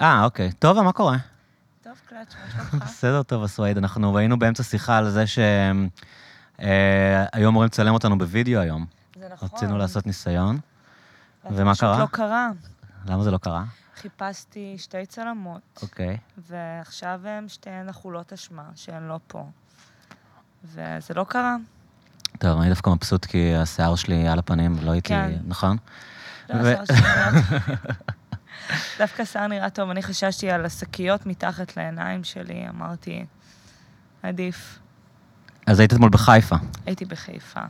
אה, אוקיי. טובה, מה קורה? טוב, קלאץ', מה שלומך? בסדר טוב, סווייד. אנחנו היינו באמצע שיחה על זה שהם אה, היו אמורים לצלם אותנו בווידאו היום. זה נכון. רצינו לעשות ניסיון. ואז ומה קרה? פשוט לא קרה. למה זה לא קרה? חיפשתי שתי צלמות, אוקיי. ועכשיו הן שתיהן אכולות אשמה, שהן לא פה. וזה לא קרה. טוב, אני דווקא מבסוט כי השיער שלי על הפנים, לא הייתי... כן. נכון? לא, ו- השיער שלי נראה טוב. דווקא השיער נראה טוב, אני חששתי על השקיות מתחת לעיניים שלי, אמרתי, עדיף. אז היית אתמול בחיפה. הייתי בחיפה.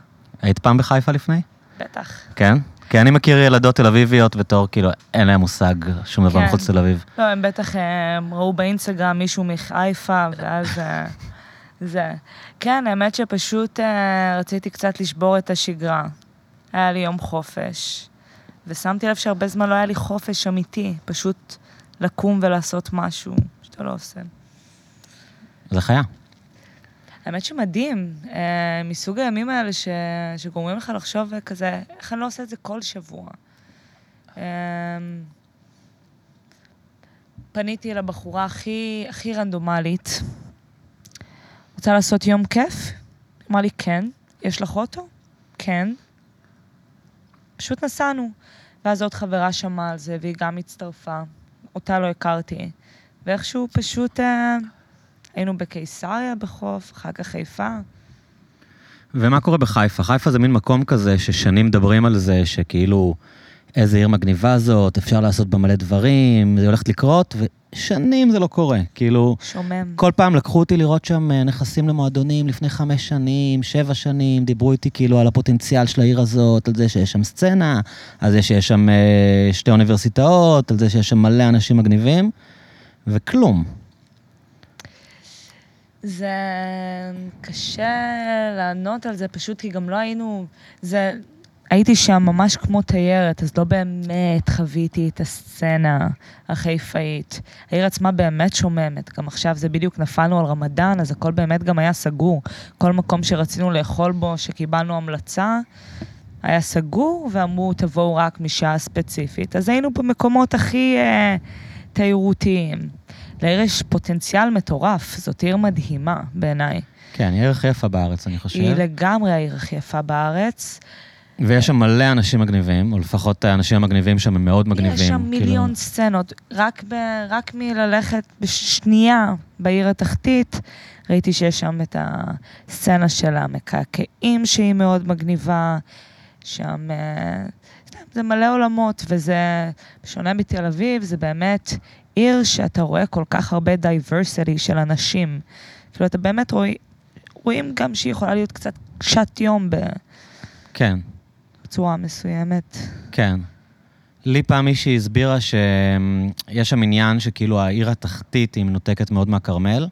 היית פעם בחיפה לפני? בטח. כן? כי אני מכיר ילדות תל אביביות בתור, כאילו, אין להם מושג שום דבר כן. מחוץ לתל אביב. לא, הם בטח אה, הם ראו באינסטגרם מישהו מחיפה, ואז אה, זה. כן, האמת שפשוט אה, רציתי קצת לשבור את השגרה. היה לי יום חופש, ושמתי לב שהרבה זמן לא היה לי חופש אמיתי, פשוט לקום ולעשות משהו שאתה לא עושה. זה חיה. האמת שמדהים, אה, מסוג הימים האלה ש... שגורמים לך לחשוב אה, כזה, איך אני לא עושה את זה כל שבוע. אה, פניתי לבחורה הכי, הכי רנדומלית. רוצה לעשות יום כיף? היא אמרה לי, כן. יש לך אוטו? כן. פשוט נסענו. ואז עוד חברה שמעה על זה, והיא גם הצטרפה. אותה לא הכרתי. ואיכשהו פשוט... אה, היינו בקיסריה בחוף, אחר כך חיפה. ומה קורה בחיפה? חיפה זה מין מקום כזה ששנים מדברים על זה, שכאילו, איזה עיר מגניבה זאת, אפשר לעשות בה מלא דברים, זה הולך לקרות, ושנים זה לא קורה. כאילו, שומם. כל פעם לקחו אותי לראות שם אה, נכסים למועדונים לפני חמש שנים, שבע שנים, דיברו איתי כאילו על הפוטנציאל של העיר הזאת, על זה שיש שם סצנה, על זה שיש שם אה, שתי אוניברסיטאות, על זה שיש שם מלא אנשים מגניבים, וכלום. זה קשה לענות על זה, פשוט כי גם לא היינו... זה... הייתי שם ממש כמו תיירת, אז לא באמת חוויתי את הסצנה החיפאית. העיר עצמה באמת שוממת. גם עכשיו זה בדיוק נפלנו על רמדאן, אז הכל באמת גם היה סגור. כל מקום שרצינו לאכול בו, שקיבלנו המלצה, היה סגור, ואמרו, תבואו רק משעה ספציפית. אז היינו במקומות הכי אה, תיירותיים. לעיר יש פוטנציאל מטורף, זאת עיר מדהימה בעיניי. כן, היא העיר הכי יפה בארץ, אני חושב. היא לגמרי העיר הכי יפה בארץ. ויש שם מלא אנשים מגניבים, או לפחות האנשים המגניבים שם הם מאוד מגניבים. יש שם כאילו- מיליון סצנות. רק, ב, רק מללכת בשנייה בעיר התחתית, ראיתי שיש שם את הסצנה של המקעקעים, שהיא מאוד מגניבה. שם... אה, סתם, זה מלא עולמות, וזה שונה מתל אביב, זה באמת עיר שאתה רואה כל כך הרבה דייברסיטי של אנשים. כאילו, אתה באמת רואה, רואים גם שהיא יכולה להיות קצת קשת יום כן, בצורה מסוימת. כן. לי פעם מישהי הסבירה שיש שם עניין שכאילו העיר התחתית היא מנותקת מאוד מהכרמל,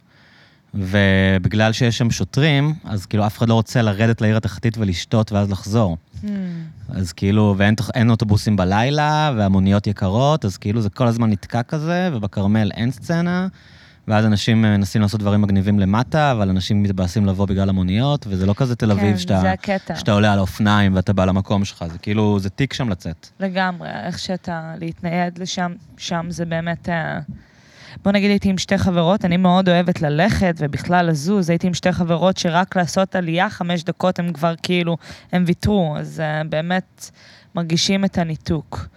ובגלל שיש שם שוטרים, אז כאילו אף אחד לא רוצה לרדת לעיר התחתית ולשתות ואז לחזור. אז כאילו, ואין תח- אין אוטובוסים בלילה, והמוניות יקרות, אז כאילו זה כל הזמן נתקע כזה, ובכרמל אין סצנה, ואז אנשים אה, מנסים לעשות דברים מגניבים למטה, אבל אנשים מתבאסים לבוא בגלל המוניות, וזה לא כזה תל אביב כן, זה שאתה, הקטע. שאתה עולה על האופניים ואתה בא למקום שלך, זה כאילו, זה תיק שם לצאת. לגמרי, איך שאתה, להתנייד לשם, שם זה באמת... אה, בוא נגיד הייתי עם שתי חברות, אני מאוד אוהבת ללכת ובכלל לזוז, הייתי עם שתי חברות שרק לעשות עלייה חמש דקות הם כבר כאילו, הם ויתרו, אז אה, באמת מרגישים את הניתוק.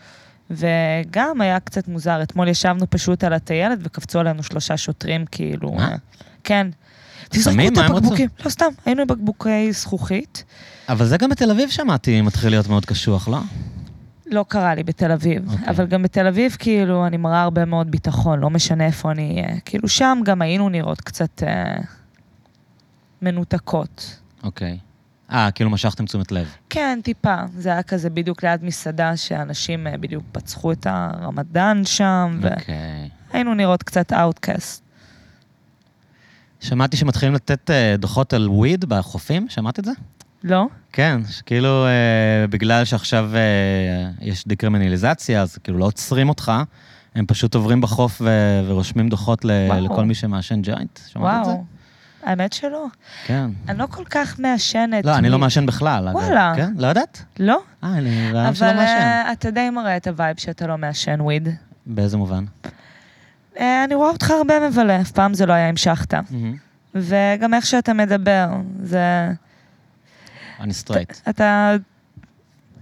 וגם היה קצת מוזר, אתמול ישבנו פשוט על הטיילת וקפצו עלינו שלושה שוטרים כאילו. מה? אה, כן. תזרקו סמים? את מה הם רצו? הבקבוקים. לא, סתם, היינו עם בקבוקי זכוכית. אבל זה גם בתל אביב שמעתי, מתחיל להיות מאוד קשוח, לא? לא קרה לי בתל אביב, אוקיי. okay. אבל גם בתל אביב, כאילו, אני מראה הרבה מאוד ביטחון, לא משנה איפה אני אהיה. כאילו, שם גם היינו נראות קצת אה, מנותקות. אוקיי. אה, כאילו משכתם תשומת לב. כן, טיפה. זה היה כזה בדיוק ליד מסעדה, שאנשים אה, בדיוק פצחו את הרמדאן שם, okay. אוקיי. והיינו נראות קצת אאוטקאסט. שמעתי שמתחילים לתת אה, דוחות על וויד בחופים, שמעת את זה? לא? כן, שכאילו אה, בגלל שעכשיו אה, יש דקרימינליזציה, אז כאילו לא עוצרים אותך, הם פשוט עוברים בחוף ו- ורושמים דוחות ל- וואו. לכל מי שמעשן ג'וינט. שמעת את זה? וואו. האמת שלא. כן. אני לא כל כך מעשנת. לא, אני מ- לא מעשן בכלל. אגב. וואלה. כן? לא ידעת? לא? אה, אני רעיון שלא אבל מעשן. לא אה, אתה די מראה את הווייב שאתה לא מעשן וויד. באיזה מובן? אה, אני רואה אותך הרבה מבלה, אף פעם זה לא היה עם שחטה. מהמם. וגם איך שאתה מדבר, זה... אני סטרייט. אתה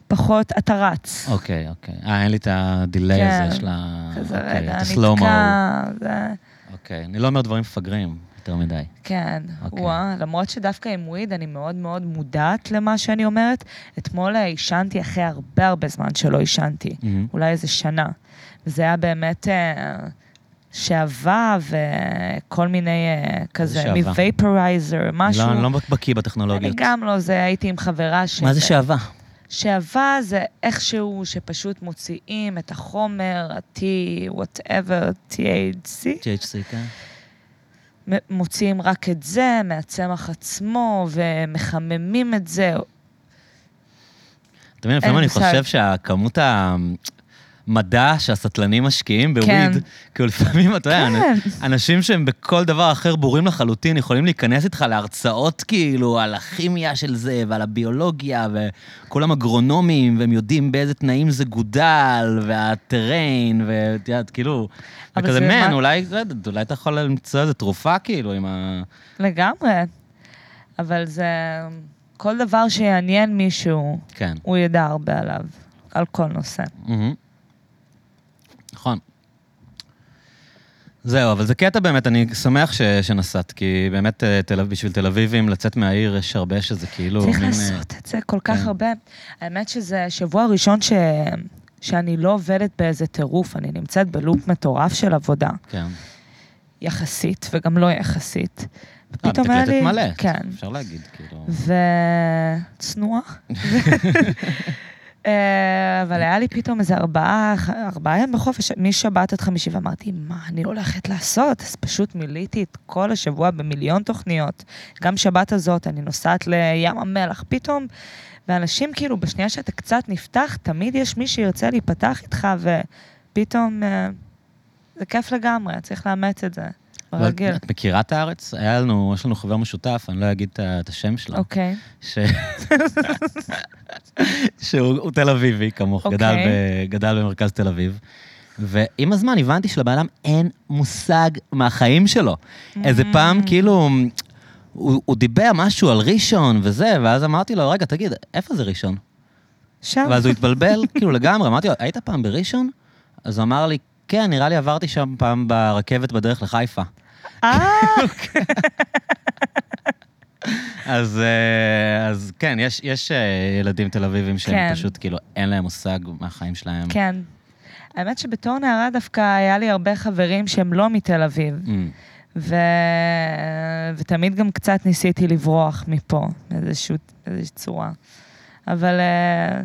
פחות, אתה רץ. אוקיי, אוקיי. אה, אין לי את הדיליי כן. הזה של ה... כזה אוקיי, רגע, את הסלואו-מו. נתקע, זה... אוקיי, אני לא אומר דברים מפגרים יותר מדי. כן, אוקיי. וואה, למרות שדווקא עם וויד אני מאוד מאוד מודעת למה שאני אומרת. אתמול אה, עישנתי אחרי הרבה הרבה זמן שלא עישנתי, מהמם. אולי איזה שנה. וזה היה באמת אה, שעווה וכל מיני אה, כזה, שעווה? מווייפרייזר, משהו. לא, אני לא בקיא אני בטכנולוגיות. גם לא, זה הייתי עם חברה ש... מה זה שעבה? שעווה זה איכשהו שפשוט מוציאים את החומר, ה-T, whatever, THC. THC, כן? מ- מוציאים רק את זה מהצמח עצמו, ומחממים את זה. אתה מבין, לפעמים אין אני מושג. חושב שהכמות המדע שהסטלנים משקיעים כן. בוויד, כאילו לפעמים, אתה יודע, כן. אנשים שהם בכל דבר אחר בורים לחלוטין, יכולים להיכנס איתך להרצאות כאילו על הכימיה של זה ועל הביולוגיה, וכולם אגרונומים, והם יודעים באיזה תנאים זה גודל, והטריין, ואת יודעת, כאילו, אבל וכזה, זה מן, מה- אולי, לא יודעת, אולי אתה יכול למצוא איזה תרופה כאילו עם ה... לגמרי. אבל זה... כל דבר שיעניין מישהו, כן. הוא ידע הרבה עליו, על כל נושא. מהמם. נכון. זהו, אבל זה קטע באמת, אני שמח ש, שנסעת, כי באמת אה, תל, בשביל תל אביבים לצאת מהעיר יש הרבה שזה כאילו... צריך מין, אה, לעשות את זה כל כך כן. הרבה. האמת שזה שבוע ראשון ש... שאני לא עובדת באיזה טירוף, אני נמצאת בלופ מטורף של עבודה, כן. יחסית, וגם לא יחסית. אה, ופתאום היה מתקלטת לי... מלא, כן. אפשר להגיד, כאילו. וצנועה. אה, אבל היה לי פתאום איזה ארבעה, ארבעה ימים בחופש, משבת עד חמישי, ואמרתי, מה אני הולכת לעשות? אז פשוט מילאתי את כל השבוע במיליון תוכניות. גם שבת הזאת, אני נוסעת לים המלח פתאום, ואנשים כאילו, בשנייה שאתה קצת נפתח, תמיד יש מי שירצה להיפתח איתך, ופתאום, אה, זה כיף לגמרי, צריך לאמץ את זה. אבל רגיל. את מכירה את הארץ? היה לנו, יש לנו חבר משותף, אני לא אגיד את ה- את השם שלו. אוקיי. ש... שהוא הוא תל אביבי כמוך, אוקיי. גדל, ב... גדל במרכז תל אביב. ועם הזמן הבנתי שלבן אדם אין מושג מהחיים שלו. איזה פעם, כאילו, הוא, הוא דיבר משהו על ראשון וזה, ואז אמרתי לו, רגע, תגיד, איפה זה ראשון? שם. ואז הוא התבלבל, כאילו, לגמרי. אמרתי לו, היית פעם בראשון? אז הוא אמר לי, כן, נראה לי עברתי שם פעם ברכבת בדרך לחיפה. אה, אז, אה, אז כן, יש, יש אה, ילדים תל אביבים שהם כן. פשוט כאילו אין להם מושג מהחיים שלהם. כן. האמת שבתור נערה דווקא היה לי הרבה חברים שהם לא מתל אביב, Mm. ו... ותמיד גם קצת ניסיתי לברוח מפה, באיזשהו- באיזושהי צורה. אבל אה,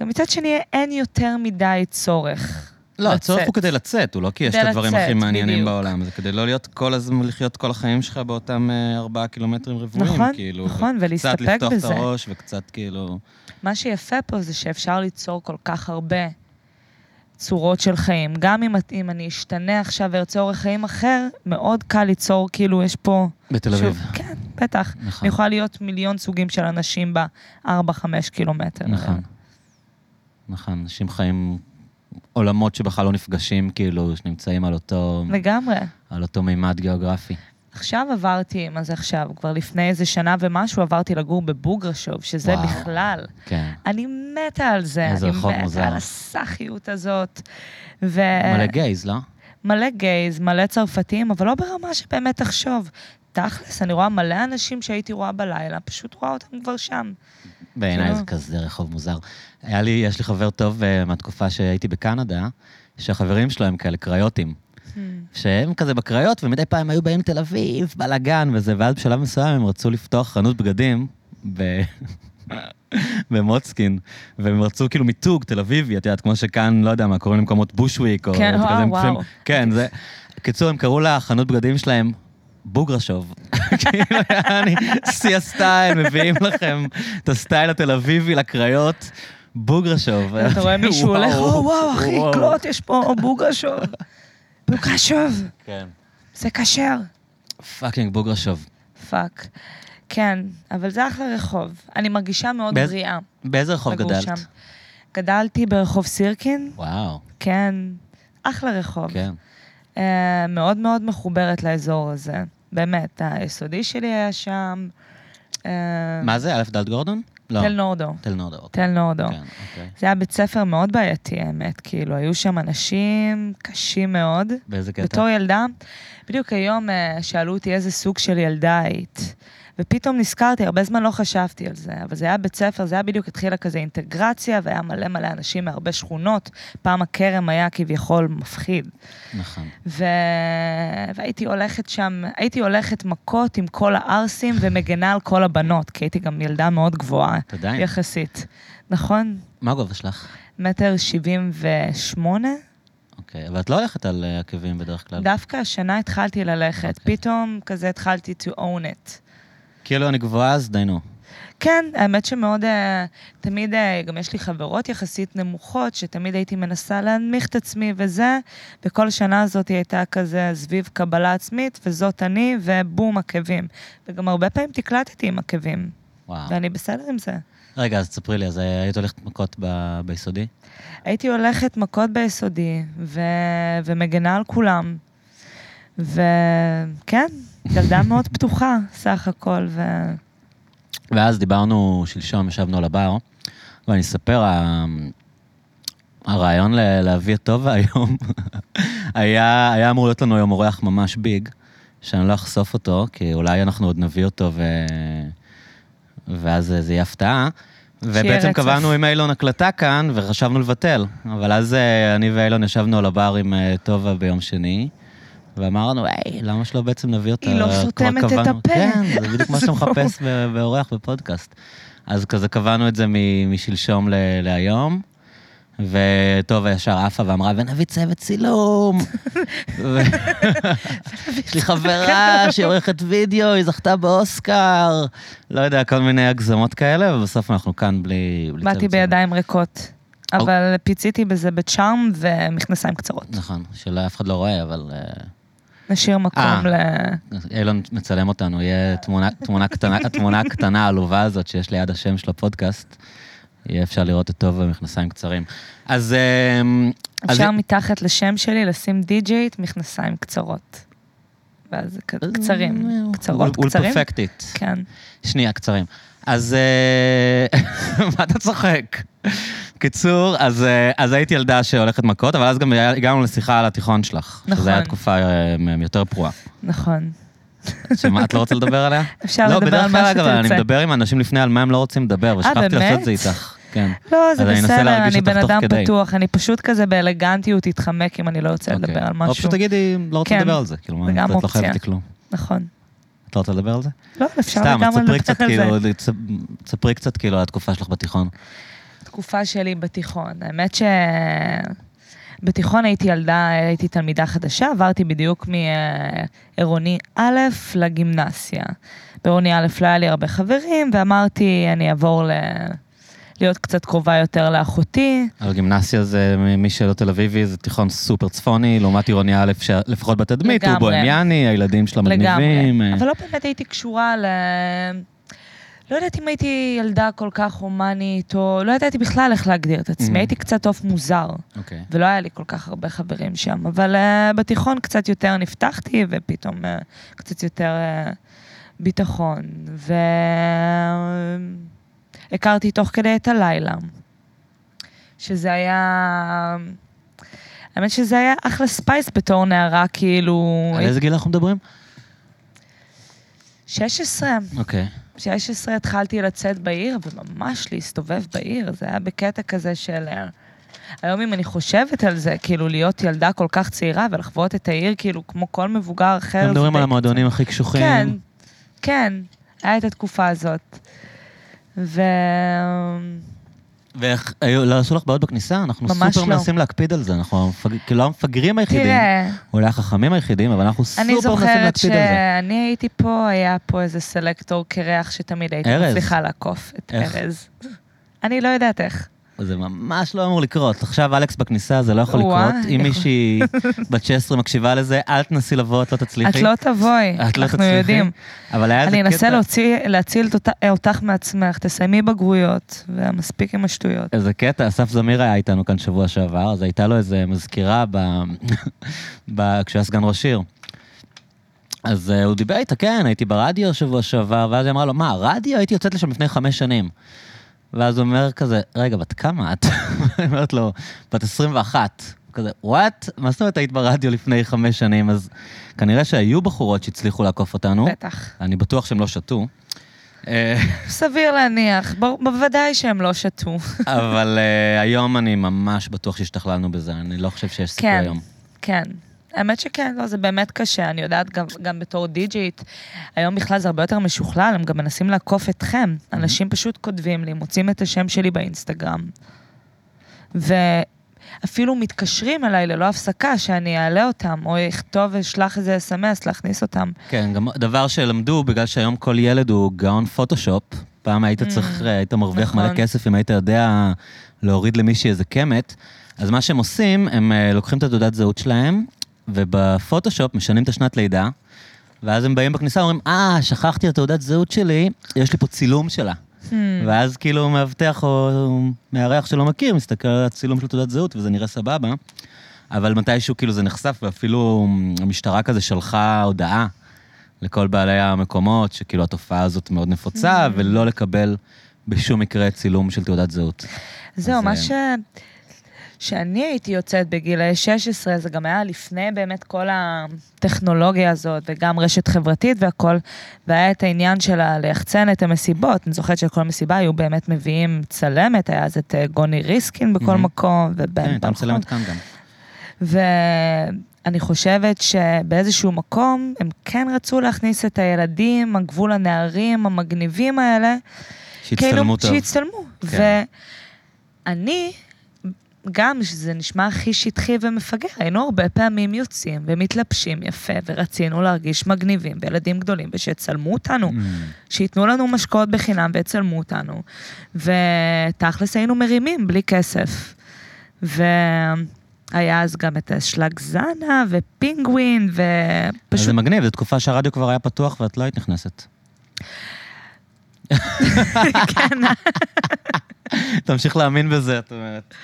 גם מצד שני, אין יותר מדי צורך. לא, הצורך לצאת. הוא כדי לצאת, הוא לא כי יש את כדי הדברים לצאת, הכי מעניינים בדיוק. בעולם, זה כדי לא להיות כל הזמן, לחיות כל החיים שלך באותם אה, ארבעה קילומטרים רבועים, נכון, כאילו. נכון, קצת ולהסתפק לפתוח את בזה. הראש וקצת כאילו... מה שיפה פה זה שאפשר ליצור כל כך הרבה צורות של חיים. גם אם, את- אם אני אשתנה עכשיו וארצה אורח חיים אחר, מאוד קל ליצור, כאילו, יש פה... בתל אביב. שוב, כן, בטח. נכון. אני יכולה להיות מיליון סוגים של אנשים ב-4-5 קילומטר. נכון. נכון, אנשים חיים עולמות שבכלל לא נפגשים, כאילו, שנמצאים על אותו- לגמרי. על אותו מימד גיאוגרפי. עכשיו עברתי, מה זה עכשיו? כבר לפני איזה שנה ומשהו עברתי לגור בבוגרשוב, שזה וואו. וואו. בכלל. כן. אני מתה על זה. איזה רחוב אני מוזר. מתה על הסאחיות הזאת. ו... מלא גייז, לא? מלא גייז, מלא צרפתים, אבל לא ברמה שבאמת תחשוב. תכלס, אני רואה מלא אנשים שהייתי רואה בלילה, פשוט רואה אותם כבר שם. בעיניי שלא. זה כזה רחוב מוזר. היה לי, יש לי חבר טוב אה, מהתקופה שהייתי בקנדה, שהחברים שלו הם כאלה קריוטים. שהם כזה בקריות, ומדי פעם היו באים לתל אביב, בלאגן וזה, ואז בשלב מסוים הם רצו לפתוח חנות בגדים ב... במוצקין, והם רצו כאילו מיתוג תל אביבי, את יודעת, כמו שכאן, לא יודע מה, קוראים למקומות בושוויק, או... כן, כזה, וואו, הם וואו. לפעמים- כן, זה... קיצור, הם קראו לחנות בגדים שלהם בוגרשוב. כאילו, יעני, שיא הסטייל, מביאים לכם את הסטייל התל אביבי לקריות, בוגרשוב. אתה רואה מישהו וואו, הולך, או וואו, אחי, וואו." קלוט, יש פה בוגרשוב. בוגרשוב, כן. זה כשר. פאקינג בוגרשוב. פאק. כן, אבל זה אחלה רחוב. אני מרגישה מאוד באיזה- בריאה באיזה רחוב לגור גדלת? שם. גדלתי ברחוב סירקין, וואו, כן, אחלה רחוב. כן. אה, מאוד מאוד מחוברת לאזור הזה. באמת, היסודי שלי היה שם. אה, מה זה, א' ד' גורדון? לא. תל לא. נורדו. תל נורדו, אוקיי. תל נורדו. כן, אוקיי. זה היה בית ספר מאוד בעייתי, האמת. כאילו, היו שם אנשים קשים מאוד. באיזה קטע? בתור ילדה, בדיוק היום אה, שאלו אותי איזה סוג של ילדה היית. ופתאום נזכרתי, הרבה זמן לא חשבתי על זה, אבל זה היה בית ספר, זה היה בדיוק, התחילה כזה אינטגרציה, והיה מלא מלא אנשים מהרבה שכונות. פעם הכרם היה כביכול מפחיד. נכון. ו... והייתי הולכת שם, הייתי הולכת מכות עם כל הערסים ומגנה על כל הבנות, כי הייתי גם ילדה מאוד גבוהה, את עדיין. יחסית. נכון? מה הגובה שלך? מטר שבעים ושמונה? אוקיי, אבל את לא הולכת על אה, עקבים בדרך כלל. דווקא השנה התחלתי ללכת, אוקיי. פתאום כזה התחלתי to own it. כאילו אני גבוהה, אז דיינו. כן, האמת שמאוד, אה, תמיד, אה, גם יש לי חברות יחסית נמוכות, שתמיד הייתי מנסה להנמיך את עצמי וזה, וכל שנה הזאת היא הייתה כזה סביב קבלה עצמית, וזאת אני, ובום, עקבים. וגם הרבה פעמים תקלטתי עם עקבים, וואו. ואני בסדר עם זה. רגע, אז תספרי לי, אז אה, היית הולכת מכות ב- ביסודי? הייתי הולכת מכות ביסודי, ו... ומגנה על כולם. וכן, ילדה מאוד פתוחה, סך הכל, ו... ואז דיברנו, שלשום ישבנו על הבר, ואני אספר, ה... הרעיון ל... להביא את טובה היום היה, היה אמור להיות לנו היום אורח ממש ביג, שאני לא אחשוף אותו, כי אולי אנחנו עוד נביא אותו ו... ואז זה יהיה הפתעה. ובעצם רצף. קבענו עם אילון הקלטה כאן, וחשבנו לבטל. אבל אז אה, אני ואילון ישבנו על הבר עם אה, טובה ביום שני, ואמרנו, היי, למה שלא בעצם נביא אותה? היא לא כבר סותמת את קבענו?" הפה. כן, זה בדיוק מה שאתה אז הוא- מחפש ב- באורח בפודקאסט. אז כזה קבענו את זה מ- משלשום ל- להיום, וטובה ישר עפה ואמרה, ונביא צוות צילום. ו- יש לי חברה שהיא עורכת וידאו, היא זכתה באוסקר. לא יודע, כל מיני הגזמות כאלה, ובסוף אנחנו כאן בלי... בלי באתי צוות צילום. בידיים ריקות. אוקיי. אבל פיציתי בזה בצ'ארם ומכנסיים קצרות. נכון, שאף אחד לא רואה, אבל... אה, נשאיר מקום אה. ל... אילון מצלם אותנו, יהיה תמונה, תמונה קטנה, התמונה הקטנה העלובה הזאת שיש ליד השם של הפודקאסט, יהיה אפשר לראות את טוב במכנסיים קצרים. אז... אמ, אז- אפשר מתחת לשם שלי לשים די-ג'ייט, מכנסיים קצרות. ואז זה כזה קצרים, אה, אוקיי. קצרות, אול- קצרים. אולפרפקטית. כן. שנייה, קצרים. אז... אה, מה אתה צוחק? קיצור, אז, אה, אז הייתי ילדה שהולכת מכות, אבל אז גם היה- הגענו לשיחה על התיכון שלך. שזו נכון. הייתה תקופה אה, מ- יותר פרועה. נכון. שמה, את לא רוצה לדבר עליה? אפשר לדבר על מה לא, בדרך כלל, אגב, אני שתרצה. אה, מדבר עם אנשים לפני על מה הם לא רוצים לדבר, ושכחתי לעשות את זה באמת? איתך. כן. לא, זה אז אני אנסה בסדר, להרגיש אני אותך בן תוך אדם כדי. פתוח, אני פשוט כזה באלגנטיות אתחמק אם אני לא יוצא אוקיי. לדבר על או משהו. פשוט תגידי, לא רוצה כן. לדבר על זה. כאילו, זה מה, גם את לא אופציה. חייבת לי כלום. נכון. את לא רוצה לדבר על זה? לא, אפשר סתם, אז ספרי לגמרי לדבר קצת על זה. כאילו, צ- ספרי קצת כאילו על התקופה שלך בתיכון. התקופה שלי בתיכון. האמת ש... בתיכון הייתי ילדה, הייתי תלמידה חדשה, עברתי בדיוק מעירוני א' לגימנסיה. בעירוני א' לא היה לי הרבה חברים, ואמרתי, אני אעבור ל... להיות קצת קרובה יותר לאחותי. אבל גימנסיה זה, מי שלא תל אביבי, זה תיכון סופר צפוני, לעומת עירוני א', שלפחות בתדמית, הוא לגמרי. בוהמיאני, הילדים שלה מגניבים. אה, אבל לא באמת הייתי קשורה ל... לא יודעת אם הייתי ילדה כל כך הומנית, או לא ידעתי בכלל איך להגדיר את Mhm. עצמי, הייתי קצת עוף מוזר. אוקיי. ולא היה לי כל כך הרבה חברים שם, אבל uh, בתיכון קצת יותר נפתחתי, ופתאום uh, קצת יותר uh, ביטחון. והכרתי תוך כדי את הלילה, שזה היה... האמת שזה היה אחלה ספייס בתור נערה, כאילו... על איזה גיל אנחנו מדברים? 16. אוקיי. 16 התחלתי לצאת בעיר, וממש להסתובב בעיר, זה היה בקטע כזה של... אה, היום אם אני חושבת על זה, כאילו להיות ילדה כל כך צעירה ולחוות את העיר כאילו כמו כל מבוגר אחר. אנחנו זה מדברים די- על המועדונים הכי קשוחים. כן, כן, היה את התקופה הזאת. ו... ואיך, היו- לא עשו לך בעיות בכניסה? אנחנו ממש סופר לא. מנסים להקפיד על זה, אנחנו המפג- כאילו לא המפגרים היחידים, תראה, אולי החכמים היחידים, אבל אנחנו סופר אני מנסים זוכרת להקפיד על זה. שאני הייתי פה, היה פה איזה סלקטור קרח שתמיד הייתי ארז. מצליחה לעקוף את איך? ארז. אני לא יודעת איך. זה ממש לא אמור לקרות. עכשיו אלכס בכניסה, זה לא יכול וואי, לקרות. אם יכול. מישהי בת 16 מקשיבה לזה, אל תנסי לבוא, את לא את תצליחי. לא תבואי, את לא אנחנו תצליחי. יודעים. אבל היה איזה קטע... אני אנסה להוציא- להציל את אותה- אה, אותך מעצמך, תסיימי בגרויות, ומספיק עם השטויות. איזה קטע, אסף זמיר היה איתנו כאן שבוע שעבר, אז הייתה לו איזה מזכירה ב... ב... כשהוא היה סגן ראש עיר. אז uh, הוא דיבר איתה, כן, הייתי ברדיו שבוע שעבר, ואז היא אמרה לו, מה, רדיו? הייתי יוצאת לשם לפני חמש שנים. ואז הוא אומר כזה, רגע, בת כמה את? היא אומרת לו, בת 21. כזה, וואט? מה זאת אומרת היית ברדיו לפני חמש שנים? אז כנראה שהיו בחורות שהצליחו לעקוף אותנו. בטח. אני בטוח שהם לא שתו. אה, סביר להניח, בר- בוודאי שהם לא שתו. אבל אה, היום אני ממש בטוח שהשתכללנו בזה, אני לא חושב שיש סיכוי כן, היום. כן. האמת שכן, לא, זה באמת קשה. אני יודעת גם, גם בתור דיג'יט, היום בכלל זה הרבה יותר משוכלל, הם גם מנסים לעקוף אתכם. Mm-hmm. אנשים פשוט כותבים לי, מוצאים את השם שלי באינסטגרם. ואפילו מתקשרים אליי ללא הפסקה, שאני אעלה אותם, או אכתוב ואשלח איזה אס.אם.אס להכניס אותם. כן, גם דבר שלמדו, בגלל שהיום כל ילד הוא גאון פוטושופ. פעם היית צריך, אה, היית מרוויח מלא נכון. כסף אם היית יודע להוריד למישהי איזה קמת. אז מה שהם עושים, הם אה, לוקחים את התעודת זהות שלהם, ובפוטושופ משנים את השנת לידה, ואז הם באים בכניסה ואומרים, אה, שכחתי את התעודת זהות שלי, יש לי פה צילום שלה. ואז כאילו מאבטח או מארח שלא מכיר, מסתכל על הצילום של תעודת זהות וזה נראה סבבה. אבל מתישהו כאילו זה נחשף, ואפילו המשטרה כזה שלחה הודעה לכל בעלי המקומות, שכאילו התופעה הזאת מאוד נפוצה, ולא לקבל בשום מקרה צילום של תעודת זהות. זהו, אז, מה אה, ש... שאני הייתי יוצאת בגילאי 16, זה גם היה לפני באמת כל הטכנולוגיה הזאת, וגם רשת חברתית והכל, והיה את העניין של ה- ליחצן את המסיבות. אני זוכרת שלכל מסיבה היו באמת מביאים צלמת, היה אז את אה, גוני ריסקין בכל מהמם. מקום, ובן כן, אתה ברחוב. מצלמת כאן גם. ואני חושבת שבאיזשהו מקום הם כן רצו להכניס את הילדים, הגבול הנערים, המגניבים האלה, שהצטלמו טוב. כאילו, שהצטלמו. כן. ואני, גם שזה נשמע הכי שטחי ומפגר, היינו הרבה פעמים יוצאים ומתלבשים יפה, ורצינו להרגיש מגניבים וילדים גדולים, ושיצלמו אותנו, Mm. שייתנו לנו משקאות בחינם ויצלמו אותנו. ותכלס היינו מרימים בלי כסף. והיה אז גם את אשלג זנה ופינגווין, פשוט... ופשוט זה מגניב, זו תקופה שהרדיו כבר היה פתוח ואת לא היית נכנסת. כן, תמשיך להאמין בזה, את אומרת.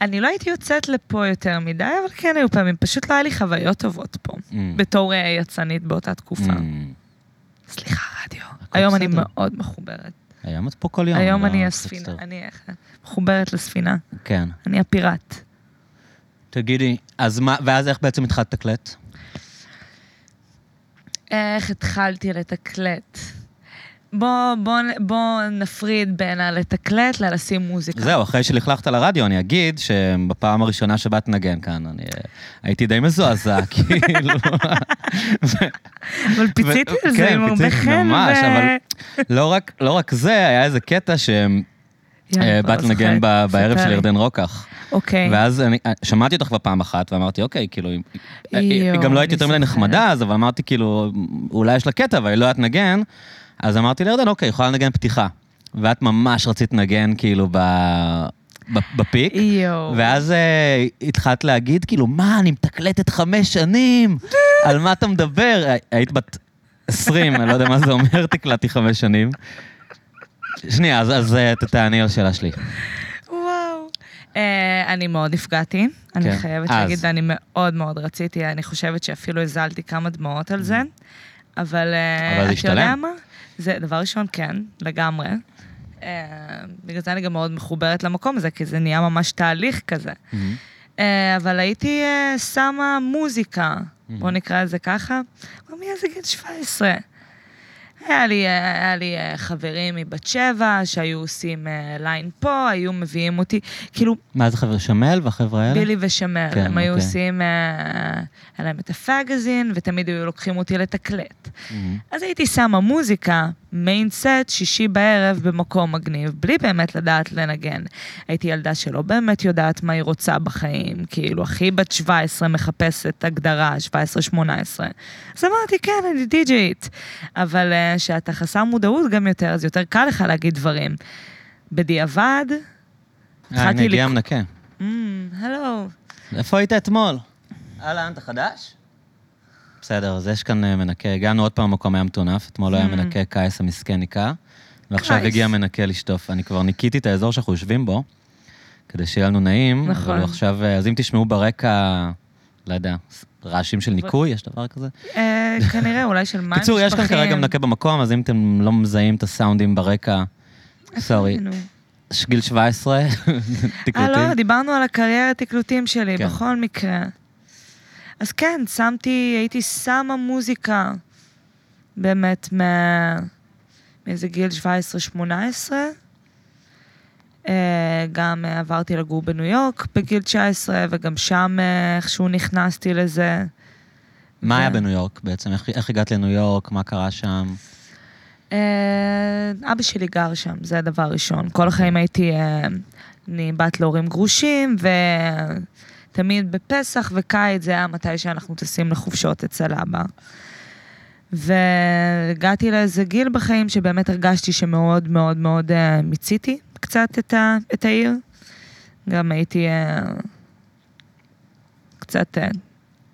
אני לא הייתי יוצאת לפה יותר מדי, אבל כן היו פעמים, פשוט לא היה לי חוויות טובות פה, בתור אה, יצרנית באותה תקופה. Mm. סליחה, רדיו. הכל היום אני בסדר. מאוד מחוברת. היום את פה כל יום. היום לא אני מצטער. הספינה, אני איך- מחוברת לספינה, כן. אני הפיראט. תגידי, אז מה, ואז איך בעצם התחלת לתקלט? איך התחלתי לתקלט? בוא, בוא, בוא נפריד בין הלתקלט ללשים מוזיקה. זהו, אחרי שלכלכת על הרדיו, אני אגיד שבפעם הראשונה שבאת נגן כאן, אני אה, הייתי די מזועזע, כאילו. אבל פיציתי על זה כן, עם הרבה פיצית, חן. ממש, ו- אבל לא רק- לא רק זה, היה איזה קטע שבאת יאללה, כבר לא אה, לנגן זוכרת. ב- בערב ספר של לי. ירדן רוקח. אוקיי. ואז אני שמעתי אותך בפעם אחת, ואמרתי, אוקיי, כאילו, היא- היא- יואו, גם לא הייתי יותר אני מדי זוכרת. נחמדה אז, אבל אמרתי, כאילו, אולי יש לה קטע, אבל היא לא יודעת לנגן. אז אמרתי לירדן, אוקיי, יכולה לנגן פתיחה. ואת ממש רצית לנגן, כאילו, ב- ב- בפיק. יואו. ואז אה, התחלת להגיד, כאילו, מה, אני מתקלטת חמש שנים, על מה אתה מדבר? הי- היית בת 20, אני לא יודע מה זה אומר, תקלטתי חמש שנים. שנייה, אז- אז אה, ת- תעני על השאלה שלי. וואו. אה, אני מאוד נפגעתי, כן, אני חייבת אז. להגיד, אני מאוד מאוד רציתי, אני חושבת שאפילו הזלתי כמה דמעות על זה, אבל אה, אבל זה אתה יודע השתלם? מה? זה דבר ראשון, כן, לגמרי. אה, בגלל זה אני גם מאוד מחוברת למקום הזה, כי זה נהיה ממש תהליך כזה. Mm-hmm. אה, אבל הייתי אה, שמה מוזיקה, בואו Mm-hmm. נקרא לזה ככה. אבל מי איזה גיל 17? היה לי, אה, היה לי אה, חברים מבת שבע שהיו עושים אה, ליין פה, היו מביאים אותי, כאילו, מה זה חבר'ה שמל והחבר'ה האלה? בילי ושמר, כן, הם היו אוקיי. עושים, אה, היה להם את הפגזין, ותמיד היו לוקחים אותי לתקלט. מהמם. אז הייתי שמה מוזיקה, מיין סט, שישי בערב במקום מגניב, בלי באמת לדעת לנגן. הייתי ילדה שלא באמת יודעת מה היא רוצה בחיים, כאילו, הכי בת 17 מחפשת הגדרה, 17-18. אז אמרתי, כן, אני די-ג'יט. אבל אה, כשאתה חסר מודעות גם יותר, אז יותר קל לך להגיד דברים. בדיעבד, אה, הנה, התחלתי הגיע לק... המנקה. אמ, הלו. איפה היית אתמול? אהלן, אתה חדש? בסדר, אז יש כאן אה, מנקה. הגענו עוד פעם למקום היה מטונף, אתמול Hmm. היה מנקה קייס המסכן ניקה, ועכשיו קייס. הגיע מנקה לשטוף. אני כבר ניקיתי את האזור שאנחנו יושבים בו, כדי שיהיה לנו נעים, נכון. אבל הוא עכשיו, אה, אז אם תשמעו ברקע, לא יודע, ס- רעשים של ניקוי, יש דבר כזה? אה, כנראה, אולי של מים משפחים. קיצור, יש כאן כרגע מנקה במקום, אז אם אתם לא מזהים את הסאונדים ברקע, סורי. כן, נו. ש- גיל 17, אה, תקלטים. לא, דיברנו על הקריירת תקלוטים שלי, כן. בכל מקרה. אז כן, שמתי, הייתי שמה מוזיקה, באמת, מה- מאיזה גיל 17-18. אה, גם אה, עברתי לגור בניו יורק בגיל 19, וגם שם אה, איכשהו נכנסתי לזה. מה היה כן. בניו יורק בעצם? איך- איך הגעת לניו יורק? מה קרה שם? אה, אבא שלי גר שם, זה הדבר הראשון. כל החיים הייתי, אה, אני בת להורים גרושים, ותמיד בפסח וקיץ זה היה מתי שאנחנו טסים לחופשות אצל אבא. והגעתי לאיזה גיל בחיים שבאמת הרגשתי שמאוד מאוד מאוד אה, מיציתי קצת את, ה, את העיר. גם הייתי אה, קצת אה,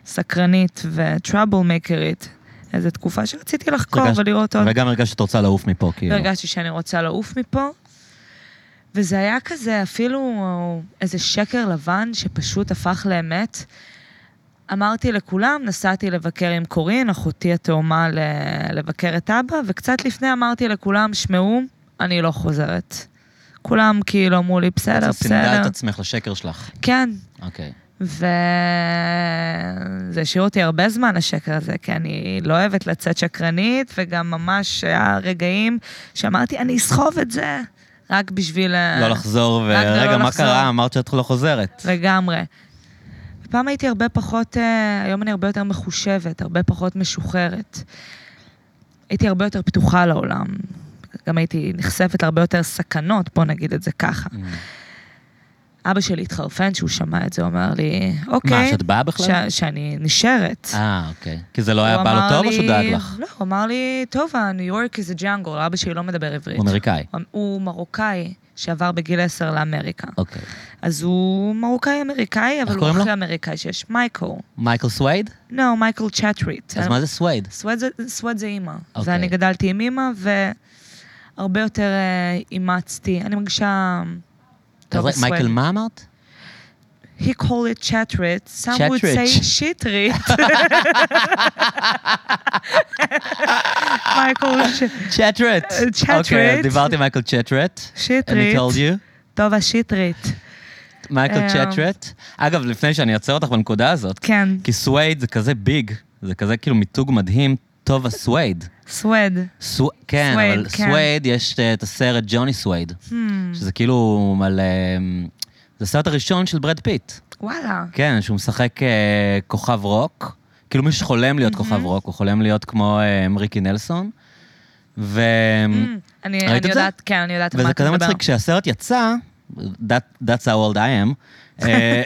סקרנית וטראבל מייקרית. איזו תקופה שרציתי לחקור הרגשת- ולראות עוד וגם הרגשת שאת רוצה לעוף מפה, כאילו. והרגשתי שאני רוצה לעוף מפה. וזה היה כזה אפילו איזה שקר לבן שפשוט הפך לאמת. אמרתי לכולם, נסעתי לבקר עם קורין, אחותי התאומה, ל- לבקר את אבא, וקצת לפני אמרתי לכולם, שמעו, אני לא חוזרת. כולם כאילו אמרו לי, בסדר, את סינדה בסדר. את עצמך לשקר שלך. כן, אוקיי. וזה השאיר אותי הרבה זמן, השקר הזה, כי אני לא אוהבת לצאת שקרנית, וגם ממש היה רגעים שאמרתי, אני אסחוב את זה, רק בשביל... אה, לא לחזור, רק זה לא ורגע, מה לחזור. קרה? אמרת שאת לא חוזרת. לגמרי. פעם הייתי הרבה פחות, אה, היום אני הרבה יותר מחושבת, הרבה פחות משוחררת. הייתי הרבה יותר פתוחה לעולם. גם הייתי נחשפת להרבה יותר סכנות, בוא נגיד את זה Mm. ככה. אבא שלי התחרפן שהוא שמע את זה, הוא אמר לי, אוקיי. מה, שאת באה בכלל? ש- שאני נשארת. אה, אוקיי. כי זה לא היה הוא בא לו אמר טוב או לי- שהוא דאג לך? לא, הוא אמר לי, טוב, הניו יורק is a jungle, אבא שלי לא מדבר עברית. הוא אמריקאי. הוא- הוא מרוקאי שעבר בגיל 10 לאמריקה. אוקיי. אז הוא מרוקאי-אמריקאי, אבל קוראים הוא לו? הכי אמריקאי שיש. מייקל. מייקל סווייד? לא, מייקל צ'טריט. אז מה זה סווייד? סווד זה- סווד זה אימא. אוקיי. ואני גדלתי עם אימא, והרבה יותר אה, אימצתי. אני מרגישה... טוב, אז בסווייד. מייקל, מה אמרת? He call it chatrit, some would say shitrit. מייקל, ש- צ'טרט. אה, צ'טרט. אוקיי, אז דיברתי עם מייקל צ'טרט. אני told שיטרית, you. טוב השיטרית, מייקל אה. צ'טרט. אגב, לפני שאני אעצר אותך בנקודה הזאת, כן, כי סווייד זה כזה ביג, זה כזה כאילו מיתוג מדהים, טוב הסווייד. סווד, סו... כן, סווייד, אבל כן. סווייד, יש אה, את הסרט ג'וני סווייד, Hmm, שזה כאילו על... אה, זה הסרט הראשון של ברד פיט. וואלה, כן, שהוא משחק אה, כוכב רוק. כאילו מי שחולם להיות כוכב רוק, הוא חולם להיות כמו אה, ריקי נלסון. ו... מ, Hmm, אני אני ראית את זה? יודעת, כן, אני יודעת על מה וזה אתה כזה מדבר. מצחיק, כשהסרט יצא, that- that's how old I am, אה,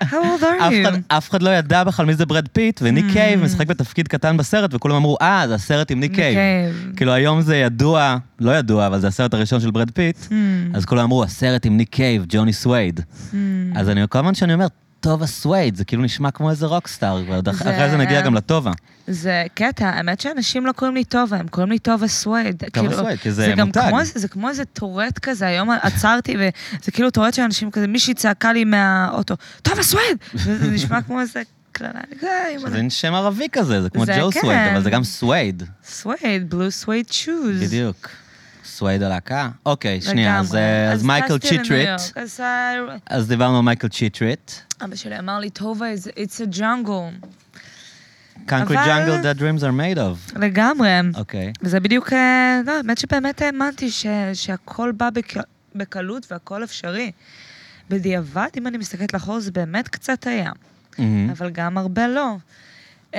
How old are אף you? אחד- אף אחד לא ידע בכלל מי זה ברד פיט, וניק Mm. קייב משחק בתפקיד קטן בסרט, וכולם אמרו, אה, זה הסרט עם ניק קייב. קייב. כאילו היום זה ידוע, לא ידוע, אבל זה הסרט הראשון של ברד פיט, Mm. אז כולם אמרו, הסרט עם ניק קייב, ג'וני סווייד. Mm. אז אני כל הזמן שאני אומר, טובה סווייד, זה כאילו נשמע כמו איזה רוקסטאר, ועוד אח- זה- אחרי זה נגיע גם לטובה. זה קטע, האמת שאנשים לא קוראים לי טובה, הם קוראים לי טובה סווייד. טובה כאילו, סווייד, כי זה גם מותג. כמו, זה כמו איזה טורט כזה, היום עצרתי, וזה כאילו טורט של אנשים כזה, מישהי צעקה לי מהאוטו, טובה סווייד! וזה נשמע כמו איזה קללה, אני כזה, "אה, "אם זה אני- מין שם ערבי כזה, זה כמו זה ג'ו כן. סווייד, אבל זה גם סווייד. סווייד, בלו סווייד שוז. בדיוק. סווייד הלהקה? אוקיי, שנייה, לגמרי. אז, אה, אז מייקל טסתי לניו צ'יטריט, יורק, אז ה- אז דיברנו על מייקל צ'יטריט, אבא שלי אמר לי, טובה, it's- it's a jungle. קונקרי אבל- ג'ונגל, that dreams are made of. לגמרי. אוקיי. וזה בדיוק, אה, לא, האמת שבאמת האמנתי ש, שהכל בא בק, בקלות והכל אפשרי. בדיעבד, אם אני מסתכלת לאחור, זה באמת קצת היה, מהמם. אבל גם הרבה לא. אמ,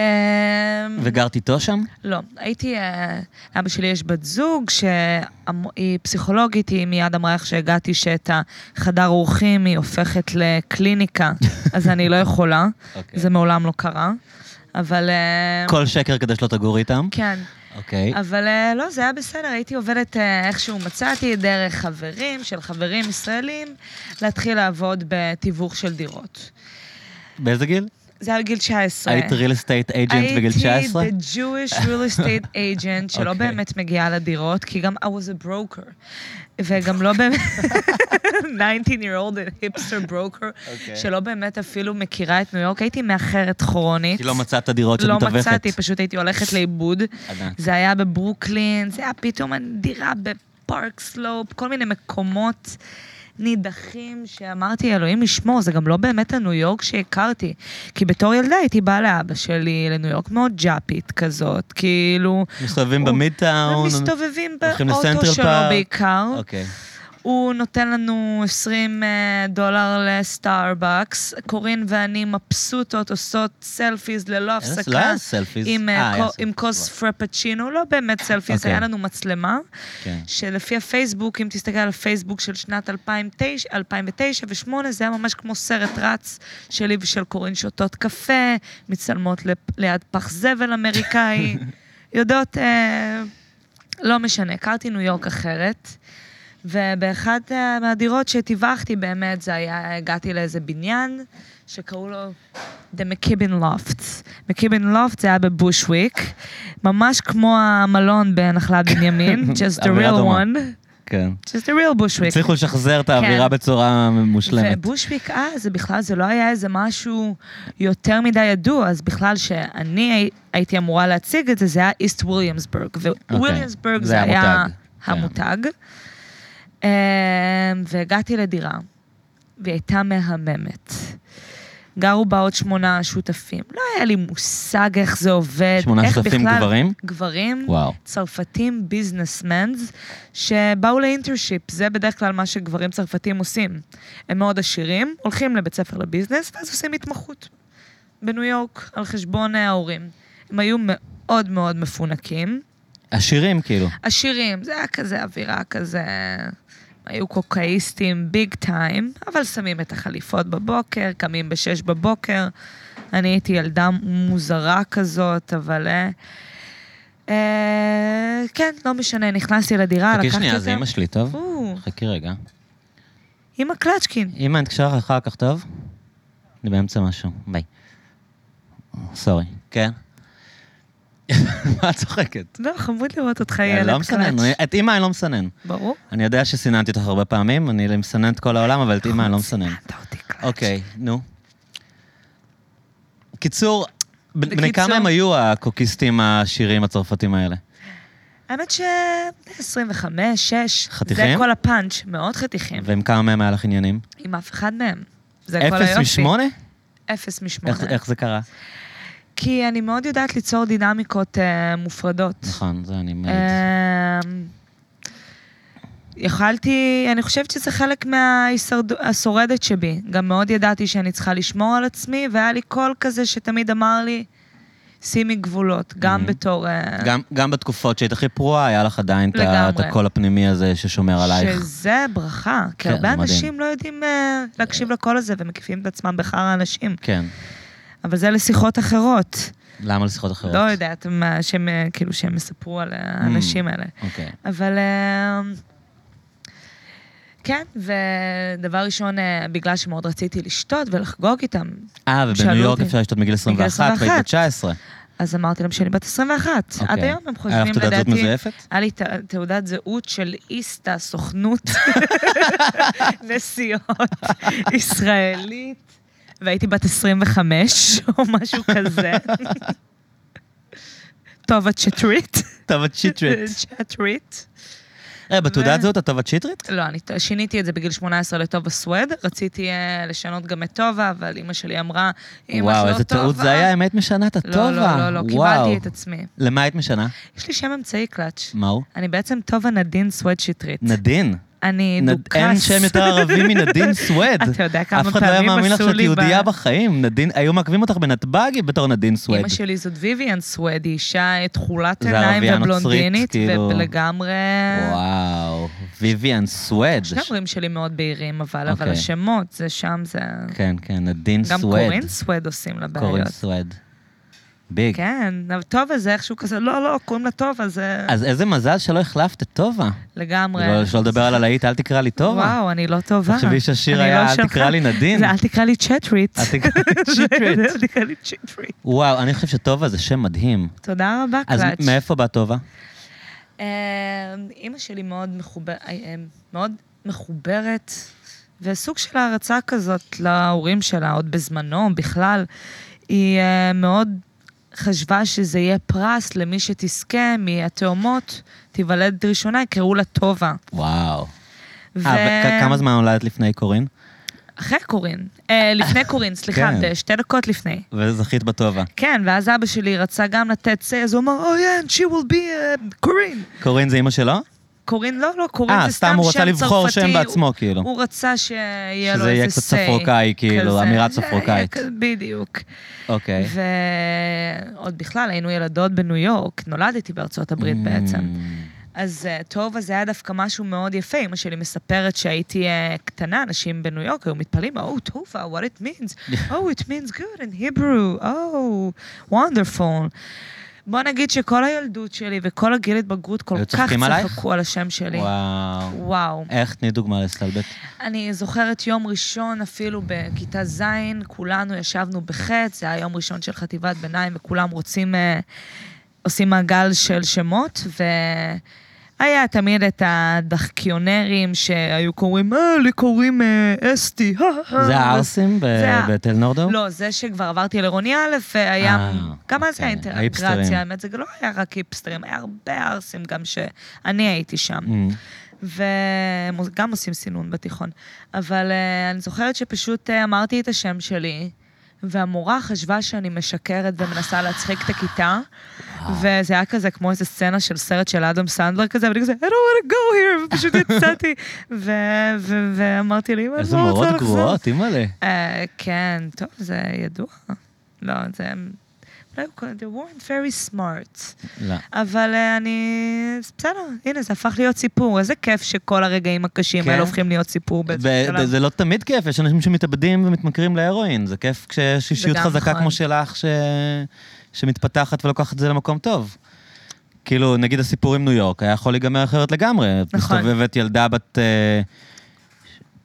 וגרת איתו שם? לא, הייתי, אה, לאבא שלי יש בת זוג שהיא פסיכולוגית, היא מיד אמרה איך שהגעתי שאת החדר אורחים היא הופכת לקליניקה, אז אני לא יכולה, אוקיי. זה מעולם לא קרה, אבל... אה, כל שקר כדי שלא תגורי איתם? כן. אוקיי. אבל אה, לא, זה היה בסדר, הייתי עובדת אה, איכשהו מצאתי, דרך חברים של חברים ישראלים, להתחיל לעבוד בתיווך של דירות. באיזה גיל? זה היה בגיל 19. היית real estate agent בגיל 19? אמ- הייתי the Jewish real estate agent, שלא אוקיי. באמת מגיעה לדירות, כי גם I was a broker. וגם לא באמת, 19-year-old hipster broker, אוקיי. שלא באמת אפילו מכירה את ניו יורק, הייתי מאחרת כרונית. כי לא מצאת דירות שאת לא מתווכת. מצאתי, פשוט הייתי הולכת לאיבוד. ענק. זה היה בברוקלין, זה היה פתאום דירה בפארק סלופ, כל מיני מקומות נידחים שאמרתי, אלוהים ישמור, זה גם לא באמת הניו יורק שהכרתי. כי בתור ילדה הייתי באה לאבא שלי לניו יורק מאוד ג'אפית כזאת, כאילו... מסתובבים הוא- במידטאון. ומסתובבים אה, הולכים באוטו לסנטרל שלו פארק. בעיקר. אוקיי. הוא נותן לנו 20 אה, דולר לסטארבקס, קורין ואני מבסוטות עושות סלפיז ללא אין- הפסקה. לא היה סלפיז. עם, אה, אה, היה קו- סלפיז, עם כוס פרפצ'ינו, לא באמת סלפיז, אוקיי. היה לנו מצלמה, כן. שלפי הפייסבוק, אם תסתכל על הפייסבוק של שנת 2009 2009 ו-2008, זה היה ממש כמו סרט רץ שלי ושל קורין שותות קפה, מצלמות לפ- ליד פח זבל אמריקאי, יודעות, אה, לא משנה, הכרתי ניו יורק אחרת. ובאחת אה, מהדירות שטיווחתי באמת, זה היה, הגעתי לאיזה בניין שקראו לו The McKibben Lofts. McKibben Loft זה היה בבושוויק, ממש כמו המלון בנחלת בנימין, just the Mm, אווירה real דומה. one, כן. just the real בושוויק. הצליחו לשחזר את האווירה כן. בצורה מושלמת. ובושוויק אז, זה בכלל, זה לא היה איזה משהו יותר מדי ידוע, אז בכלל שאני הי- הייתי אמורה להציג את זה, זה היה איסט וויליאמסברג, וויליאמסברג אוקיי. זה זה המותג. היה כן. המותג. אמ, והגעתי לדירה, והיא הייתה מהממת. גרו בה עוד שמונה שותפים. לא היה לי מושג איך זה עובד, שמונה איך שותפים בכלל... גברים? גברים. וואו. צרפתים ביזנסמנס, שבאו לאינטרשיפ, זה בדרך כלל מה שגברים צרפתים עושים. הם מאוד עשירים, הולכים לבית ספר לביזנס, ואז עושים התמחות בניו יורק, על חשבון ההורים. הם היו מאוד מאוד מפונקים. עשירים כאילו. אה, עשירים, זה היה כזה אווירה כזה... היו קוקאיסטים ביג טיים, אבל שמים את החליפות בבוקר, קמים בשש בבוקר. אני הייתי ילדה מוזרה כזאת, אבל... אה, אה, כן, לא משנה, נכנסתי לדירה, לקחתי חכי את זה. שנייה, זה אמא שלי, טוב? או, חכי רגע. אמא קלצ'קין. אמא, אני אקשר לך אחר כך, טוב? אני באמצע משהו, ביי. סורי. כן? מה את צוחקת? לא, חמוד לראות אותך, אני לא ילד מסנן. קלצ'. את אמא אני לא מסנן. ברור. אני יודע שסיננתי אותך הרבה פעמים, אני מסנן את כל העולם, אבל את אמא אני לא מסנן. סיננת אותי, קלצ'. אוקיי, נו. קיצור, ב- בני בקיצור- כמה הם היו הקוקיסטים העשירים הצרפתים האלה? האמת ש... 25, 6. חתיכים? זה כל הפאנץ', מאוד חתיכים. ועם כמה מהם היה לך עניינים? עם אף אחד מהם. כן. זה כל אפס היופי. משמונה? אפס משמונה. איך- איך זה קרה? כי אני מאוד יודעת ליצור דינמיקות אה, מופרדות. נכון, זה אני מעיד. אמ, יכלתי, אני חושבת שזה חלק מהשורדת שבי. גם מאוד ידעתי שאני צריכה לשמור על עצמי, והיה לי קול כזה שתמיד אמר לי, שימי גבולות, גם מהמם. בתור... אה, גם- גם בתקופות שהיית הכי פרועה, היה לך עדיין את ה- את לגמרי. הקול הפנימי הזה ששומר עלייך. שזה ברכה, כי כן, זה הרבה מדהים. אנשים לא יודעים אה, להקשיב לקול הזה ומקיפים את עצמם בחרא אנשים. כן. אבל זה לשיחות אחרות. למה לשיחות אחרות? לא יודעת מה שהם, אה, כאילו, שהם יספרו על האנשים האלה. אוקיי. אבל... אה, כן, ודבר ראשון, אה, בגלל שמאוד רציתי לשתות ולחגוג איתם, אה, ובניו שאלו יורק אותי. אפשר לשתות מגיל 21, והיית 21. בת 19. אז אמרתי להם שאני בת 21. עד אוקיי. היום הם חושבים, היה לך לדעתי... תעודת זהות מזויפת? היה לי ת- תעודת זהות של איסתא, סוכנות נסיעות ישראלית, והייתי בת 25 או משהו כזה. טוב, את שטרית. אתה בת שיטרית. שטרית. אה, בתעודת ו- זהות אתה בת שיטרית? לא, אני שיניתי את זה בגיל 18 לטובה סווד. רציתי אה, לשנות גם את טובה, אבל אימא שלי אמרה, אימא שלא טובה. וואו, איזה טעות זה היה, האמת משנה את הטובה. לא, לא, לא, לא, וואו. קיבלתי את עצמי. למה היית משנה? יש לי שם אמצעי קלאץ'. מה הוא? אני בעצם טובה נדין סווד שטרית. נדין. אני נד- דוכס. אין שם יותר ערבי מנדין סווד. אתה יודע כמה אף אחד לא היה פעמים מאמין לך עשו שאת לי יהודייה ב- בחיים. נדין, היו מעכבים אותך בנתב"ג בתור נדין סווד. אימא שלי זאת ויויאן סווד, היא אישה אה, תכולת זה ערבייה עיניים נוצרית, ובלונדינית, כאילו. ולגמרי... וואו, ויויאן סווד. שני ההורים שלי מאוד בהירים, אבל אבל אוקיי. השמות, זה שם, זה... כן, כן, נדין גם סווד. קורין סווד עושים לה קורין בעיות. סווד. ביג. כן, אבל טובה זה איכשהו כזה, לא, לא, קוראים לה טובה, זה אז איזה מזל שלא החלפת את טובה. לגמרי. לא- שלא לדבר על הלהיט, אל תקרא לי טובה. וואו, אני לא טובה. תחשבי שהשיר אני היה, לא "אל שלך". תקרא לי נדין. זה אל תקרא לי צ'טרית. אל תקרא לי צ'יטריט. אל תקרא לי צ'טרית. וואו, אני חושב שטובה זה שם מדהים. תודה רבה, אז קלאץ'. מאיפה בא טובה? אה, אימא שלי מאוד, מחובר, אה, מאוד מחוברת, וסוג של הערצה כזאת להורים שלה, עוד בזמנו, בכלל. היא אה, מאוד חשבה שזה יהיה פרס למי שתזכה מהתאומות, תיוולד ראשונה, יקראו לה טובה. וואו. ו- אה, וכ- כמה זמן נולדת לפני קורין? אחרי קורין. אה, לפני קורין, סליחה, כן. ב- שתי דקות לפני. וזכית בטובה. כן, ואז אבא שלי רצה גם לתת זה, אז הוא אמר, Oh yeah, and she will be uh, קורין. קורין זה אימא שלו? קורין, לא, לא, קורין אה, זה סתם סתם הוא רצה שם לבחור שם צרפתי. בעצמו, כאילו. הוא רצה שיהיה לו איזה say. שזה יהיה קצת צפרוקאי, כאילו, כזה. אמירה זה היה צפרוקאית. כזה, בדיוק. אוקיי. ועוד בכלל, היינו ילדות בניו יורק, נולדתי בארצות הברית Mm. בעצם. אז אה, טובה זה היה דווקא משהו מאוד יפה. אמא שלי מספרת שהייתי אה, קטנה, אנשים בניו יורק היו מתפלאים, Oh, טובה, what it means? Oh, it means good in Hebrew. Oh, wonderful. בוא נגיד שכל הילדות שלי וכל הגיל התבגרות כל היו כך צוחקים עלייך? צחקו על השם שלי. וואו. וואו. איך? תני דוגמה לסלבט. אני זוכרת יום ראשון, אפילו בכיתה ז', כולנו ישבנו בחץ, זה היה יום ראשון של חטיבת ביניים, וכולם רוצים, אה, עושים מעגל של שמות, והיה תמיד את הדחקיונרים שהיו קוראים, אה, לי קוראים אה, אסתי, הא, הא. זה הערסים ב- זה ה- בתל נורדו? לא, זה שכבר עברתי לרוני א', והיה, אה, גם אז היה אוקיי. האיפסטרים. אינטגרציה, האמת, זה לא היה רק היפסטרים, היה הרבה ערסים גם שאני הייתי שם. אמ, וגם עושים סינון בתיכון. אבל uh, אני זוכרת שפשוט uh, אמרתי את השם שלי, והמורה חשבה שאני משקרת ומנסה להצחיק את הכיתה, וזה היה כזה כמו איזה סצנה של סרט של אדם סנדלר כזה, ואני כזה, I don't want to go here, ופשוט יצאתי. ו- ו- ואמרתי לי, "אמא, אני איזה לא רוצה מורות לחזור." גרועות, אימא'לה. אה, כן, טוב, זה ידוע. לא, זה... אולי הוא- They weren't very smart. לא. אבל אה, אני... בסדר, הנה, זה הפך להיות סיפור. איזה כיף שכל הרגעים הקשים כן. האלה הופכים להיות סיפור באיזשהו ו- שלב. זה לא תמיד כיף, יש אנשים שמתאבדים ומתמכרים להרואין. זה כיף כשיש אישיות גם חזקה נכון. כמו שלך, ש- שמתפתחת ולוקחת את זה למקום טוב. כאילו, נגיד הסיפור עם ניו יורק, היה יכול להיגמר אחרת לגמרי. את נכון. מסתובבת ילדה בת אה,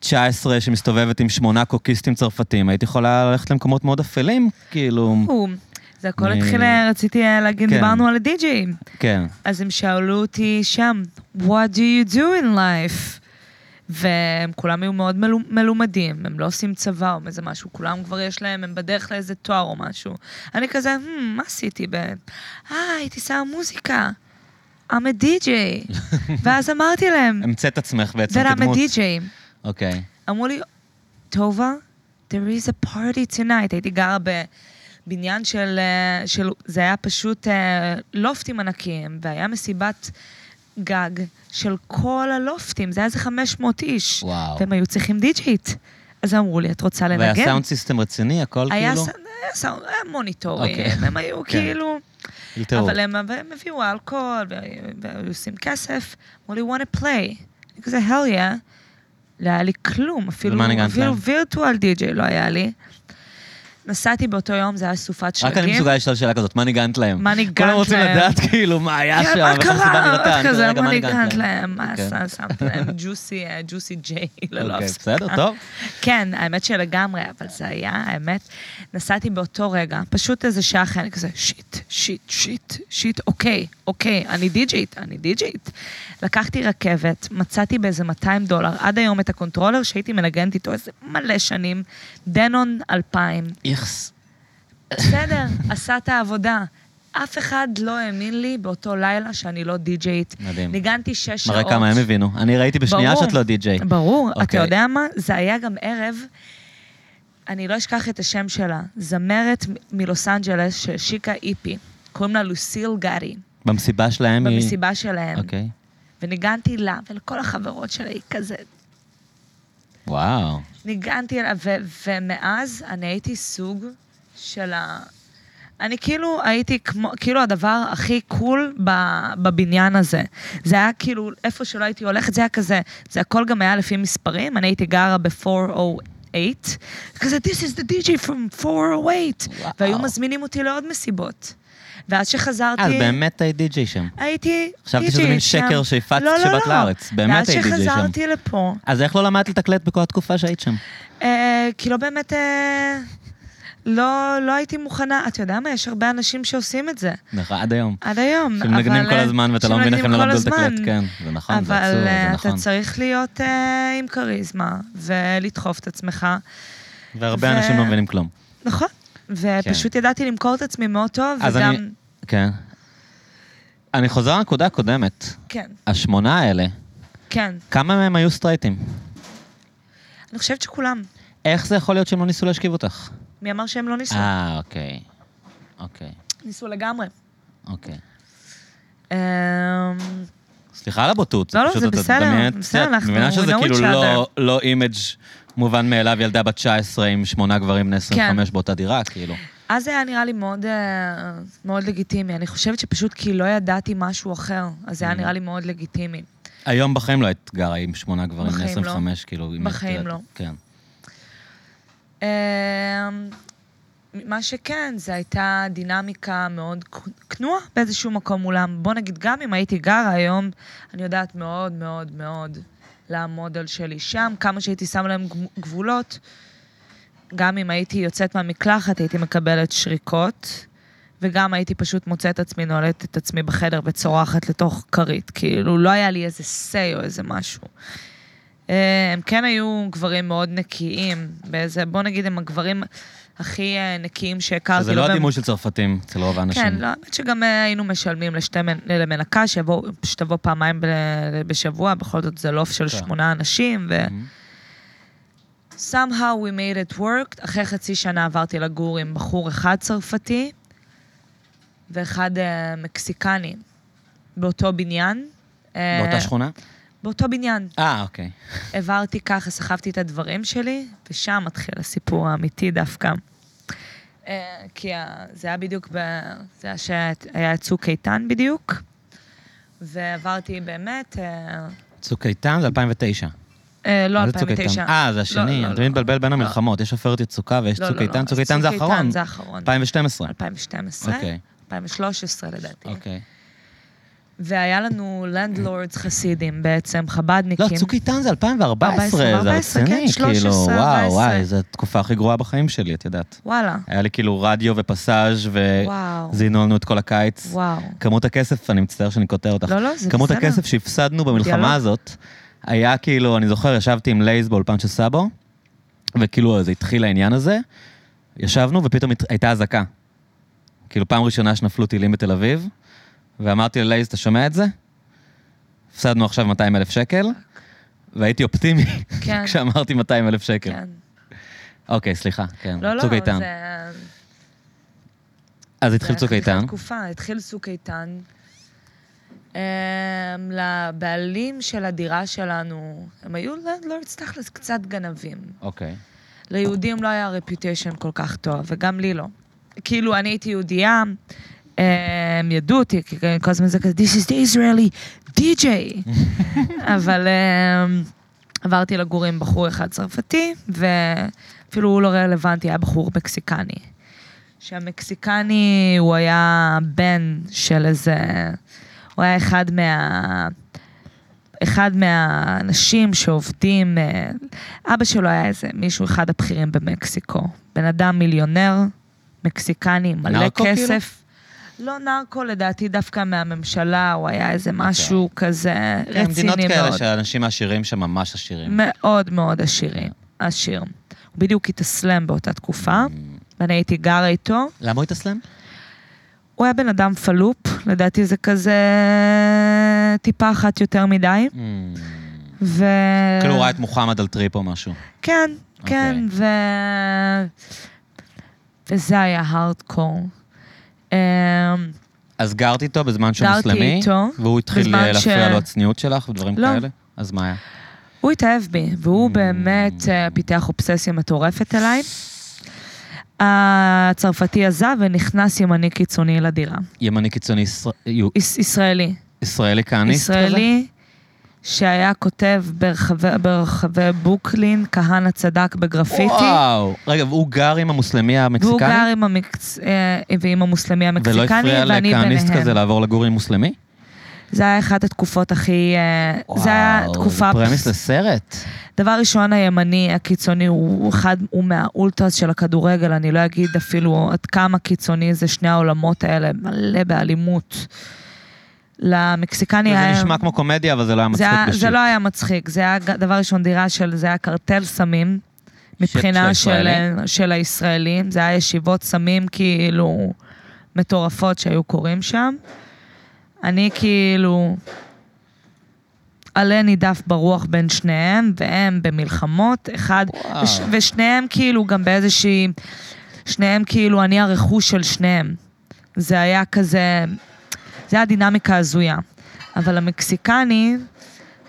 19 שמסתובבת עם שמונה קוקיסטים צרפתים, היית יכולה ללכת למקומות מאוד אפלים, כאילו, הוא- זה הכל אה, התחיל, אה, רציתי אה, להגיד, כן. דיברנו על הדי-ג'אים. כן. אז הם שאלו אותי שם, What do you do in life? והם כולם היו מאוד מלו- מלומדים, הם לא עושים צבא או איזה משהו, כולם כבר יש להם, הם בדרך לאיזה תואר או משהו. אני כזה, "Hmm, מה עשיתי? ב- אה, הייתי שמה מוזיקה. I'm a DJ. ואז אמרתי להם, המצאת עצמך בעצם that I'm a כדמות. DJ. אוקיי. אמרו לי, טובה, there is a party tonight. הייתי גרה בבניין של, אה, של... זה היה פשוט אה, לופטים ענקיים, והיה מסיבת גג של כל הלופטים, זה היה איזה 500 איש. וואו. והם היו צריכים דיג'ית. אז אמרו לי, את רוצה לנגן? והיה סאונד סיסטם רציני, הכל היה כאילו? ס- היה סאונד, היה מוניטורים, אוקיי. הם היו כן. כאילו... אלתרו. אבל הם, הם הביאו אלכוהול, וה- והיו עושים כסף, אמרו לי, want to play. אני כזה, hell yeah. לא היה לי כלום, אפילו, ומה ניגנת אפילו להם? וירטואל די.ג'יי לא היה לי. נסעתי באותו יום, זה היה סופת שלגים. רק אני מסוגל לשאול שאלה כזאת, מה ניגנת להם? מה ניגנת כולם רוצים להם? לדעת כאילו מה היה כן, שם, מה ואיך הסיבה נראתה. קרה? אני כזה, כזה, רגע, מה ניגנת להם? מה אוקיי. ש- שמת להם? ג'וסי, אה, ג'וסי ג'יי ללא אוקיי, הפסקה. בסדר, טוב. כן, האמת שלגמרי, אבל זה היה, האמת, נסעתי באותו רגע, פשוט איזה שעה אחרי, אני כזה, שיט, שיט, שיט, שיט, אוקיי, אוקיי, אני דיג'יט, אני דיג'יט. לקחתי רכבת, מצאתי באיזה 200 דולר, עד היום את הקונטרולר שהייתי מנגנת איתו איזה מלא שנים, דנון 2000. איכס. בסדר, עשה את העבודה. אף אחד לא האמין לי באותו לילה שאני לא די-ג'יית. מדהים. ניגנתי שש שעות. מראה כמה הם הבינו. אני ראיתי בשנייה ברור. שאת לא די-ג'יי. ברור, אתה אוקיי. יודע מה? זה היה גם ערב, אני לא אשכח את השם שלה, זמרת מ- מלוס אנג'לס שהשיקה איפי, קוראים לה לוסיל גארי, במסיבה שלהם היא... במסיבה שלהם. אוקיי. וניגנתי לה ולכל החברות שלה, היא כזה... וואו. ניגנתי לה, ו- ומאז אני הייתי סוג של ה... אני כאילו הייתי כמו, כאילו הדבר הכי קול ב- בבניין הזה. זה היה כאילו, איפה שלא הייתי הולכת, זה היה כזה, זה הכל גם היה לפי מספרים, אני הייתי גרה ב-408 8, כזה, This is the DJ from 408, וואו. והיו מזמינים אותי לעוד מסיבות. ואז שחזרתי... אה, אז באמת היית די-ג'יי שם. הייתי חשבתי שזה די-ג'יית מין שם. שקר שהפצת לא, לא, כשבאת לא. לארץ. באמת היית די-ג'יי ואז שם. שחזרתי לפה, אז איך לא למדת לתקלט בכל התקופה שהיית שם? אה, כי לא באמת... אה, לא, לא הייתי מוכנה. אתה יודע מה? יש הרבה אנשים שעושים את זה. נכון, עד היום. עד היום. שמנגנים אבל, כל אה, הזמן ואתה לא מבין איך הם שמנגנים לא כל למדו לתקלט, הזמן. כן. זה נכון, זה עצוב, אבל זה אה, אתה נכון. צריך להיות אה, עם כריזמה ולדחוף את עצמך. והרבה ו- אנשים לא מבינים כלום. נכון. ופשוט ידעתי למכור את עצמי מאוד טוב, כן. אז וגם... אני... כן. אני חוזר לנקודה הקודמת. כן, השמונה האלה, כן. כמה מהם היו סטרייטים? אני חושבת שכולם. איך זה יכול להיות שהם לא ניסו להשכיב אותך? מי אמר שהם לא ניסו? אה, אוקיי. אוקיי, ניסו לגמרי. אוקיי. אמ, סליחה על הבוטות. לא, לא, פשוט זה את בסדר, מדמיינת בסדר, קצת, את אנחנו- מבינה שזה we know כאילו each לא- לא אימג' מובן מאליו, ילדה בת 19 עם שמונה גברים בני כן. 25 באותה דירה, כאילו. אז זה היה נראה לי מאוד, אה, מאוד לגיטימי. אני חושבת שפשוט כי לא ידעתי משהו אחר, אז זה היה נראה לי מאוד לגיטימי. היום בחיים לא היית גרה עם שמונה גברים בני בחיים לא. 25, כאילו. אם בחיים היית- לא. כן. אמ, מה שכן, זו הייתה דינמיקה מאוד כנועה באיזשהו מקום מולם. בוא נגיד, גם אם הייתי גרה היום, אני יודעת מאוד מאוד מאוד לעמוד על שלי שם, כמה שהייתי שמה להם גמ- גבולות. גם אם הייתי יוצאת מהמקלחת, הייתי מקבלת שריקות, וגם הייתי פשוט מוצאת עצמי, נועלת את עצמי בחדר וצורחת לתוך כרית. כאילו, לא היה לי איזה say או איזה משהו. אה, הם כן היו גברים מאוד נקיים, באיזה, בוא נגיד, הם הגברים הכי אה, נקיים שהכרתי. שזה לא בהם- הדימוי של צרפתים אצל רוב האנשים. כן, לא, האמת שגם אה, היינו משלמים לשתי מנ- למנקה, שיבואו- שתבוא פעמיים ב- בשבוע, בכל זאת זה לוף של כן. שמונה אנשים, ו... מהמם. somehow we made it work. אחרי חצי שנה עברתי לגור עם בחור אחד צרפתי ואחד אה, מקסיקני באותו בניין. אה, באותה שכונה? באותו בניין. אה, אוקיי. העברתי ככה, סחבתי את הדברים שלי, ושם מתחיל הסיפור האמיתי דווקא. אה, כי ה- זה היה בדיוק, ב... זה היה שהיה את צוק איתן בדיוק, ועברתי באמת, אה, צוק איתן זה 2009. אה, לא מה זה צוק איתן? 2009. אה, זה לא, השני. לא, אני לא. תמיד מתבלבל בין לא. המלחמות. יש עופרת יצוקה ויש לא, צוק לא, לא. איתן. צוק איתן זה צוק איתן האחרון. זה האחרון. 2012. 2012, אוקיי, 2013 לדעתי. אוקיי. והיה לנו לנדלורדס חסידים בעצם, חבדניקים. לא, צוק איתן זה 2014, 14, זה 14, כן, רציני, 13, כאילו, וואו, 14. וואי, זו התקופה הכי גרועה בחיים שלי, את יודעת. וואלה, היה לי כאילו רדיו ופסאז' וואו. וזינו לנו את כל הקיץ. וואו. כמות הכסף, אני מצטער שאני קוטע אותך, לא, לא, זה כמות בסדר. הכסף שהפסדנו במלחמה דיאלוג. הזאת, היה כאילו, אני זוכר, ישבתי עם לייז באולפן של סאבו, וכאילו זה התחיל העניין הזה, ישבנו ופתאום הת- הייתה אזעקה. כאילו פעם ראשונה שנפלו טילים בתל אביב, ואמרתי ללייז, אתה שומע את זה? הפסדנו עכשיו 200 אלף שקל, והייתי אופטימי כן. כשאמרתי 200 אלף שקל. כן. אוקיי, סליחה, כן, לא, לא, צוק איתן. זה... אז זה התחיל היה צוק חתיכת איתן. תקופה, התחיל צוק איתן. אמ, לבעלים של הדירה שלנו, הם היו לנדלורדס תכלס קצת גנבים. אוקיי. ליהודים לא היה רפיוטיישן כל כך טוב, וגם לי לא. כאילו, אני הייתי יהודייה, הם ידעו אותי, כי כל הזמן זה כזה, This is the Israeli DJ. אבל אמ, עברתי לגור עם בחור אחד צרפתי, ואפילו הוא לא רלוונטי, היה בחור מקסיקני. שהמקסיקני, הוא היה בן של איזה... הוא היה אחד מה... אחד מהאנשים שעובדים, אה, אבא שלו היה איזה מישהו, אחד הבכירים במקסיקו. בן אדם מיליונר, מקסיקני, מלא נרקו כאילו? כסף. לא נרקו, לדעתי דווקא מהממשלה, הוא היה איזה אוקיי. משהו כזה כן, רציני מדינות כאלה מאוד. שהאנשים העשירים שם ממש עשירים. מאוד מאוד עשירי, עשיר. הוא בדיוק התאסלם באותה תקופה, ואני הייתי גרה איתו. למה הוא התאסלם? הוא היה בן אדם פלופ, לדעתי זה כזה טיפה אחת יותר מדי. ו... Hmm, כאילו הוא אוקיי. ראה את מוחמד על טריפ או משהו. כן, כן, ו... וזה היה הארדקור. אמ, אז גרת איתו בזמן שהוא גרתי מוסלמי, איתו, והוא התחיל בזמן אה, להפריע ש- לו הצניעות שלך ודברים לא. כאלה? אז מה היה? הוא התאהב בי, Mm. והוא באמת אה, פיתח אובססיה מטורפת אליי. הצרפתי עזב ונכנס ימני קיצוני לדירה. ימני קיצוני ישראל- יו- יש- ישראלי. ישראלי כהניסט כזה? ישראלי, שהיה כותב ברחבי, ברחבי בוקלין, כהנא צדק בגרפיטי. וואו. רגע, והוא גר עם המוסלמי והוא גר המקסיקני? עם המקס... אה, ועם המוסלמי ולא המקסיקני, הפריע ואני לכהניסט ביניהם. כזה לעבור לגור עם מוסלמי? זה היה אחת התקופות הכי... אה, וואו, זה היה תקופה... זה פרמיס לסרט. דבר ראשון, הימני הקיצוני הוא אחד, הוא מהאולטרס של הכדורגל, אני לא אגיד אפילו עד כמה קיצוני זה שני העולמות האלה, מלא באלימות. למקסיקני זה היה... נשמע כמו קומדיה, אבל זה לא היה מצחיק זה, היה- בשיט. זה לא היה מצחיק, זה היה ג- דבר ראשון דירה של, זה היה קרטל סמים, מבחינה של של, של הישראלים, זה היה ישיבות סמים כאילו מטורפות שהיו קורים שם. אני כאילו עלה נידף ברוח בין שניהם, והם במלחמות, אחד, וואו. וש, ושניהם כאילו גם באיזושהי, שניהם כאילו, אני הרכוש של שניהם. זה היה כזה, זה היה דינמיקה הזויה. אבל המקסיקני,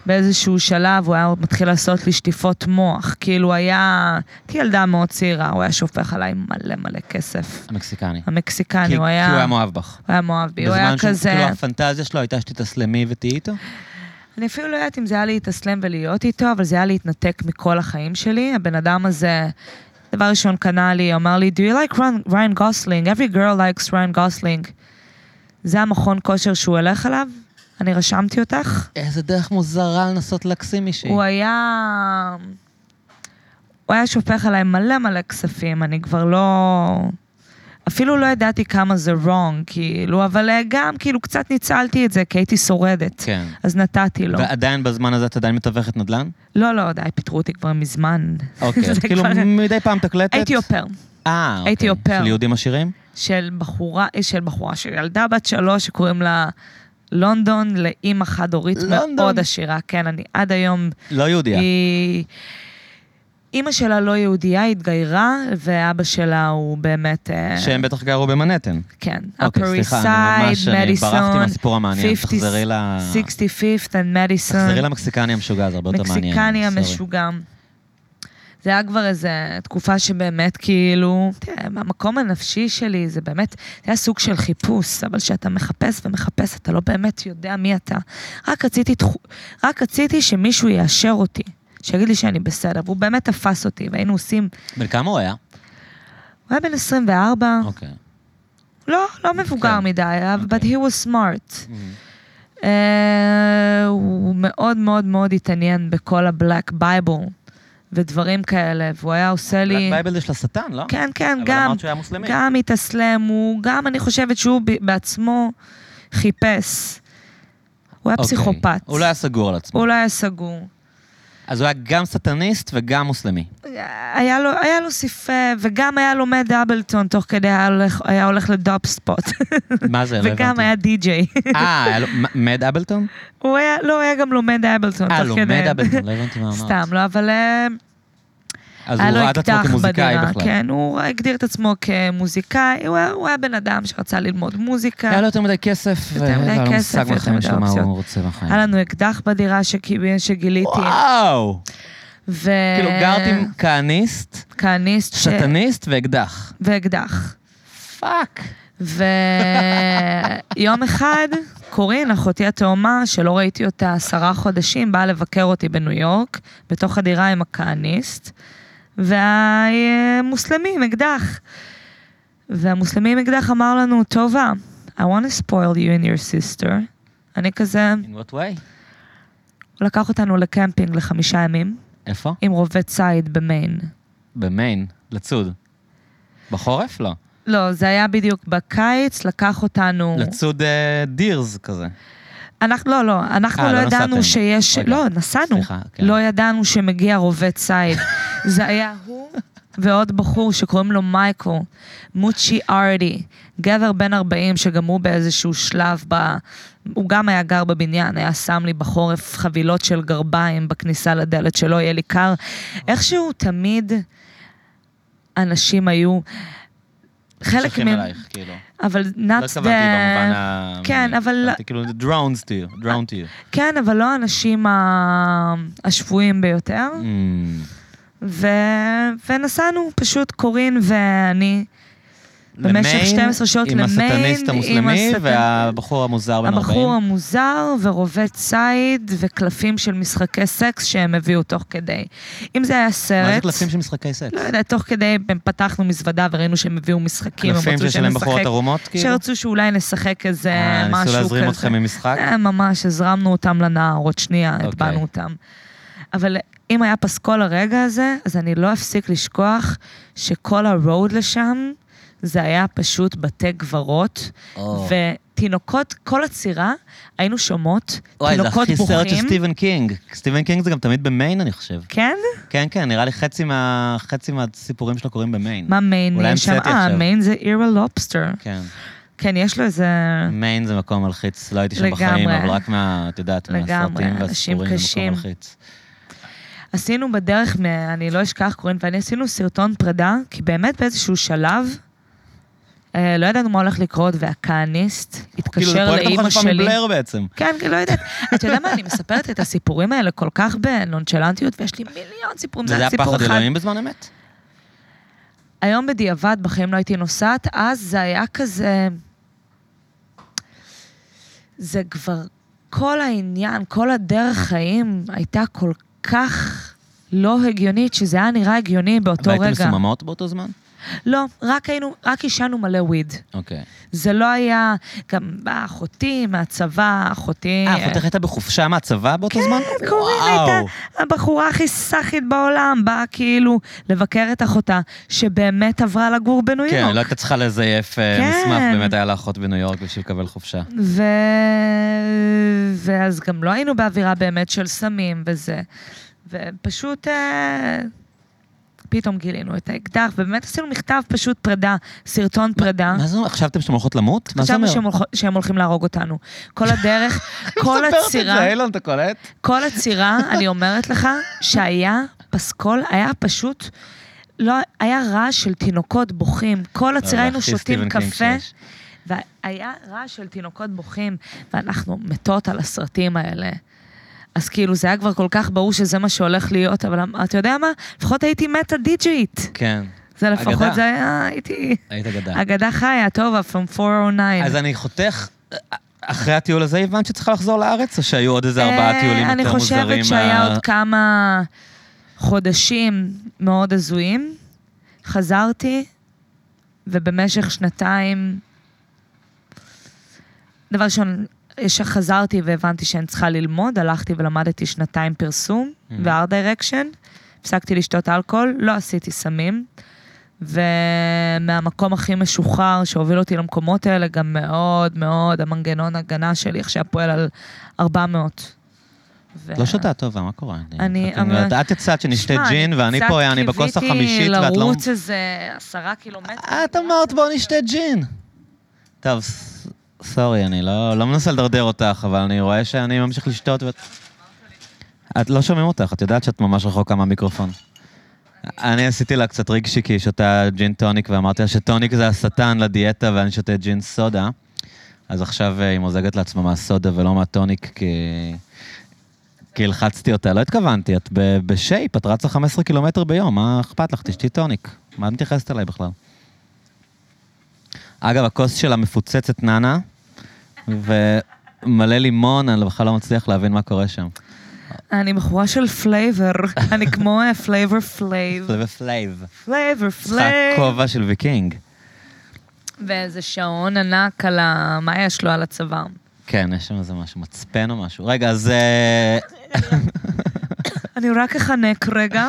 באיזשהו שלב, הוא היה מתחיל לעשות לי שטיפות מוח. כאילו, היה... הייתי ילדה מאוד צעירה, הוא היה שופך עליי מלא מלא כסף. המקסיקני. כי המקסיקני, הוא היה... כי הוא היה מאוהב בך. הוא היה מואבי, הוא היה בזמן שהוא- כאילו כזה... הפנטזיה שלו הייתה שתתאסלמי ותהיי איתו? אני אפילו לא יודעת אם זה היה להתאסלם ולהיות איתו, אבל זה היה להתנתק מכל החיים שלי. הבן אדם הזה, דבר ראשון קנה לי, אמר לי, Do you like Ron- Ryan Gosling? Every girl likes Ryan Gosling. זה המכון כושר שהוא הלך אליו, אני רשמתי אותך. איזה דרך מוזרה לנסות להקסים מישהי. הוא היה... הוא היה שופך עליי מלא מלא כספים, אני כבר לא... אפילו לא ידעתי כמה זה wrong, כאילו, אבל אה, גם, כאילו, קצת ניצלתי את זה, כי הייתי שורדת. כן. אז נתתי לו. ועדיין בזמן הזה את עדיין מתווכת נדל"ן? לא, לא, די, פיטרו אותי כבר מזמן. אוקיי, אז זה כאילו כבר- מדי פעם תקלטת? הייתי אופר אה, אוקיי. הייתי אופר. של יהודים עשירים? של בחורה, אה, של בחורה, של ילדה בת שלוש שקוראים לה לונדון, לאימא חד-הורית לונדון. מאוד עשירה. כן, אני עד היום לא יהודיה. היא... אימא שלה לא יהודייה, התגיירה, ואבא שלה הוא באמת... אה, שהם בטח גרו במנהטן. כן, אוקיי, Upper East סליחה, אני ממש- Side, אני ברחתי מדיסון, מהסיפור המעניין, תחזרי ל... 65th and מדיסון. תחזרי למקסיקני המשוגע, זה הרבה יותר מעניין. מקסיקני סורי. המשוגע. זה היה כבר איזה תקופה שבאמת כאילו, תראה, המקום הנפשי שלי זה באמת, זה היה סוג של חיפוש, אבל כשאתה מחפש ומחפש, אתה לא באמת יודע מי אתה. רק רציתי, תחו- רק רציתי שמישהו יאשר אותי, שיגיד לי שאני בסדר, והוא באמת תפס אותי, והיינו עושים, בן כמה הוא היה? אה. הוא היה בן 24, אוקיי. לא, לא מבוגר כן. מדי, אבל- but he was smart. אה, הוא מאוד מאוד מאוד התעניין בכל הבלק בייבל ודברים כאלה, והוא היה עושה לי... בלק בייבל זה של השטן, לא? כן, כן, אבל גם, אמרת שהוא היה מוסלמי. גם התאסלם, הוא גם, אני חושבת שהוא ב- בעצמו חיפש. הוא היה אוקיי. פסיכופת. הוא לא היה סגור על עצמו. הוא לא היה סגור. אז הוא היה גם סטניסט וגם מוסלמי. היה לו, היה לו סיפה, וגם היה לומד דאבלטון תוך כדי, היה הולך, היה הולך לדאפ ספוט. מה זה? לא וגם הבנתי. היה די-ג'יי. אה, היה לו- מה- מד אבלטון? הוא היה, לא, הוא היה גם לומד דאבלטון תוך אה, כדי. לא, מד אבלטון, לא הבנתי מה אמרת. סתם, לא, אבל... אה, אז היה הוא לו ראה את עצמו אקדח כמוזיקאי בדירה, בכלל. כן, הוא הגדיר את עצמו כמוזיקאי, הוא היה- הוא היה בן אדם שרצה ללמוד מוזיקה. היה לו יותר מדי כסף, כן. יותר מדי והיה לו כסף, מושג יותר בכלל מדי של מה אופציות. הוא רוצה בחיים. היה לנו אקדח בדירה שכי- שגיליתי, וואו! ו... כאילו, גרתי עם כהניסט, כהניסט אה, ש- שטניסט ואקדח. ואקדח. פאק. ויום אחד, קורין, אחותי התאומה, שלא ראיתי אותה עשרה חודשים, באה לבקר אותי בניו יורק, בתוך הדירה עם הכהניסט, והמוסלמי עם אקדח. והמוסלמי עם אקדח אמר לנו, טובה, I want to spoil you and your sister. אני כזה, In what way? הוא לקח אותנו לקמפינג לחמישה ימים, איפה? עם רובה ציד במיין. במיין, לצוד. בחורף? לא. לא, זה היה בדיוק בקיץ, לקח אותנו... לצוד אה, דירס כזה. אנחנו, לא, לא, אנחנו אה, לא לא נסעתם. ידענו שיש... רגע. לא, נסענו. סליחה, כן. לא ידענו שמגיע רובה ציד. זה היה הוא ועוד בחור שקוראים לו מייקל, מוצ'י ארדי, גבר בן 40, שגם הוא באיזשהו שלב ב... הוא גם היה גר בבניין, היה שם לי בחורף חבילות של גרביים בכניסה לדלת, שלא יהיה לי קר. איכשהו תמיד אנשים היו... חלק שולחים מהם... אלייך, כאילו. אבל לא nuts התכוונתי במובן ה... כן, אבל... התכוונתי כאילו, זה drowns to you, drown to you. כן, אבל לא האנשים ה- השפויים ביותר. Mm. ו... ונסענו, פשוט קורין ואני, במשך למיין 12 שעות עם למיין, הסטניסט עם המוסלמי הסטנ- והבחור המוזר בן 40. הבחור המוזר ורובה ציד וקלפים של משחקי סקס שהם הביאו תוך כדי. אם זה היה סרט... מה זה קלפים של משחקי סקס? לא יודע, תוך כדי הם פתחנו מזוודה וראינו שהם הביאו משחקים, כאילו, הם קלפים רצו שיש להם בחורות שנשחק, ערומות, כאילו? שרצו שאולי נשחק איזה אה, משהו כזה. ניסו להזרים אתכם ממשחק? אה, ממש, הזרמנו אותם לנהר, עוד שנייה, אוקיי. הטבענו אותם. אבל אם היה פסקול הרגע הזה, אז אני לא אפסיק לשכוח שכל הרוד לשם, זה היה פשוט בתי גברות, או. ותינוקות, כל הצירה, היינו שומעות, וואי, זה תינוקות הכי סרט של בוכים. סטיבן קינג. סטיבן קינג זה גם תמיד במיין, אני חושב. כן? כן, כן, נראה לי חצי מה- חצי מהסיפורים שלו קורים במיין. מה מיין אולי יש שם? המצאתי אה, עכשיו. מיין זה אירה לובסטר. כן. כן, יש לו איזה... מיין זה מקום מלחיץ, לא הייתי שם בחיים, לגמרי. אבל רק מה, את יודעת, לגמרי, מהסרטים אנשים והסיפורים זה קשים. מקום מלחיץ. עשינו בדרך, מ- אני לא אשכח, קורין ואני עשינו סרטון פרידה, כי באמת באיזשהו שלב, אה, לא ידענו מה הולך לקרות, והכהניסט כאילו, זה התקשר פרויקט לאימא המחשבה שלי. מבלר בעצם. כן, כן, לא יודעת. אתה יודע מה, אני מספרת את הסיפורים האלה כל כך בנונשלנטיות, ויש לי מיליון סיפורים, וזה זה היה רק סיפור פחד אחד. אלוהים בזמן אמת? היום בדיעבד בחיים לא הייתי נוסעת, אז זה היה כזה... זה כבר... כל העניין, כל הדרך חיים הייתה כל כך לא הגיונית, שזה היה נראה הגיוני באותו והייתם רגע. מסוממות באותו זמן? לא, רק היינו, רק עישנו מלא וויד. אוקיי. זה לא היה... גם באה אחותי מהצבא, אחותי... אה, אחותך הייתה בחופשה מהצבא באותו זמן? קורין וואו. כן, הייתה הבחורה הכי סאחית בעולם, באה כאילו לבקר את אחותה, שבאמת עברה לגור בניו יורק. כן, לא הייתה צריכה לזייף אה, כן. אה. מסמך, באמת היה לה אחות בניו יורק בשביל לקבל חופשה. ו... ואז גם לא היינו באווירה באמת של סמים וזה. ופשוט אה, פתאום גילינו את האקדח, ובאמת עשינו מכתב פשוט פרידה, סרטון פרידה. מה זה אומר? חשבתם שאתם הולכות למות? מה זה אומר? חשבנו שהם, הולכ... שהם הולכים להרוג אותנו. כל הדרך, כל מספרת את זה, הצירה, אילון, אתה קולט? כל הצירה, אני אומרת לך, שהיה פסקול, היה פשוט, לא, היה רעש של תינוקות בוכים. כל לא, זה הצירה היינו הכי שותים סטיבן קינג קפה. שיש. והיה רעש של תינוקות בוכים, ואנחנו מתות על הסרטים האלה. אז כאילו, זה היה כבר כל כך ברור שזה מה שהולך להיות, אבל אמ- אתה יודע מה? לפחות הייתי מתה דיג'ית. כן, זה לפחות, אגדה. זה היה, הייתי... היית גדל. אגדה חיה, טוב, from 409. אז אני חותך, אה, אחרי הטיול הזה הבנת שצריכה לחזור לארץ, או שהיו עוד איזה ארבעה אה, טיולים יותר מוזרים? אה, אני חושבת מה- שהיה עוד כמה חודשים מאוד הזויים. חזרתי, ובמשך שנתיים... דבר ראשון, ישר חזרתי והבנתי שאני צריכה ללמוד, הלכתי ולמדתי שנתיים פרסום Mhm. ו-R direction, הפסקתי לשתות אלכוהול, לא עשיתי סמים, ומהמקום הכי משוחרר שהוביל אותי למקומות האלה, גם מאוד מאוד המנגנון הגנה שלי עכשיו פועל על 400. ו- לא שותה טובה, מה קורה? אני- את אומרת, את יצאת שנשתה שמע, ג'ין, אני ואני קצת פה, אני בכוס קיוויתי החמישית, ואת לא... אה, לרוץ איזה עשרה קילומטר. את אמרת, בוא נשתה ג'ין. טוב, ס- סורי, אני לא לא מנסה לדרדר אותך, אבל אני רואה שאני ממשיך לשתות ואת... את לא שומעים אותך, את יודעת שאת ממש רחוקה מהמיקרופון. אני עשיתי לה קצת רגשי, כי היא שותה ג'ין טוניק, ואמרתי לה שטוניק זה השטן לדיאטה, ואני שותה ג'ין סודה. אז עכשיו אה, היא מוזגת לעצמה מהסודה ולא מהטוניק, כי... כי הלחצתי אותה, לא התכוונתי, את ב- בשייפ, את רצה 15 קילומטר ביום, מה אכפת לך? תשתי טוניק. מה את מתייחסת אליי בכלל? אגב, הכוס שלה מפוצצת נאנה, ומלא לימון, אני בכלל לא מצליח להבין מה קורה שם. אני בחורה של פלייבר, אני כמו אה, פלייבר פלייב. פלייב פלייב. פלייבר צריכה פלייב. כובע של ויקינג. ואיזה שעון ענק על ה... מה יש לו על הצוואר? כן, יש שם איזה משהו, מצפן או משהו. רגע, אז... אה, אני רק אחנק רגע.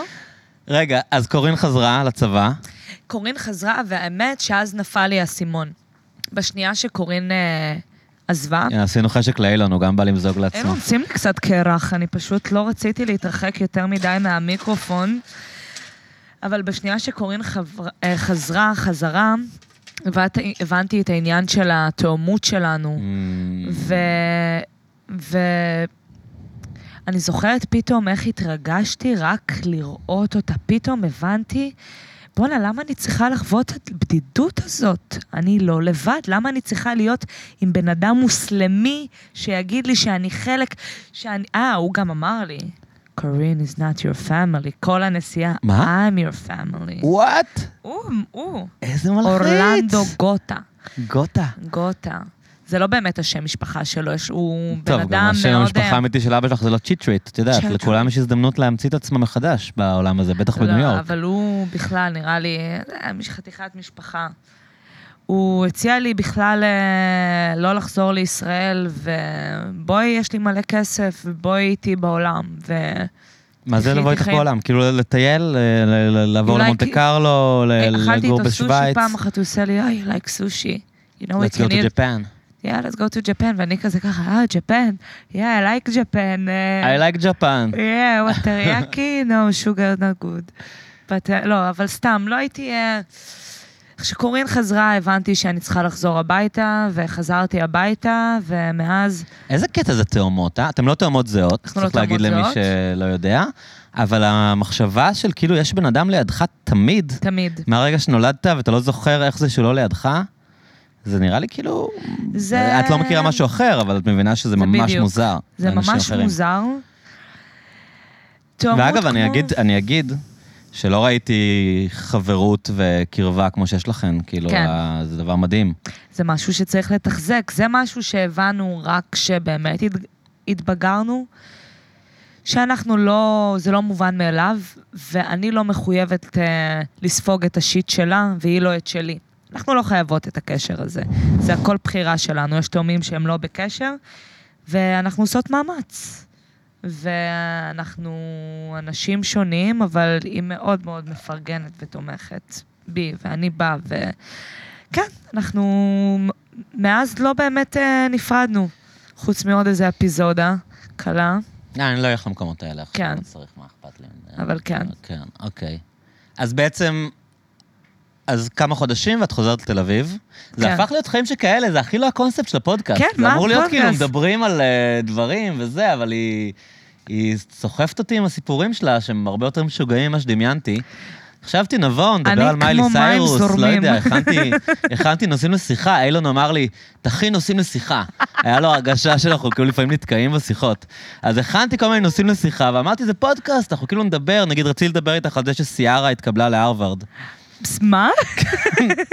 רגע, אז קורין חזרה לצבא. קורין חזרה, והאמת שאז נפל לי האסימון. בשנייה שקורין אה, עזבה, הנה, עשינו חשק לאילון, הוא גם בא למזוג הם לעצמו. עושים לי קצת קרח, אני פשוט לא רציתי להתרחק יותר מדי מהמיקרופון. אבל בשנייה שקורין חבר... אה, חזרה חזרה, הבנת... הבנתי את העניין של התאומות שלנו. אמ, ו... ו... אני זוכרת פתאום איך התרגשתי רק לראות אותה. פתאום הבנתי, בואנה, למה אני צריכה לחוות את הבדידות הזאת? אני לא לבד. למה אני צריכה להיות עם בן אדם מוסלמי שיגיד לי שאני חלק, שאני... אה, הוא גם אמר לי. קורין is not your family, כל הנסיעה, מה? I'm your family. וואט? הוא, הוא, איזה מלחיץ. אורלנדו גוטה, גוטה. גוטה. זה לא באמת השם משפחה שלו, יש- הוא בן טוב, אדם מאוד... גם השם המשפחה אה, האמיתי של אבא שלך זה לא צ'יטריט, את יודעת, צ'יטריט. לכולם יש הזדמנות להמציא את עצמם מחדש בעולם הזה, בטח לא, בניו יורק. אבל הוא בכלל, נראה לי, אה, מש- חתיכת משפחה. הוא הציע לי בכלל אה, לא לחזור לישראל, ובואי, יש לי מלא כסף, ובואי איתי בעולם. ו... אה, מה זה תחי- לבוא איתך תחי- בעולם? כאילו לטייל, ל- ל- ל- לעבור You like- למונטה קרלו, ל- אה, אכלתי לגור איתו סושי בשוויץ, פעם אחת, הוא עושה לי, אוי, like sushi. You know let's what go to you need? Japan. Yeah, let's go to Japan. ואני כזה ככה, אה, Japan. Yeah, I like Japan. I אה, like Japan. Yeah, אה, what teriyaki, no sugar, not good. But, uh, לא, אבל סתם, לא הייתי... אה, כשקורין חזרה, הבנתי שאני צריכה לחזור הביתה, וחזרתי הביתה, ומאז... איזה קטע זה תאומות, אה? אתם לא תאומות זהות, אנחנו לא צריך להגיד תאומות למי זהות. שלא יודע, אבל המחשבה של כאילו יש בן אדם לידך תמיד, תמיד. מהרגע שנולדת ואתה לא זוכר איך זה שלא לידך, זה נראה לי כאילו... זה- את לא מכירה משהו אחר, אבל את מבינה שזה זה ממש בדיוק. מוזר. זה לאנשים ממש אחרים. מוזר. תאומות ואגב, אני כמו- אגיד, אני אגיד שלא ראיתי חברות וקרבה כמו שיש לכן, כאילו, כן. ה- זה דבר מדהים. זה משהו שצריך לתחזק, זה משהו שהבנו רק כשבאמת הת... התבגרנו, שאנחנו לא, זה לא מובן מאליו, ואני לא מחויבת אה, לספוג את השיט שלה, והיא לא את שלי. אנחנו לא חייבות את הקשר הזה, זה הכל בחירה שלנו, יש תאומים שהם לא בקשר, ואנחנו עושות מאמץ. ואנחנו אנשים שונים, אבל היא מאוד מאוד מפרגנת ותומכת בי, ואני באה, ו... כן, אנחנו מאז לא באמת אה, נפרדנו, חוץ מעוד איזה אפיזודה קלה. לא, אני לא אלך למקומות האלה עכשיו, כן. לא צריך, מה אכפת לי. אבל כן. כן, אוקיי. אז בעצם, אז כמה חודשים ואת חוזרת לתל אביב. זה כן. הפך להיות חיים שכאלה, זה הכי לא הקונספט של הפודקאסט. כן, זה מה אמור להיות כאילו, הפודקאסט? מדברים על אה, דברים וזה, אבל היא... היא סוחפת אותי עם הסיפורים שלה, שהם הרבה יותר משוגעים ממה שדמיינתי. חשבתי נבון, נדבר אני על מיילי כמו מים סיירוס, לא זורמים. יודע, הכנתי, הכנתי נושאים לשיחה, אילון אמר לי, תכין נושאים לשיחה. היה לו הרגשה שאנחנו כאילו לפעמים נתקעים בשיחות. אז הכנתי כל מיני נושאים לשיחה, ואמרתי, זה פודקאסט, אנחנו כאילו נדבר, נגיד, רציתי לדבר איתך על זה שסיארה התקבלה להרווארד. פס, מה?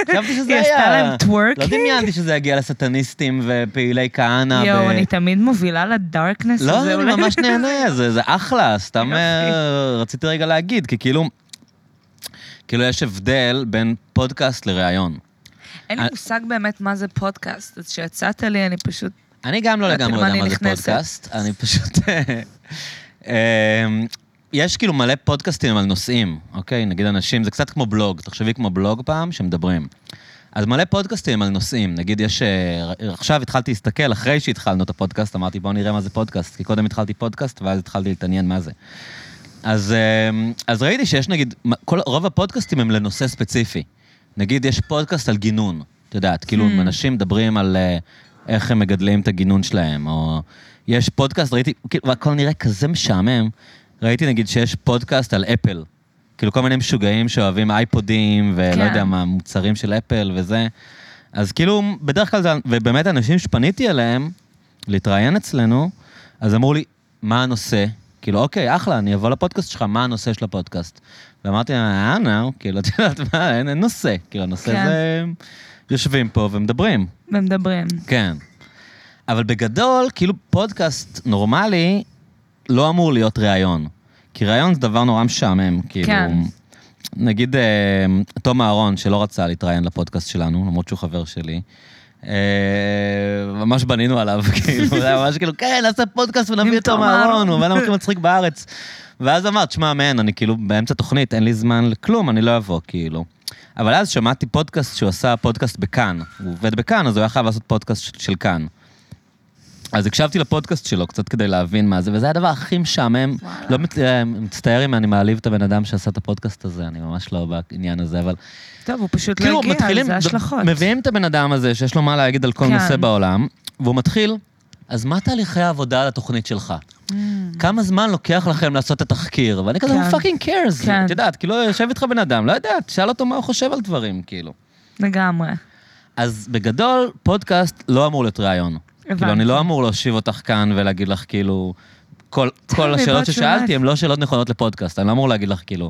חשבתי שזה היה... היא עשתה להם לא טוורקינג? דמיינתי שזה יגיע לסטניסטים ופעילי כהנא. יואו, ו- אני תמיד מובילה לדארקנס הזה. לא, אני אולי- ממש נהנה, זה זה אחלה, סתם יופי. אה, רציתי רגע להגיד, כי כאילו... כאילו יש הבדל בין פודקאסט לראיון. אין לי אני- מושג באמת מה זה פודקאסט, אז כשיצאת לי אני פשוט... אני גם לא יודעת לגמרי למה יודע אני מה זה נכנסת. פודקאסט, אני פשוט... אה, יש כאילו מלא פודקאסטים על נושאים, אוקיי? נגיד אנשים, זה קצת כמו בלוג, תחשבי כמו בלוג פעם, שמדברים. אז מלא פודקאסטים על נושאים, נגיד יש... אה, עכשיו התחלתי להסתכל, אחרי שהתחלנו את הפודקאסט, אמרתי בואו נראה מה זה פודקאסט, כי קודם התחלתי פודקאסט ואז התחלתי להתעניין מה זה. אז, אמ, אז ראיתי שיש נגיד, מ- כל, רוב הפודקאסטים הם לנושא ספציפי. נגיד, יש פודקאסט על גינון, את יודעת, כאילו Hmm. אנשים מדברים על אה, איך הם מגדלים את הגינון שלהם, או יש פודקאסט, ראיתי, כאילו, והכל נראה כזה משעמם, ראיתי נגיד שיש פודקאסט על אפל. כאילו כל מיני משוגעים שאוהבים אייפודים, ולא כן. יודע מה, מוצרים של אפל וזה. אז כאילו, בדרך כלל, זה- ובאמת האנשים שפניתי אליהם, להתראיין אצלנו, אז אמרו לי, מה הנושא? כאילו, אוקיי, אחלה, אני אבוא לפודקאסט שלך, מה הנושא של הפודקאסט? ואמרתי להם, אה, נו, כאילו, את יודעת מה, אין אין נושא. כאילו, הנושא כן. זה... יושבים פה ומדברים. ומדברים. כן. אבל בגדול, כאילו פודקאסט נורמלי לא אמור להיות ראיון. כי ראיון זה דבר נורא משעמם, כאילו... כן. נגיד אה, תום אהרון, שלא רצה להתראיין לפודקאסט שלנו, למרות שהוא חבר שלי, אה, ממש בנינו עליו, כאילו, זה היה ממש כאילו, כן, נעשה פודקאסט ונביא עם את תום תום אהרון, אהרון." הוא הבן אדם הכי מצחיק בארץ. ואז אמר, תשמע, מן, אני כאילו באמצע תוכנית, אין לי זמן לכלום, אני לא אבוא, כאילו. אבל אז שמעתי פודקאסט שהוא עשה פודקאסט בכאן. הוא עובד בכאן, אז הוא היה חייב לעשות פודקאסט של- של כאן. אז הקשבתי לפודקאסט שלו קצת כדי להבין מה זה, וזה הדבר הכי משעמם. וואלה. לא מת- אה, מצטער אם אני מעליב את הבן אדם שעשה את הפודקאסט הזה, אני ממש לא בעניין הזה, אבל... טוב, הוא פשוט לא הגיע, אז זה השלכות. כאילו, מביאים את הבן אדם הזה שיש לו מה להגיד על כל כן. נושא בעולם, והוא מתחיל, אז מה תהליכי העבודה על התוכנית שלך? Mm. כמה זמן לוקח לכם לעשות את התחקיר? ואני כזה, כן. הוא פאקינג קיירס, כן. את יודעת, כאילו, יושב איתך בן אדם, לא יודעת, שאל אותו מה הוא חושב על דברים, כאילו. לגמרי. אז בגדול, פודקאסט לא אמור להיות ראיון. הבנתי. כאילו, אני לא אמור להושיב אותך כאן ולהגיד לך, כאילו, כל, Tell כל me השאלות about your life. ששאלתי הן לא שאלות נכונות לפודקאסט, אני לא אמור להגיד לך כאילו,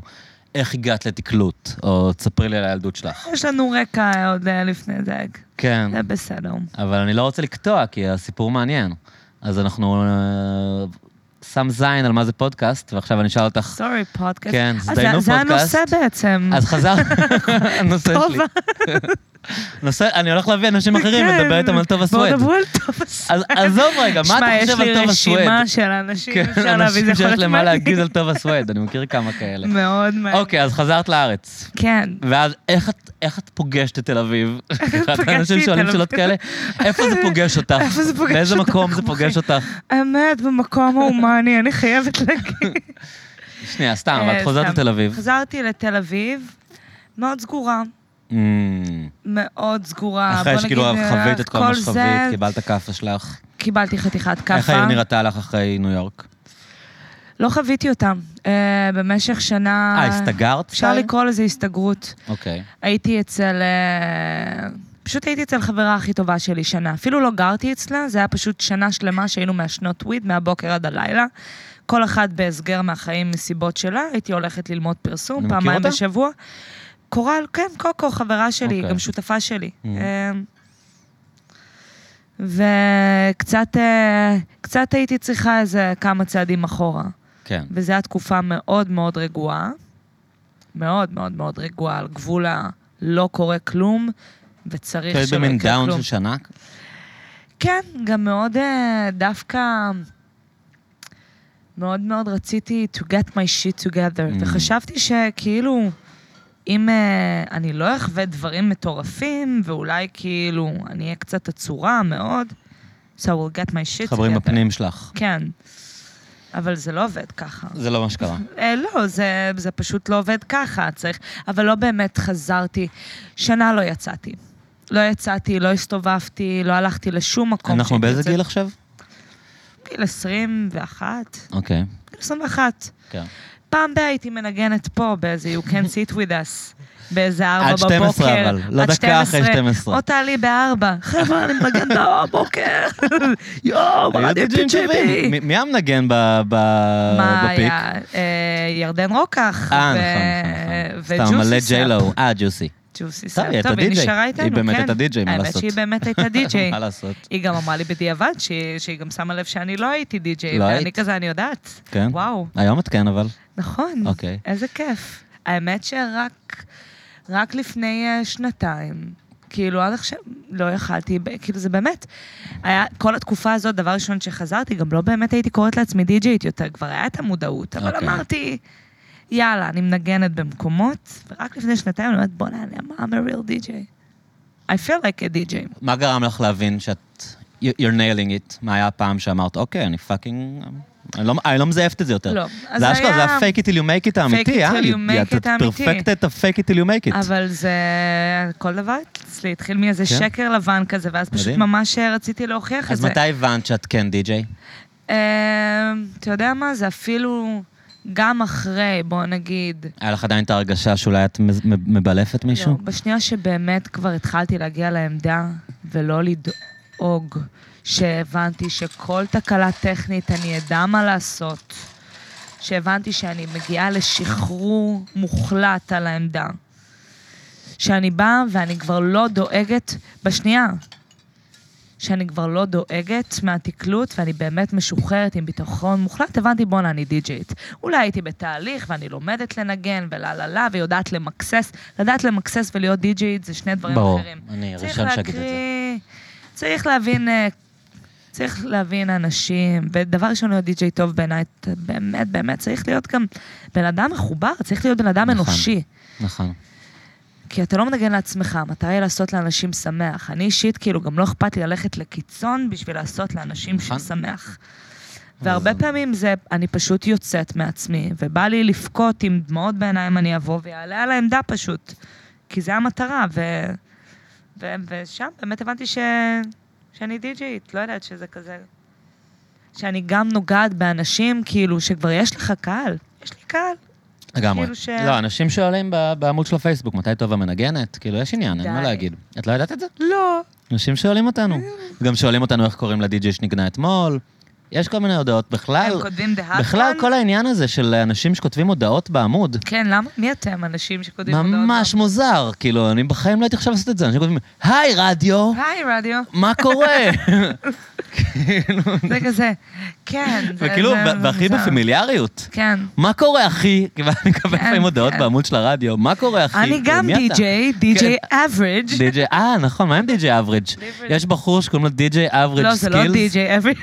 איך הגעת לתקלוט, או תספרי לי על הילדות שלך. יש לנו רקע עוד אה, לפני זה. כן, זה בסדר. אבל אני לא רוצה לקטוע, כי הסיפור מעניין. אז אנחנו אה, שם זין על מה זה פודקאסט, ועכשיו אני אשאל אותך, סורי, פודקאסט. כן, אז זה דיינו זה פודקאסט. הנושא בעצם. אז חזר, הנושא שלי. טוב, נושא, אני הולך להביא אנשים אחרים כן. לדבר איתם על טובה בואו סוואט. דברו על טוב אז הסוויד. עזוב רגע, מה אתה חושב על שמע, יש לי טובה רשימה סואד? של אנשים, כן, אפשר להביא, אנשים זה יכול שיש להיות להם מה מעניין. להגיד על טובה סואד, אני מכיר כמה כאלה. מאוד מעניין. אוקיי, אז חזרת לארץ. כן. ואז איך את, איך את פוגשת את תל אביב? פגשתי אנשים את שואלים תל שאלות אביב. כאלה, איפה זה פוגש אותך? איפה זה פוגש באיזה אותך, מקום זה פוגש אחי? אותך? האמת, במקום ההומני, אני חייבת להגיד. שנייה, סתם, אבל את אה, חוזרת סתם. לתל אביב. חזרתי לתל אביב, מאוד סגורה. Mm. מאוד סגורה. אחרי אה, בוא שכאילו נגיד, אה, חווית כאילו, את כל מה זה, שחווית, קיבלת כאפה שלך. קיבלתי חתיכת כאפה. איך העיר נראתה לך אחרי ניו יורק? לא חוויתי אותם. אה, במשך שנה... אה, הסתגרת? אפשר סטייל? לקרוא לזה הסתגרות. אוקיי. הייתי אצל... אה, פשוט הייתי אצל חברה הכי טובה שלי שנה. אפילו לא גרתי אצלה, זה היה פשוט שנה שלמה שהיינו מעשנות וויד מהבוקר עד הלילה. כל אחת בהסגר מהחיים מסיבות שלה, הייתי הולכת ללמוד אני פרסום מכיר פעמיים אותה? בשבוע. קורל, כן, קוקו, חברה שלי, היא אוקיי. גם שותפה שלי. Mm. אמ, וקצת אה, קצת הייתי צריכה איזה כמה צעדים אחורה. כן. וזו הייתה תקופה מאוד מאוד רגועה, מאוד מאוד מאוד רגועה, על גבול הלא קורה כלום, וצריך את היית שלא במין יקרה דאון כלום. של שנה? כן, גם מאוד אה, דווקא... מאוד מאוד רציתי to get my shit together, Mm. וחשבתי שכאילו, אם אה, אני לא אחווה דברים מטורפים, ואולי כאילו אני אהיה קצת עצורה מאוד, so I will get my shit together. חברים בפנים שלך. כן. אבל זה לא עובד ככה. זה לא מה שקרה. אה, לא, זה, זה פשוט לא עובד ככה, צריך... אבל לא באמת חזרתי. שנה לא יצאתי. לא יצאתי, לא הסתובבתי, לא הלכתי לשום מקום. אנחנו שהייתי באיזה יוצאת. גיל עכשיו? גיל 21. אוקיי. גיל 21. כן. פעם ב- הייתי מנגנת פה באיזה You can sit with us. באיזה ארבע עד בבוקר. 12 אבל, לא עד דקה אחרי 12. או תעלי בארבע. חבר'ה, אני מנגן בבוקר. יואו, אה, מה אני פיצ'יבי? מי המנגן ב- ב- מה בפיק? היה? אה, ירדן רוקח. אה, ו- נכון, נכון, נכון. וג'וסי סתם מלא סאפ. ג'יילו. אה, ג'וסי. ג'וסי טוב, סאפ. היא הייתה טוב, היא די-ג'יי. נשארה היא איתנו, כן. באמת הייתה די-גיי, מה האמת לעשות? שהיא באמת הייתה די-ג'יי. מה לעשות? היא גם אמרה לי בדיעבד שהיא, שהיא גם שמה לב שאני לא הייתי די-ג'יי, לא ואני היית? כזה, אני יודעת. כן. וואו, היום את כן, אבל. נכון. אוקיי. איזה כיף. האמת שרק רק לפני אה, שנתיים, כאילו עד עכשיו לא יכלתי, ב- כאילו זה באמת, היה כל התקופה הזאת, דבר ראשון שחזרתי, גם לא באמת הייתי קוראת לעצמי די-ג'יית יותר, כבר היה את המודעות, אבל אוקיי. אמרתי, יאללה, אני מנגנת במקומות, ורק לפני שנתיים אני אומרת, בוא'נה, אני I'm a real DJ. I feel like a DJ. מה גרם לך להבין שאת... You're nailing it. מה היה הפעם שאמרת, אוקיי, אני פאקינג... אני לא- אני לא מזייפת את זה יותר. לא, אז זה אשכרה, היה- זה ה-fake it till you make it האמיתי, it אה? till you make את- it את האמיתי. perfected את ה-fake it till you make it. אבל זה, כל דבר אצלי התחיל מאיזה כן. שקר לבן כזה, ואז פשוט מדהים. ממש אה, רציתי להוכיח את זה. אז מתי הבנת שאת כן די-ג'יי? אה, אתה יודע מה, זה אפילו גם אחרי, בוא נגיד. היה לך עדיין את ההרגשה שאולי את מז- מב- מבלפת מישהו? לא, בשנייה שבאמת כבר התחלתי להגיע לעמדה ולא לדאוג, שהבנתי שכל תקלה טכנית אני אדע מה לעשות, שהבנתי שאני מגיעה לשחרור מוחלט על העמדה. שאני באה ואני כבר לא דואגת, בשנייה, שאני כבר לא דואגת מהתקלוט ואני באמת משוחררת עם ביטחון מוחלט, הבנתי בואנה אני די-ג'יית. אולי הייתי בתהליך ואני לומדת לנגן ולה לה לה ויודעת למקסס, לדעת למקסס ולהיות די-ג'יית זה שני דברים ברור, אחרים. אני צריך הראשון שאגיד את זה. להקריא- צריך להבין, אה, צריך להבין אנשים, ודבר ראשון להיות די-ג'יי טוב בעיניי, אתה באמת, באמת, צריך להיות גם בן אדם מחובר, צריך להיות בן אדם נכון. אנושי. נכון. כי אתה לא מנגן לעצמך, המטרה היא לעשות לאנשים שמח. אני אישית, כאילו, גם לא אכפת לי ללכת לקיצון בשביל לעשות לאנשים נכון. ששמח. והרבה פעמים זה, אני פשוט יוצאת מעצמי, ובא לי לבכות עם דמעות בעיניים, אני אבוא ויעלה על העמדה פשוט. כי זה המטרה, ו... ו... ושם באמת הבנתי ש... שאני די-ג'יית, לא יודעת שזה כזה... שאני גם נוגעת באנשים, כאילו, שכבר יש לך קהל. יש לי קהל. לגמרי. כאילו ש- לא, אנשים שואלים ב- בעמוד של הפייסבוק, מתי טובה מנגנת? כאילו, יש עניין, אין מה די. להגיד. את לא יודעת את זה? לא. כן. אנשים שואלים אותנו. גם שואלים אותנו איך קוראים לדי-ג'יי שנגנה אתמול, יש כל מיני הודעות. בכלל, הם כותבים דהאקון? בכלל כל העניין הזה של אנשים שכותבים הודעות בעמוד, כן, למה? מי אתם, אנשים שכותבים הודעות? ממש מוזר. כאילו, אני בחיים לא הייתי חושב לעשות את זה. אנשים כותבים, היי רדיו, היי, רדיו. מה קורה? זה כזה. כן. זה- וכאילו, זה כאילו, ב- והכי מוזר. בפמיליאריות. כן. מה קורה, אחי? כאילו, אני מקבל כן, לפעמים הודעות כן. בעמוד של הרדיו, מה קורה, אחי? כאילו, אני גם מי אתה?" כן. די.ג'יי, די.ג'יי אברג'. די.ג'יי, אה, נכון, מה עם די.ג'יי אברג'? יש בחור שקוראים לו די.ג'יי אברג' לא, סקילס. זה לא די.ג'יי אברג',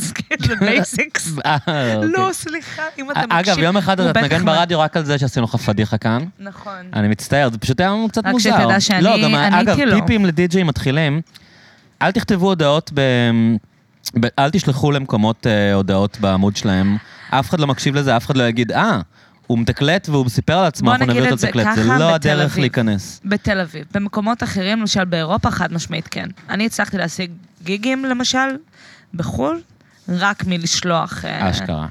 זה בייסיקס. אה, אוקיי. אה, לא, סליחה, אם אתה מקשיב... אגב, יום אחד הוא אתה בטח תנגן מה- ברדיו רק על זה שעשינו לך פדיחה כאן. נכון. אני מצטער, זה פשוט היה לנו קצת רק מוזר. שתדע שאני כאילו- לא, גם, עניתי אגב, לו. טיפים לדי-ג'יי מתחילים, אל תכתבו הודעות ב... ב... אל תשלחו למקומות אה, הודעות בעמוד שלהם. אף אחד לא מקשיב לזה, אף אחד לא יגיד, אה, הוא מתקלט והוא סיפר על עצמו, בוא אנחנו נגיד נביא את אותו זה לתקלט. זה ככה לא בתל הדרך אביב. להיכנס. בתל אביב. במקומות אחרים, למשל באירופה, חד משמעית כן. אני הצלחתי להשיג גיגים, למשל, בחו"ל, רק מלשלוח... אה, אשכרה.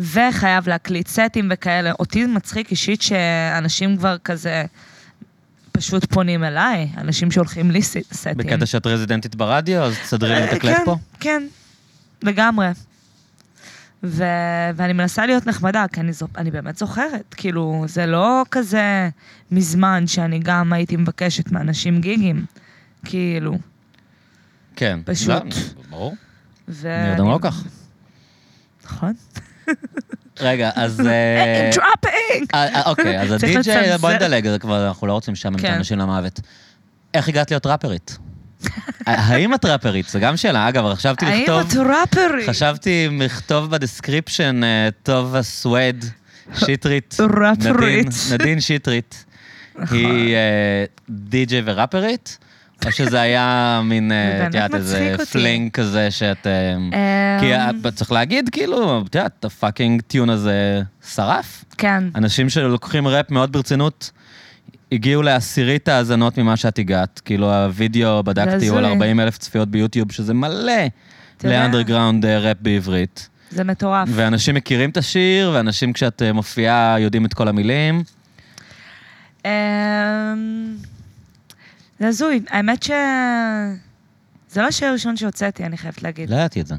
וחייב להקליט סטים וכאלה. אותי מצחיק אישית שאנשים כבר כזה פשוט פונים אליי, אנשים שהולכים לי ס- סטים. בקטע שאת רזידנטית ברדיו, אז תסדרי לי לתקלט כן, פה. כן, לגמרי. ו... ואני מנסה להיות נחמדה, כי אני, זו... אני באמת זוכרת, כאילו, זה לא כזה מזמן שאני גם הייתי מבקשת מאנשים גיגים, כאילו, כן. פשוט. אה, לא, ברור. ו... אני יודע לא כך. נכון. רגע, אז... אה, דראפינג! אה, אה, אוקיי, אז צריך הדי-ג'יי, בוא לצנזר. נדלג, זה כבר, אנחנו לא רוצים לשעמם את כן. האנשים למוות. איך הגעת להיות ראפרית? האם את ראפרית? זו גם שאלה. אגב, חשבתי האם לכתוב, את ראפרית? חשבתי לכתוב בדסקריפשן, אה, טובה סווד, שטרית. ראפרית. נכון. נדין- נדין שטרית. היא אה, די-ג'יי וראפרית? או שזה היה מין, אה, זה באמת את יודעת, איזה מצחיק אותי. פלינג כזה שאת... אה, אמ, כי אה, צריך להגיד, כאילו, את יודעת, הפאקינג טיון הזה שרף. כן. אנשים שלוקחים ראפ מאוד ברצינות, הגיעו לעשירית האזנות ממה שאת הגעת. כאילו, הוידאו, בדקתי, הוא על הזוי. 40 אלף צפיות ביוטיוב, שזה מלא אתה יודע. לאנדרגראונד אה, ראפ בעברית. זה מטורף. ואנשים מכירים את השיר, ואנשים כשאת אה, מופיעה יודעים את כל המילים. אמ, זה הזוי. האמת ש... זה לא השיר הראשון שהוצאתי, אני חייבת להגיד. לא ידעתי את זה.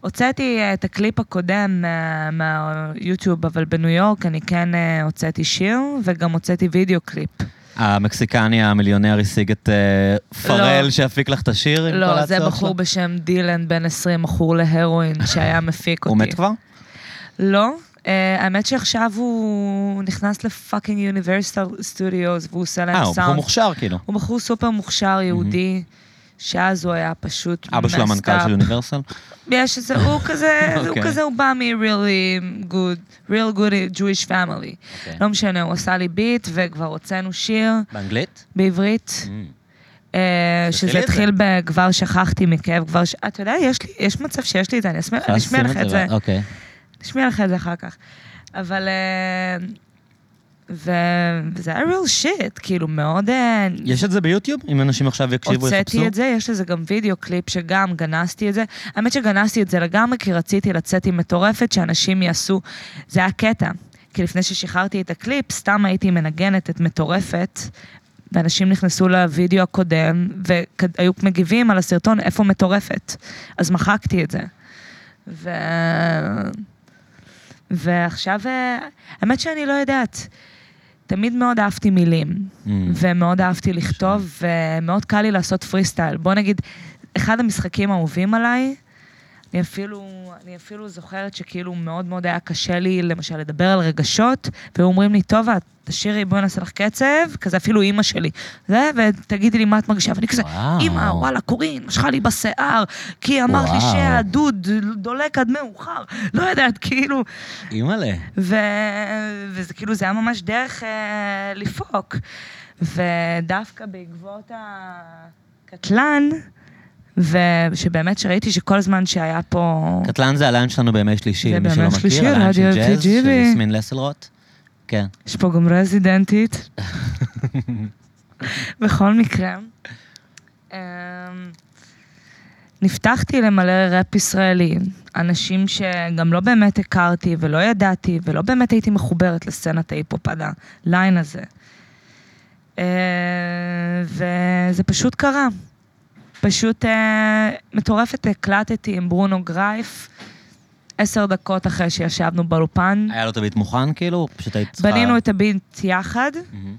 הוצאתי אה, את הקליפ הקודם אה, מהיוטיוב, אבל בניו יורק אני כן אה, הוצאתי שיר, וגם הוצאתי וידאו קליפ. המקסיקני המיליונר השיג את אה, פרל לא. שהפיק לך את השיר עם כל לא, זה ההצעות בחור בשם דילן, בן 20, מכור להרואין, שהיה מפיק אותי. הוא מת כבר? לא. אה, האמת שעכשיו הוא נכנס לפאקינג יוניברסל סטודיוס, והוא עושה אה, להם הוא בחור סאונד. מוכשר כאילו. הוא בחור סופר מוכשר, יהודי, שאז הוא לא. היה פשוט Mm-hmm. אבא שלו messed המנכ"ל up. של יוניברסל? יש איזה, הוא כזה, הוא אוקיי. כזה, הוא בא מ-really good, real good Jewish family. אוקיי. לא משנה, הוא עשה לי ביט, וכבר הוצאנו שיר באנגלית? Mm. בעברית, אה, תשלחי לי שזה Mm-hmm. את התחיל בכבר שכחתי מכאב, כבר ש... אתה יודע, יש לי, יש מצב שיש לי את זה, אני אשמיע אני אשמיע לך את זה. אוקיי. נשמיע לך את זה אחר כך. אבל... אה, ו- וזה היה real shit, כאילו מאוד... אה, יש את זה ביוטיוב? אם אנשים עכשיו יקשיבו, יחפשו? הוצאתי את זה, יש לזה גם וידאו קליפ שגם גנזתי את זה. האמת שגנזתי את זה לגמרי, כי רציתי לצאת עם מטורפת, שאנשים יעשו... זה היה קטע. כי לפני ששחררתי את הקליפ, סתם הייתי מנגנת את מטורפת, ואנשים נכנסו לוידאו הקודם, והיו מגיבים על הסרטון איפה מטורפת. אז מחקתי את זה. ו... ועכשיו, אה, האמת שאני לא יודעת. תמיד מאוד אהבתי מילים, Mm. נכון. ומאוד אהבתי לכתוב, ומאוד קל לי לעשות פרי סטייל. בוא נגיד, אחד המשחקים האהובים עליי, אני אפילו, אני אפילו זוכרת שכאילו מאוד מאוד היה קשה לי, למשל, לדבר על רגשות, והיו אומרים לי, טובה, תשאירי, בואי נעשה לך קצב, כזה אפילו אימא שלי. זה, ותגידי לי מה את מרגישה, ואני כזה, וואו. אימא, וואלה, קורין, משכה לי בשיער, כי אמרת לי וואו. שהדוד דולק עד מאוחר, לא יודעת, כאילו, אימא'לה. ו... וזה כאילו, זה היה ממש דרך אה, לפרוק. ודווקא בעקבות הקטלן, ושבאמת שראיתי שכל הזמן שהיה פה... קטלן זה הליין שלנו בימי שלישי, זה למי שלא בימי מכיר, שלישי, הליין של רדיו ג'אז, של FTGV. יסמין לסלרוט. כן. יש פה גם רזידנטית. בכל מקרה, אמ, נפתחתי למלא ראפ ישראלי, אנשים שגם לא באמת הכרתי ולא ידעתי ולא באמת הייתי מחוברת לסצנת ההיפ-הופ עד הליין הזה. אה, וזה פשוט קרה. פשוט אה, מטורפת, הקלטתי עם ברונו גרייף עשר דקות אחרי שישבנו באולפן. היה לו את הביט מוכן, כאילו? פשוט היית צריכה... Mhm. בנינו את הביט יחד. מהמם.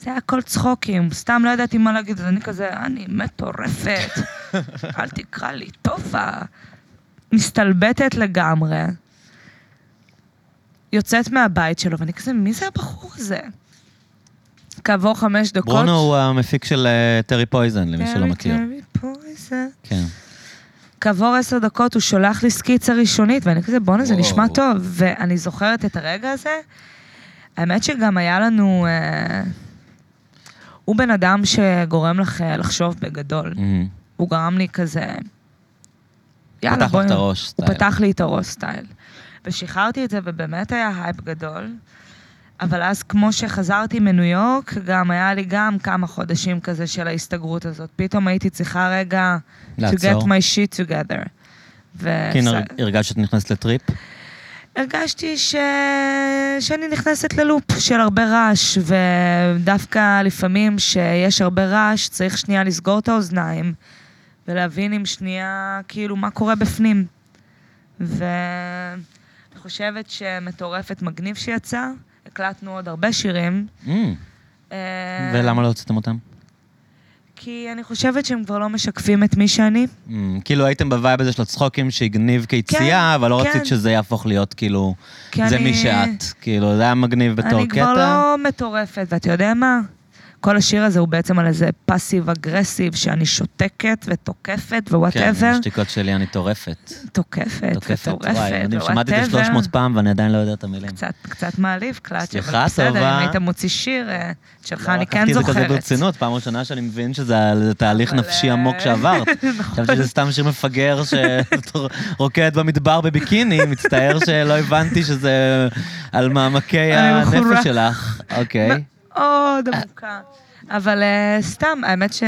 זה היה הכל צחוקים, סתם לא ידעתי מה להגיד, אז אני כזה, אני מטורפת, אל תקרא לי טובה. מסתלבטת לגמרי, יוצאת מהבית שלו, ואני כזה, מי זה הבחור הזה? כעבור חמש דקות... ברונו הוא המפיק של אה, טרי פויזן, למי שלא "Carry, מכיר. carry, poison. כן. כעבור עשר דקות הוא שולח לי סקיצה ראשונית, ואני כזה, בואנה, זה וואו. נשמע טוב. ואני זוכרת את הרגע הזה. האמת שגם היה לנו... אה, הוא בן אדם שגורם לך אה, לחשוב בגדול. מהמם. הוא גרם לי כזה... יאללה, פתח לך בואי... את הראש. הוא סטייל. פתח לי את הראש סטייל. ושחררתי את זה, ובאמת היה הייפ גדול. אבל אז, כמו שחזרתי מניו יורק, גם היה לי גם כמה חודשים כזה של ההסתגרות הזאת. פתאום הייתי צריכה רגע... To לעצור. get my shit together. ו- כן, הר- הרגשת שאת נכנסת לטריפ? הרגשתי ש... שאני נכנסת ללופ של הרבה רעש, ודווקא לפעמים שיש הרבה רעש, צריך שנייה לסגור את האוזניים, ולהבין עם שנייה, כאילו, מה קורה בפנים. ואני חושבת שמטורפת מגניב שיצא, הקלטנו עוד הרבה שירים. מהמם. אה, Mhm. ולמה לא הוצאתם אותם? כי אני חושבת שהם כבר לא משקפים את מי שאני. מהמם. כאילו הייתם בווייב הזה של הצחוקים שהגניב קיצייה, אבל לא כן. רצית שזה יהפוך להיות כאילו, כי זה אני- מי שאת. כאילו, זה היה מגניב בתור אני כבר קטע. לא מטורפת, ואתה יודע מה? כל השיר הזה הוא בעצם על איזה פאסיב אגרסיב, שאני שותקת ותוקפת כן, עם ווואטאבר. השתיקות שלי אני טורפת. תוקפת תוקפת, וטורפת וואי, אני שמעתי את זה whatever. 300 פעם ואני עדיין לא יודע את המילים. קצת, קצת מעליב, קלאץ', סליחה, אבל בסדר, טובה. אם היית מוציא שיר אה, שלך, לא אני לקחתי כן את זה כזה זוכרת. ברצינות, פעם ראשונה שאני מבין שזה על- זה תהליך אבל, נפשי אה, נכון. עמוק שעברת. חשבתי שזה סתם שיר מפגר שרוקד במדבר בביקיני, מצטער שלא הבנתי שזה על מעמקי אני מכורה. הנפש שלך. אוקיי. מאוד עמוקה. אבל אה, סתם, האמת ש...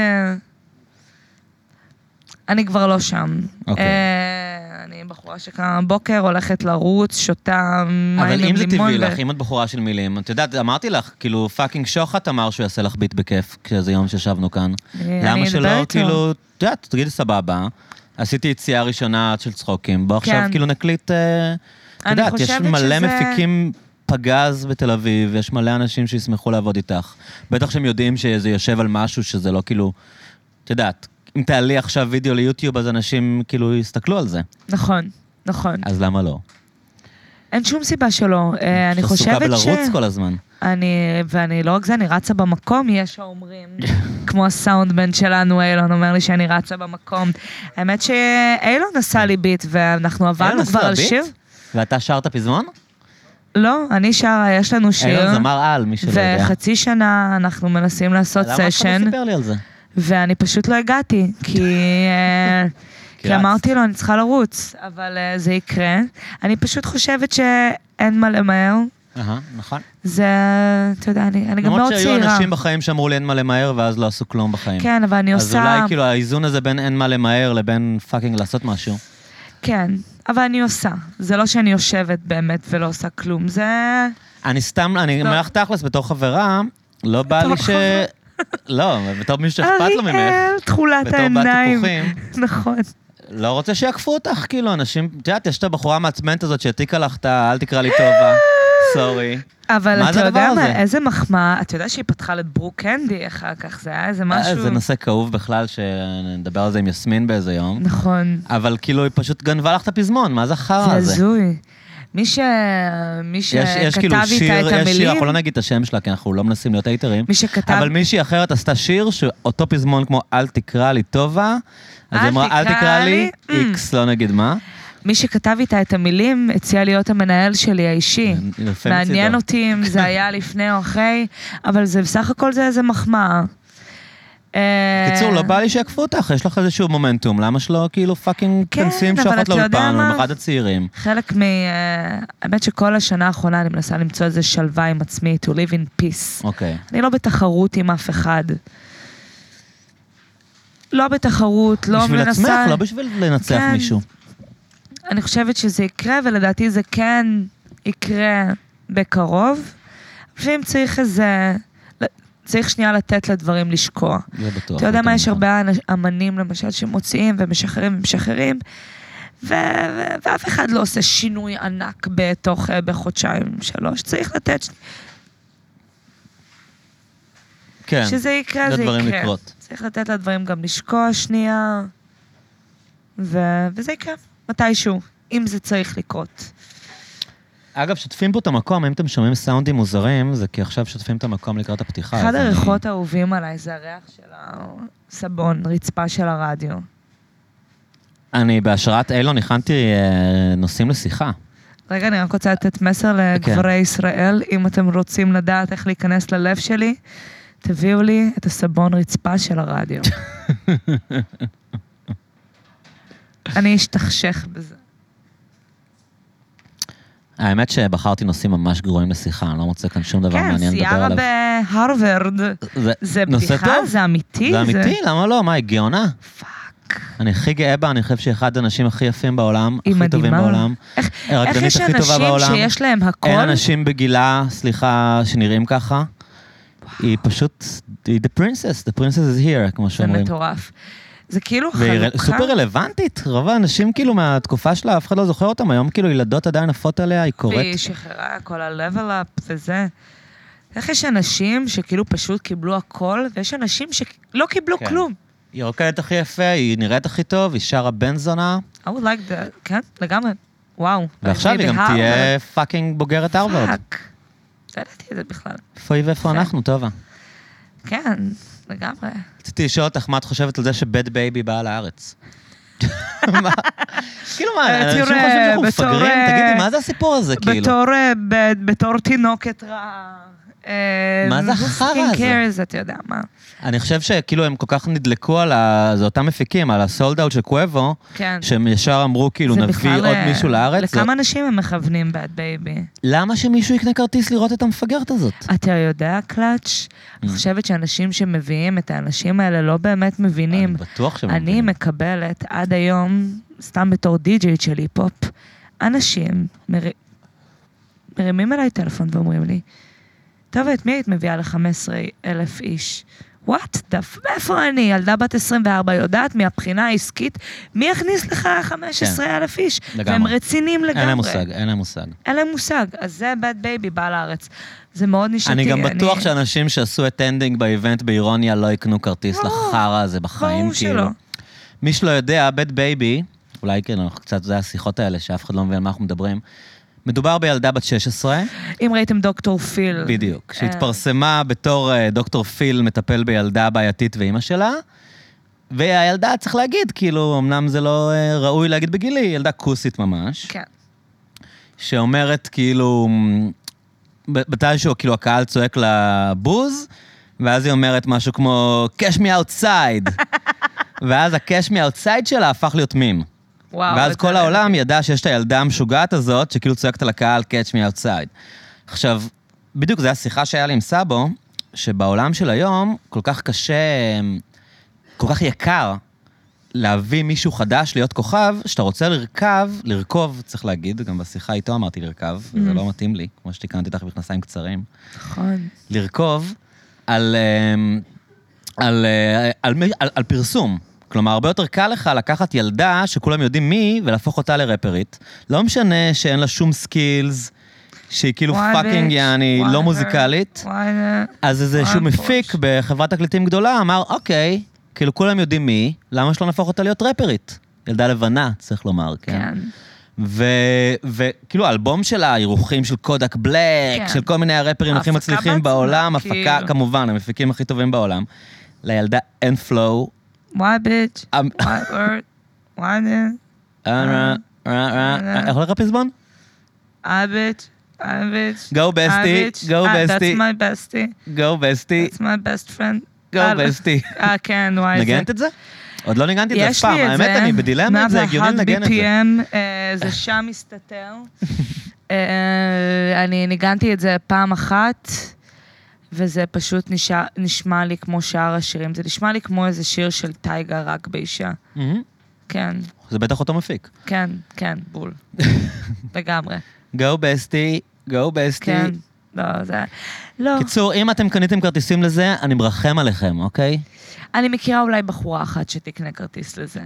אני כבר לא שם. אוקיי. אה, אני בחורה שקמה בבוקר, הולכת לרוץ, שותה מים עם לימון. אבל אם זה טבעי ו- לך, אם את בחורה של מילים, את יודעת, אמרתי לך, כאילו, פאקינג שוחט אמר שהוא יעשה לך ביט בכיף, כשזה יום שישבנו כאן. אני- אני למה אדבר שלא, איתו. כאילו, את יודעת, תגידי סבבה, עשיתי יציאה ראשונה של צחוקים, בוא עכשיו כן. כאילו נקליט, אה, את אני יודעת, יש חושבת מלא שזה- מפיקים פגז בתל אביב, יש מלא אנשים שישמחו לעבוד איתך. בטח שהם יודעים שזה יושב על משהו שזה לא כאילו, את יודעת, אם תעלי עכשיו וידאו ליוטיוב, אז אנשים כאילו יסתכלו על זה, נכון, נכון. אז למה לא? אין שום סיבה שלא. אה, אני שאת לא עסוקה חושבת ש... בלרוץ כל הזמן. אני, ואני לא רק זה, אני רצה במקום, יש האומרים. כמו הסאונדמן שלנו, אילון אומר לי שאני רצה במקום. האמת שאילון עשה לי ביט, ואנחנו עבדנו כן. אילון כבר עשה על ביט? שיר. ואתה שרת פזמון? לא, אני שרה, יש לנו שיר. אילון זמר על, מי שלא יודע. וחצי שנה אנחנו מנסים לעשות למה אף אחד סשן, לא סיפר לי על זה? ואני פשוט לא הגעתי, כי... אה, כי כי רצת. אמרתי לו, אני צריכה לרוץ, אבל אה, זה יקרה. אני פשוט חושבת שאין מה למהר. אהה, נכון. זה, אתה יודע, אני אני גם למרות מאוד שהיו צעירה. אנשים בחיים שאמרו לי אין מה למהר, ואז לא עשו כלום בחיים. כן, אבל אני אז עושה... אולי כאילו האיזון הזה בין אין מה למהר לבין פאקינג לעשות משהו. כאילו- כן, אבל אני עושה. זה לא שאני יושבת באמת ולא עושה כלום, זה... אני סתם, אני אומר לך תכלס, בתור חברה, לא בא לי ש... לא. חברה. אה, אוקיי. לא, בתור מישהו שאכפת לו ממך, אריאל, תכולת בתור בת העיניים. טיפוחים, נכון. לא לא רוצה שיעקפו אותך, כאילו, אנשים, את יודעת, יש את הבחורה המעצבנת הזאת שהעתיקה לך את ה... אל תקרא לי טובה, סורי. אבל מה אתה זה יודע הדבר הזה? מה, איזה מחמאה, אתה יודע שהיא פתחה לברוק קנדי אחר כך, זה היה איזה משהו... אה, זה נושא כאוב בכלל, שנדבר על זה עם יסמין באיזה יום. נכון. אבל כאילו, היא פשוט גנבה לך את הפזמון, מה אה, זה החרא זה הזה? הזוי. מי ש... מי יש, יש שכתב כאילו איתה שיר, את יש שיר, המילים, אנחנו לא נגיד את השם שלה, כי אנחנו לא מנסים להיות הייטרים. מי שכתב... אבל מישהי אחרת עשתה שיר שאותו פזמון כמו "אל תקרא לי טובה", אז היא "אל אמרה "אל תקרא תקרא לי לי", mm. איקס", לא נגיד מה. מי שכתב איתה את המילים, הציע להיות המנהל שלי האישי. אה, יפה מצידו. מעניין אותי אם זה היה לפני או אחרי, אבל זה בסך הכל זה איזה מחמאה. אה, בקיצור, לא בא לי שיעקפו אותך, יש לך איזשהו מומנטום, למה שלא כאילו פאקינג כן, כנסים אבל שוחט אתה יודע לאולפן, מה? במיוחד הצעירים. חלק מ... אה, האמת שכל השנה האחרונה אני מנסה למצוא איזה שלווה עם עצמי, to live in peace. אוקיי. אני לא בתחרות עם אף אחד. לא בתחרות, לא בשביל מנסה... עצמך, לא בשביל לנצח כן. מישהו. אני חושבת שזה יקרה, ולדעתי זה כן יקרה בקרוב. ואם צריך איזה... צריך שנייה לתת לדברים לשקוע. זה בטוח. אתה יודע זה מה, יש נכון. הרבה אנ- אמנים, למשל, שמוציאים ומשחררים ומשחררים, ו- ו- ואף אחד לא עושה שינוי ענק בתוך, אה, בחודשיים, שלוש. צריך לתת ש- כן, שזה יקרה, זה לדברים יקרה. לקרות. צריך לתת לדברים גם לשקוע שנייה, ו- וזה יקרה, מתישהו, אם זה צריך לקרות. אגב, שוטפים פה את המקום, אם אתם שומעים סאונדים מוזרים, זה כי עכשיו שוטפים את המקום לקראת הפתיחה. אחד אז אני- הריחות האהובים עליי זה הריח של הסבון, רצפה של הרדיו. אני בהשראת אילון הכנתי אה, נושאים לשיחה. רגע, אני רק רוצה לתת מסר לגברי ישראל, אם אתם רוצים לדעת איך להיכנס ללב שלי, תביאו לי את הסבון רצפה של הרדיו. אני אשתכשך בזה. האמת שבחרתי נושאים ממש גרועים לשיחה, אני לא מוצא כאן שום דבר כן, מעניין לדבר סיארה עליו. בהרווארד. זה נושא בדיחה, טוב. זה אמיתי. זה אמיתי, למה לא? מה, היא גאונה? פאק. אני הכי גאה בה, אני חושב שהיא אחד האנשים הכי יפים בעולם, היא הכי טובים מדהימה. בעולם. איך- איך הרקדנית יש הכי טובה אנשים בעולם. שיש להם הכל? אין אנשים בגילה, סליחה, שנראים ככה. היא פשוט, היא the princess, the princess is here, כמו זה שאומרים. מטורף. זה כאילו והיא ר- חלוקה. סופר רלוונטית, רוב האנשים כאילו מהתקופה שלה, אף אחד לא זוכר אותם, היום כאילו ילדות עדיין עפות עליה, היא קוראת. והיא שחררה כל ה-level up וזה. איך יש אנשים שכאילו פשוט קיבלו הכל, ויש אנשים שלא קיבלו כן. כלום. היא רוקדת הכי יפה, היא נראית הכי טוב, היא שרה בן זונה, I would like the... כן, לגמרי. וואו. ועכשיו היא גם תהיה פאקינג בוגרת הרווארד. פאק. לא ידעתי את זה בכלל. איפה היא ואיפה יפה. אנחנו, טובה. כן, לגמרי. רציתי לשאול אותך מה את חושבת על זה שבד בייבי באה לארץ. מה- כאילו מה, אה, אנשים חושבים תראה, שאנחנו בתור, מפגרים? אה, תגידי, מה זה הסיפור הזה, כאילו? בתור, אה, ב- בתור תינוקת רעה. אה, מה זה החרא הזה? סקינקר זה, אתה יודע מה. אני חושב שכאילו הם כל כך נדלקו על ה... זה אותם מפיקים, על הסולד אאוט של קואבו, כן. שהם ישר אמרו, כאילו, זה נביא בכלל, עוד אה, מישהו לארץ. לא. זה- לכמה אנשים הם מכוונים בad baby? למה שמישהו יקנה כרטיס לראות את המפגרת הזאת? אתה יודע, קלאץ', אני Mm. חושבת שאנשים שמביאים את האנשים האלה לא באמת מבינים. אני בטוח שהם... אני מבינים. מקבלת עד היום, סתם בתור די-ג'יית של היפ-הופ, אנשים מר- מרימים אליי טלפון ואומרים לי, טוב, את מי היית מביאה ל-15 אלף איש? וואט, דף, מאיפה אני? ילדה בת 24 יודעת מהבחינה העסקית, מי יכניס לך 15 אלף איש? כן, לגמרי. והם רציניים לגמרי. אין להם מושג, אין להם מושג. אין להם מושג. אז זה bad baby בא לארץ. זה מאוד נשתי. אני גם בטוח שאנשים שעשו אטנדינג באיבנט באירוניה לא יקנו כרטיס לחרא הזה בחיים, ברור כאילו. שלא. מי שלא יודע, בית בייבי, אולי כן, אנחנו קצת, זה השיחות האלה, שאף אחד לא מבין על מה אנחנו מדברים. מדובר בילדה בת 16, אם ראיתם דוקטור פיל. בדיוק, אה. שהתפרסמה בתור אה, דוקטור פיל מטפל בילדה בעייתית ואימא שלה, והילדה, צריך להגיד, כאילו, אמנם זה לא אה, ראוי להגיד בגילי, ילדה כוסית ממש. כן. שאומרת כאילו, ב- מתישהו כאילו הקהל צועק לה בוז, ואז היא אומרת משהו כמו, cash me outside. ואז ה-cash me outside שלה הפך להיות מים. וואו. ואז זה- כל העולם ידע שיש את הילדה המשוגעת הזאת, שכאילו צועקת על הקהל, catch me outside. עכשיו, בדיוק זו השיחה שהיה לי עם סאבו, שבעולם של היום כל כך קשה, כל כך יקר להביא מישהו חדש להיות כוכב, שאתה רוצה לרכב, לרכוב, צריך להגיד, גם בשיחה איתו אמרתי לרכב, וזה לא מתאים לי, כמו שתיקנתי אותך במכנסיים קצרים. נכון. לרכוב על, אמ, על, אה, על, מי- על, על פרסום. כלומר, הרבה יותר קל לך לקחת ילדה שכולם יודעים מי היא ולהפוך אותה לרפרית. לא משנה שאין לה שום סקילס, שהיא כאילו וואי, פאקינג bitch. יעני וואי, לא מוזיקלית. וואי, זה- אז איזה שהוא וואי, מפיק ממש. בחברת תקליטים גדולה אמר, אוקיי, כאילו כולם יודעים מי, היא, למה שלא נהפוך אותה להיות רפרית? ילדה לבנה, צריך לומר, כן. כן. ו- וכאילו, האלבום שלה, האירוחים של קודק בלק, כן. של כל מיני הראפרים הכי ההפקה מצליחים בעצמה, בעולם, הפקה, כאילו. כמובן, המפיקים הכי טובים בעולם. לילדה אין פלואו. וואי ביץ'. אמ- וואי ורד. וואי זה- אה, אה, אה, אה, איך הולך הפזמון? אה ביץ'. אה ביץ'. Go bestie, אה, ביץ'. go אה, bestie. Ah, That's my bestie. Go בסטי, That's my best friend. go אה, לא. bestie. אה, כן, וואי. זה- נגנת את זה? עוד לא ניגנתי את זה אף יש פעם, לי את זה. האמת, אני בדילמה, זה הגיוני לנגן את זה. 101 BPM, אה, זה שם מסתתר. אה, אני ניגנתי את זה פעם אחת, וזה פשוט נשא- נשמע לי כמו שאר השירים. זה נשמע לי כמו איזה שיר של טייגה רק באישה. מהמם. כן, Mm-hmm. זה בטח אותו מפיק. כן, כן, בול. לגמרי. Go בסטי, go בסטי, כן. לא, זה... לא. קיצור, אם אתם קניתם כרטיסים לזה, אני מרחם עליכם, אוקיי? אני מכירה אולי בחורה אחת שתקנה כרטיס לזה,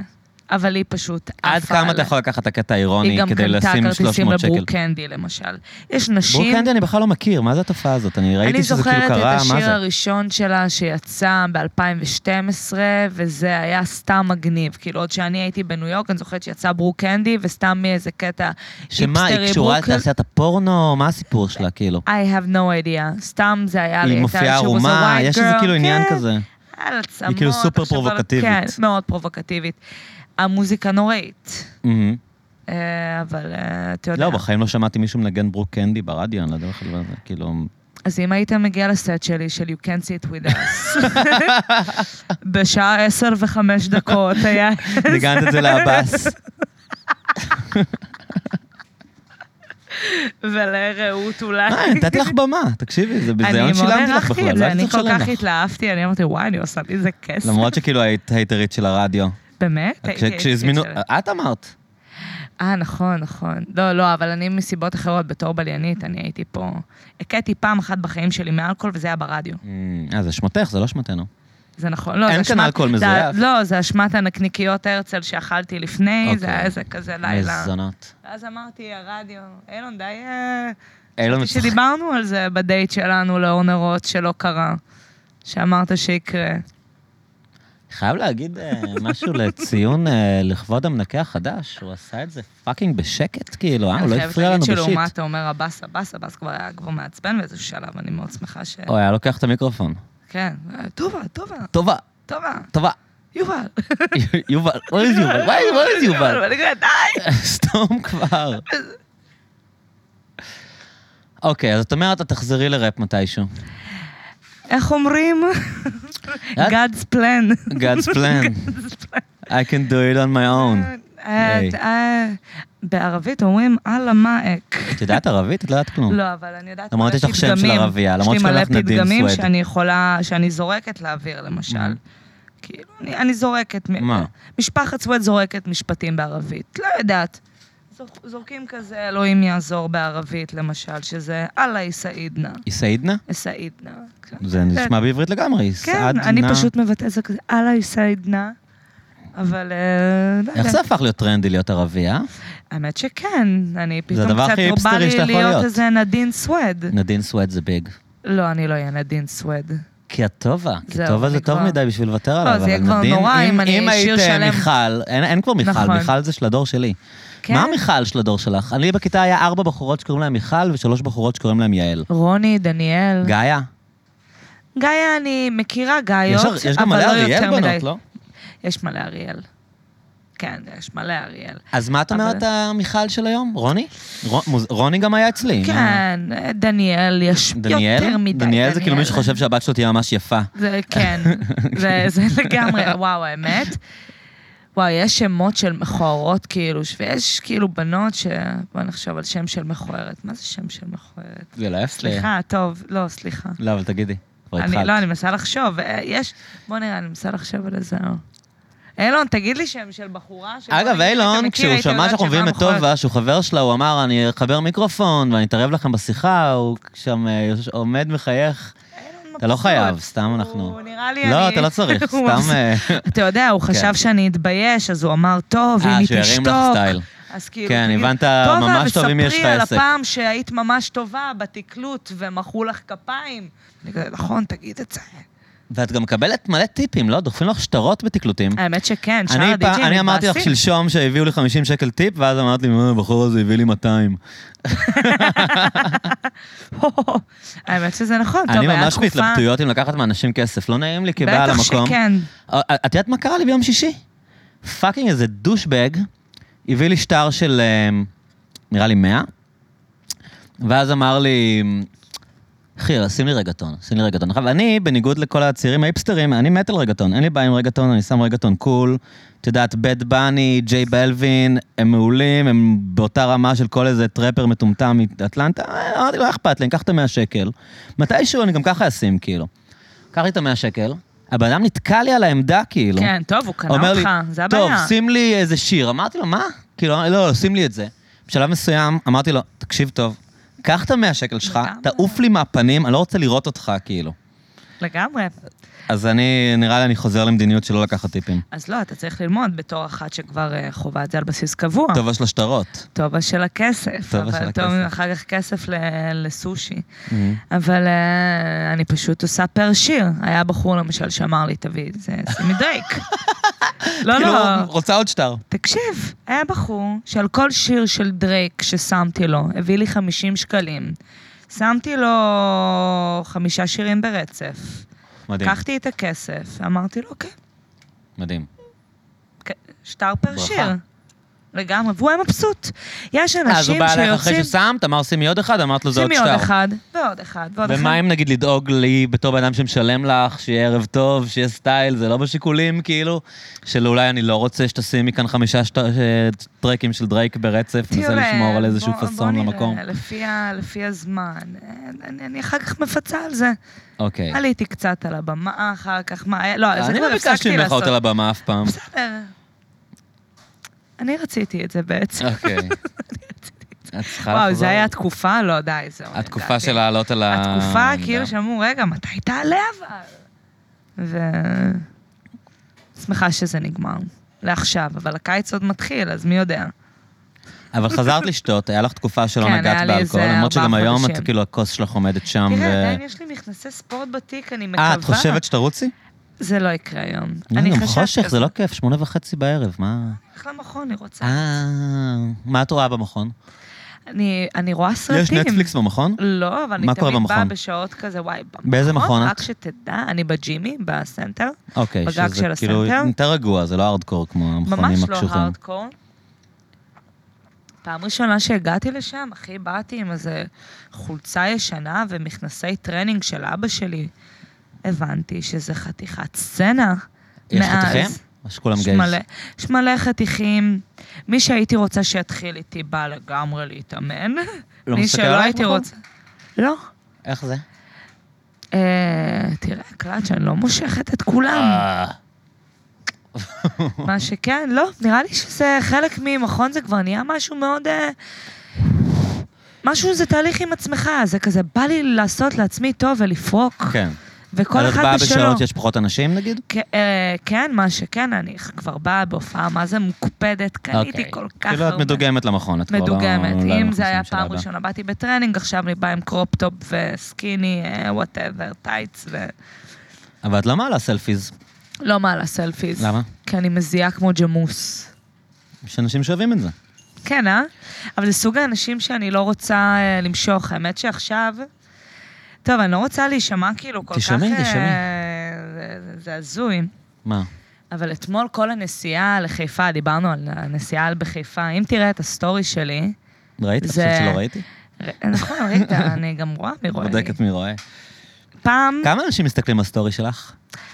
אבל היא פשוט עפה עד כמה אתה עליי. יכול לקחת את הקטע האירוני כדי לשים היא גם 300 קנתה כרטיסים שקל? לברוקנדי, למשל. יש נשים... ברוקנדי אני בכלל לא מכיר, מה זה התופעה הזאת? אני ראיתי אני שזה כאילו זוכרת קרה, את מה השיר זה? הראשון שלה שיצא ב-2012, וזה היה סתם מגניב. כאילו, עוד שאני הייתי בניו יורק, אני זוכרת שיצא ברוקנדי, וסתם מאיזה קטע שמה, היא היפסטרי קשורה ברוקנ- לתעשיית הפורנו? מה הסיפור שלה, כאילו? I have no idea. סתם זה היה לי... היא הייתה מופיעה איזשהו איזה ערומה, white יש איזה girl, כאילו עניין כן, כזה. על עצמות. כאילו סופר עכשיו על- פרובוקטיבית. כן, מאוד פרובוקטיבית. המוזיקה נוראית. מהמם. אה, אבל אה, אתה יודע. לא, בחיים לא שמעתי מישהו מנגן ברוק קנדי ברדיו, אני לא יודע איך לדבר על זה, כאילו... אז אם היית מגיע לסט שלי של You Can Sit With Us, בשעה עשר וחמש דקות היה... ניגנת את זה לעבאס. ולרעות אולי. אה, נתת לך במה, תקשיבי, זה ביזיון שילמתי לך בכלל, לא הייתי כאילו, אני צריך כל לשלם כך לך. התלהבתי, אני אמרתי, וואי, אני עושה מזה כסף. למרות שכאילו היית הייטרית של הרדיו. באמת? כש- הייתי- כשהזמינו, הייתי- את אמרת. אה, נכון, נכון. לא, לא, אבל אני מסיבות אחרות, בתור בליינית, אני הייתי פה... הכיתי פעם אחת בחיים שלי מאלכוהול, וזה היה ברדיו. אמ, אה, זה אשמתך, זה לא אשמתנו. זה נכון. לא, אין זה כאן אשמת- אלכוהול זה- מזויף. לא, זה אשמת הנקניקיות הרצל שאכלתי לפני, אוקיי. זה היה איזה כזה לילה. מזונות. ואז אמרתי, הרדיו, אילון, די... אה, אילון חשבתי שדיברנו על זה בדייט שלנו לאור נרות שלא קרה, שאמרת שיקרה. אה, חייב להגיד אה, משהו לציון אה, לכבוד המנקה החדש, הוא עשה את זה פאקינג בשקט, כאילו, אה, הוא לא הפריע לנו אני חייבת להגיד בשיט. שלעומת אומר הבאס, הבאס, הבאס כבר היה כבר מעצבן באיזשהו שלב, אני מאוד שמחה ש... הוא היה לוקח את המיקרופון. כן, אה, טובה, טובה, טובה, טובה, טובה. יובל. יובל, what is יובל? Why what is יובל? ואני אומרת, די! סתום כבר. אוקיי, אז את אומרת, את תחזרי לראפ מתישהו. איך אומרים? אה? God's plan. God's plan. I can do it on my own. אה, היי. אה, בערבית אומרים, אללה מאק. את יודעת ערבית? את לא יודעת כלום. לא, אבל אני יודעת, למרות מלא יש לך שם של פתגמים. ערבייה, למרות יש לי שקוראים מלא לך נדין פתגמים סואד. שאני יכולה, שאני זורקת לאוויר, למשל. כאילו, אני- אני זורקת. מ- מה? משפחת סואט זורקת משפטים בערבית. לא יודעת. זור- זורקים כזה, אלוהים יעזור בערבית, למשל, שזה אללה יסעידנה. היא סעידנה? יסעידנה. כן. זה נשמע בעברית לגמרי. כן, סעדנה. אני פשוט מבטאת את זה כזה, אללה יסעידנה. אבל... אה, לא איך יודעת. זה הפך להיות טרנדי להיות ערבי, אה? האמת שכן, אני פתאום הדבר הכי קצת לא בא היפסטרי שאתה לי יכול להיות. להיות איזה נדין סואד. נדין סואט זה ביג. לא, אני לא אהיה נדין סואד. כי את טובה, כי זהו, טובה אני זה טוב כבר- מדי בשביל לוותר לא, עליו, זה יהיה אבל כבר נדין, נורא אם אני אם שיר היית שלם. מיכל, אין- אין כבר מיכל, נכון. מיכל זה של הדור שלי. כן. מה מיכל של הדור שלך? אני בכיתה היה ארבע בחורות שקוראים להן מיכל ושלוש בחורות שקוראים להן יעל. רוני, דניאל. גאיה? גאיה, אני מכירה גאיות, יש אבל לא הר- יותר מדי. יש גם מלא אריאל בנות, לא? יש מלא אריאל. כן, יש מלא אריאל. אז מה את אבל- אומרת, המיכל של היום? רוני? רו- מוז- רוני גם היה אצלי. מה? כן, דניאל, יש דניאל? יותר מדי. דניאל זה כאילו מי שחושב שהבת שלו תהיה ממש יפה. זה כן, זה, זה לגמרי, וואו, האמת. וואו, יש שמות של מכוערות, כאילו, ש- ויש כאילו בנות ש... בוא נחשוב על שם של מכוערת. מה זה שם של מכוערת? זה לא יפה. סליחה, טוב, לא, סליחה. לא, אבל תגידי. כבר אני, לא, התחלת. אני מנסה לחשוב. אה, יש... בוא נראה, אני מנסה לחשוב על איזה... אילון, תגיד לי שם של בחורה. שבוא אגב, נגיד שאתה אילון, אוקיי, מכיר, כשהוא הייתי שמע יודעת שאנחנו שמה נכון. מביאים את המכוערת. טובה, שהוא חבר שלה, הוא אמר, אני אחבר מיקרופון ואני אתערב לכם בשיחה, הוא שם אה, יוש- עומד מחייך. אילון אתה לא מבסוט. חייב, סתם אנחנו... הוא נראה לי... לא, אני- אתה לא צריך, הוא סתם... מבסוט. אה, אתה יודע, הוא חשב שאני אתבייש, אז הוא אמר, טוב, אם אה, היא שהוא ירים לך תשתוק. סטייל. אז כאילו, כן, תגיד, הבנת "טובה, ממש טוב אם יש לך וספרי על עסק." הפעם שהיית ממש טובה בתקלוט ומחאו לך כפיים. אני כזה, נכון, תגיד את זה. ואת גם מקבלת מלא טיפים, לא? דוחפים לך שטרות בתקלוטים. האמת שכן, אה, שאר אני, פעם, הדיג'ים אני אמרתי לך מתבאסים. שלשום שהביאו לי 50 שקל טיפ, ואז אמרת לי, "מה, הבחור הזה הביא לי 200. האמת שזה נכון, טוב, אני היה ממש תקופה- בהתלבטויות אם לקחת מאנשים כסף, לא נעים לי כבעל המקום. בטח שכן. אה, את יודעת מה קרה לי ביום שישי? פאקינג איזה דושבג הביא לי שטר של אה, נראה לי 100, ואז אמר לי, אחי, שים לי רגטון, שים לי רגטון. עכשיו, אני, בניגוד לכל הצעירים ההיפסטרים, אני מת על רגטון, אין לי בעיה עם רגטון, אני שם רגטון קול. את יודעת, בד בני, ג'יי בלווין, הם מעולים, הם באותה רמה של כל איזה טראפר מטומטם מאטלנטה. אה, אמרתי לו, "לא אכפת לי, אני אקח את המאה שקל. מתישהו אני גם ככה אשים, כאילו. קחתי את המאה שקל, הבן אדם נתקע לי על העמדה, כאילו. כן, טוב, הוא קנה אומר אותך, לי, זה טוב, הבעיה. שים לי איזה שיר. אמרתי לו, מה? כאילו, לא, לא, שים לי את זה. בשלב מסוים אמרתי לו, תקשיב טוב, קח את המאה שקל שלך, לגמרי. תעוף לי מהפנים, אני לא רוצה לראות אותך, כאילו. לגמרי. אז אני, נראה לי אני חוזר למדיניות שלא לקחת טיפים. אז לא, אתה צריך ללמוד בתור אחת שכבר אה, חווה את זה על בסיס קבוע. טובה של השטרות. טובה של הכסף. טובה של אבל הכסף. Mm-hmm. טוב, אחר כך כסף ל- לסושי. אבל אה, אני פשוט עושה פר שיר. היה בחור למשל שאמר לי, תביא את זה, שימי דרייק. לא, כאילו, לא. רוצה עוד שטר. תקשיב, היה בחור שעל כל שיר של דרייק ששמתי לו, הביא לי 50 שקלים. שמתי לו חמישה שירים ברצף. מדהים, לקחתי את הכסף, אמרתי לו, אוקיי, מדהים. כ- שטר פר ברכה. אה, שיר. לגמרי, והוא היה מבסוט. יש אז הוא אנשים בא אלייך אחרי שיוצאים... ששמת, אמר שימי עוד אחד, אמרת לו זה עוד שימי עוד שטר. אחד, ועוד אחד, ועוד אחד. ומה אם נגיד לדאוג לי בתור בן אדם שמשלם לך, שיהיה ערב טוב, שיהיה סטייל, זה לא בשיקולים כאילו, של אולי אני לא רוצה שתשימי כאן חמישה שט... ש- טרקים של דרייק ברצף, ננסה תראה, לשמור על איזשהו בוא- פאסון בוא למקום. נראה, לפי ה- לפי הזמן. אני- אני אחר כך מפצה על זה. אוקיי. עליתי קצת על הבמה אחר כך, מה... היה- אה, לא, זה אני כבר לא ביקשתי הפסקתי ממך לעשות. עוד על הבמה אף פעם. בסדר. אני רציתי את זה בעצם. אוקיי. את צריכה וואו, לחזור. זה היה תקופה? לא, די, זהו. התקופה לדעתי. של לעלות על ה... התקופה, לא. כאילו, שאמרו, רגע, מתי תעלה אבל? ו... שמחה שזה נגמר. לעכשיו, אבל הקיץ עוד מתחיל, אז מי יודע. אמ, אבל חזרת לשתות, היה לך תקופה שלא כן, היה נגעת לי איזה באלכוהול, למרות ארבעה שגם היום את חודשים. כאילו הכוס שלך עומדת שם. ו- תראה, עדיין יש לי מכנסי ספורט בתיק, אני מקווה. אה, את חושבת שתרוצי? זה לא יקרה היום. יאללה, אני גם חשבתי... חושך, זה לא כיף, שמונה וחצי בערב, מה... הולך למכון, אני רוצה. אה, מה את רואה במכון? אני- אני רואה סרטים. יש נטפליקס במכון? לא, אבל אני מה קורה תמיד באה במכון? בשעות כזה, וואי, במכון? באיזה מכון את? רק שתדע, אני בג'ימי, בסנטר. אוקיי, בגג שזה של כאילו הסנטר? יותר רגוע, זה לא הארדקור כמו המכונים ממש לא הקשוחים. הארדקור. פעם ראשונה שהגעתי לשם, אחי, באתי עם איזה חולצה ישנה ומכנסי טרנינג של אבא שלי. הבנתי שזה חתיכת סצנה. יש מאז. חתיכים? או שכולם יש גייז? מלא- יש מלא חתיכים. מי שהייתי רוצה שיתחיל איתי בא לגמרי להתאמן. לא מי מסתכל שלא עלייך הייתי בכלל? רוצה... לא. איך זה? אה, תראה, קלט שאני לא מושכת את כולם. אה, מה שכן, לא, נראה לי שזה חלק ממכון, זה כבר נהיה משהו מאוד... אה, משהו זה תהליך עם עצמך, זה כזה, בא לי לעשות לעצמי טוב ולפרוק. כן. וכל אז את אחד באה בשלו. בשעות שיש פחות אנשים נגיד? כ- אה, כן, מה שכן, אני כבר באה בהופעה, מה זה מוקפדת, קניתי אוקיי. כל כך הרבה. כאילו את מדוגמת למכון, את כבר לא... אולי מדוגמת. אם במכנסים זה היה של פעם אבא. ראשונה, באתי בטרנינג, עכשיו אני באה עם קרופטופ וסקיני, וואטאבר, טייץ, אה, ו... אבל את לא מעלה סלפיז. לא מעלה סלפיז. למה? כי אני מזיעה כמו ג'מוס. יש אנשים שאוהבים את זה. כן, אה? אבל זה סוג האנשים שאני לא רוצה אה, למשוך. האמת שעכשיו... טוב, אני לא רוצה להישמע כאילו כל תשמעי, כך... אה, תשמעי. זה- זה- זה הזוי. מה? אבל אתמול כל הנסיעה לחיפה, דיברנו על הנסיעה בחיפה, אם תראה את הסטורי שלי... ראית? את זה- חושבת שלא ראיתי? ר- נכון, ראית, אני גם רואה מי רואה. לי. בודקת מי רואה. פעם, כמה אנשים מסתכלים על סטורי שלך?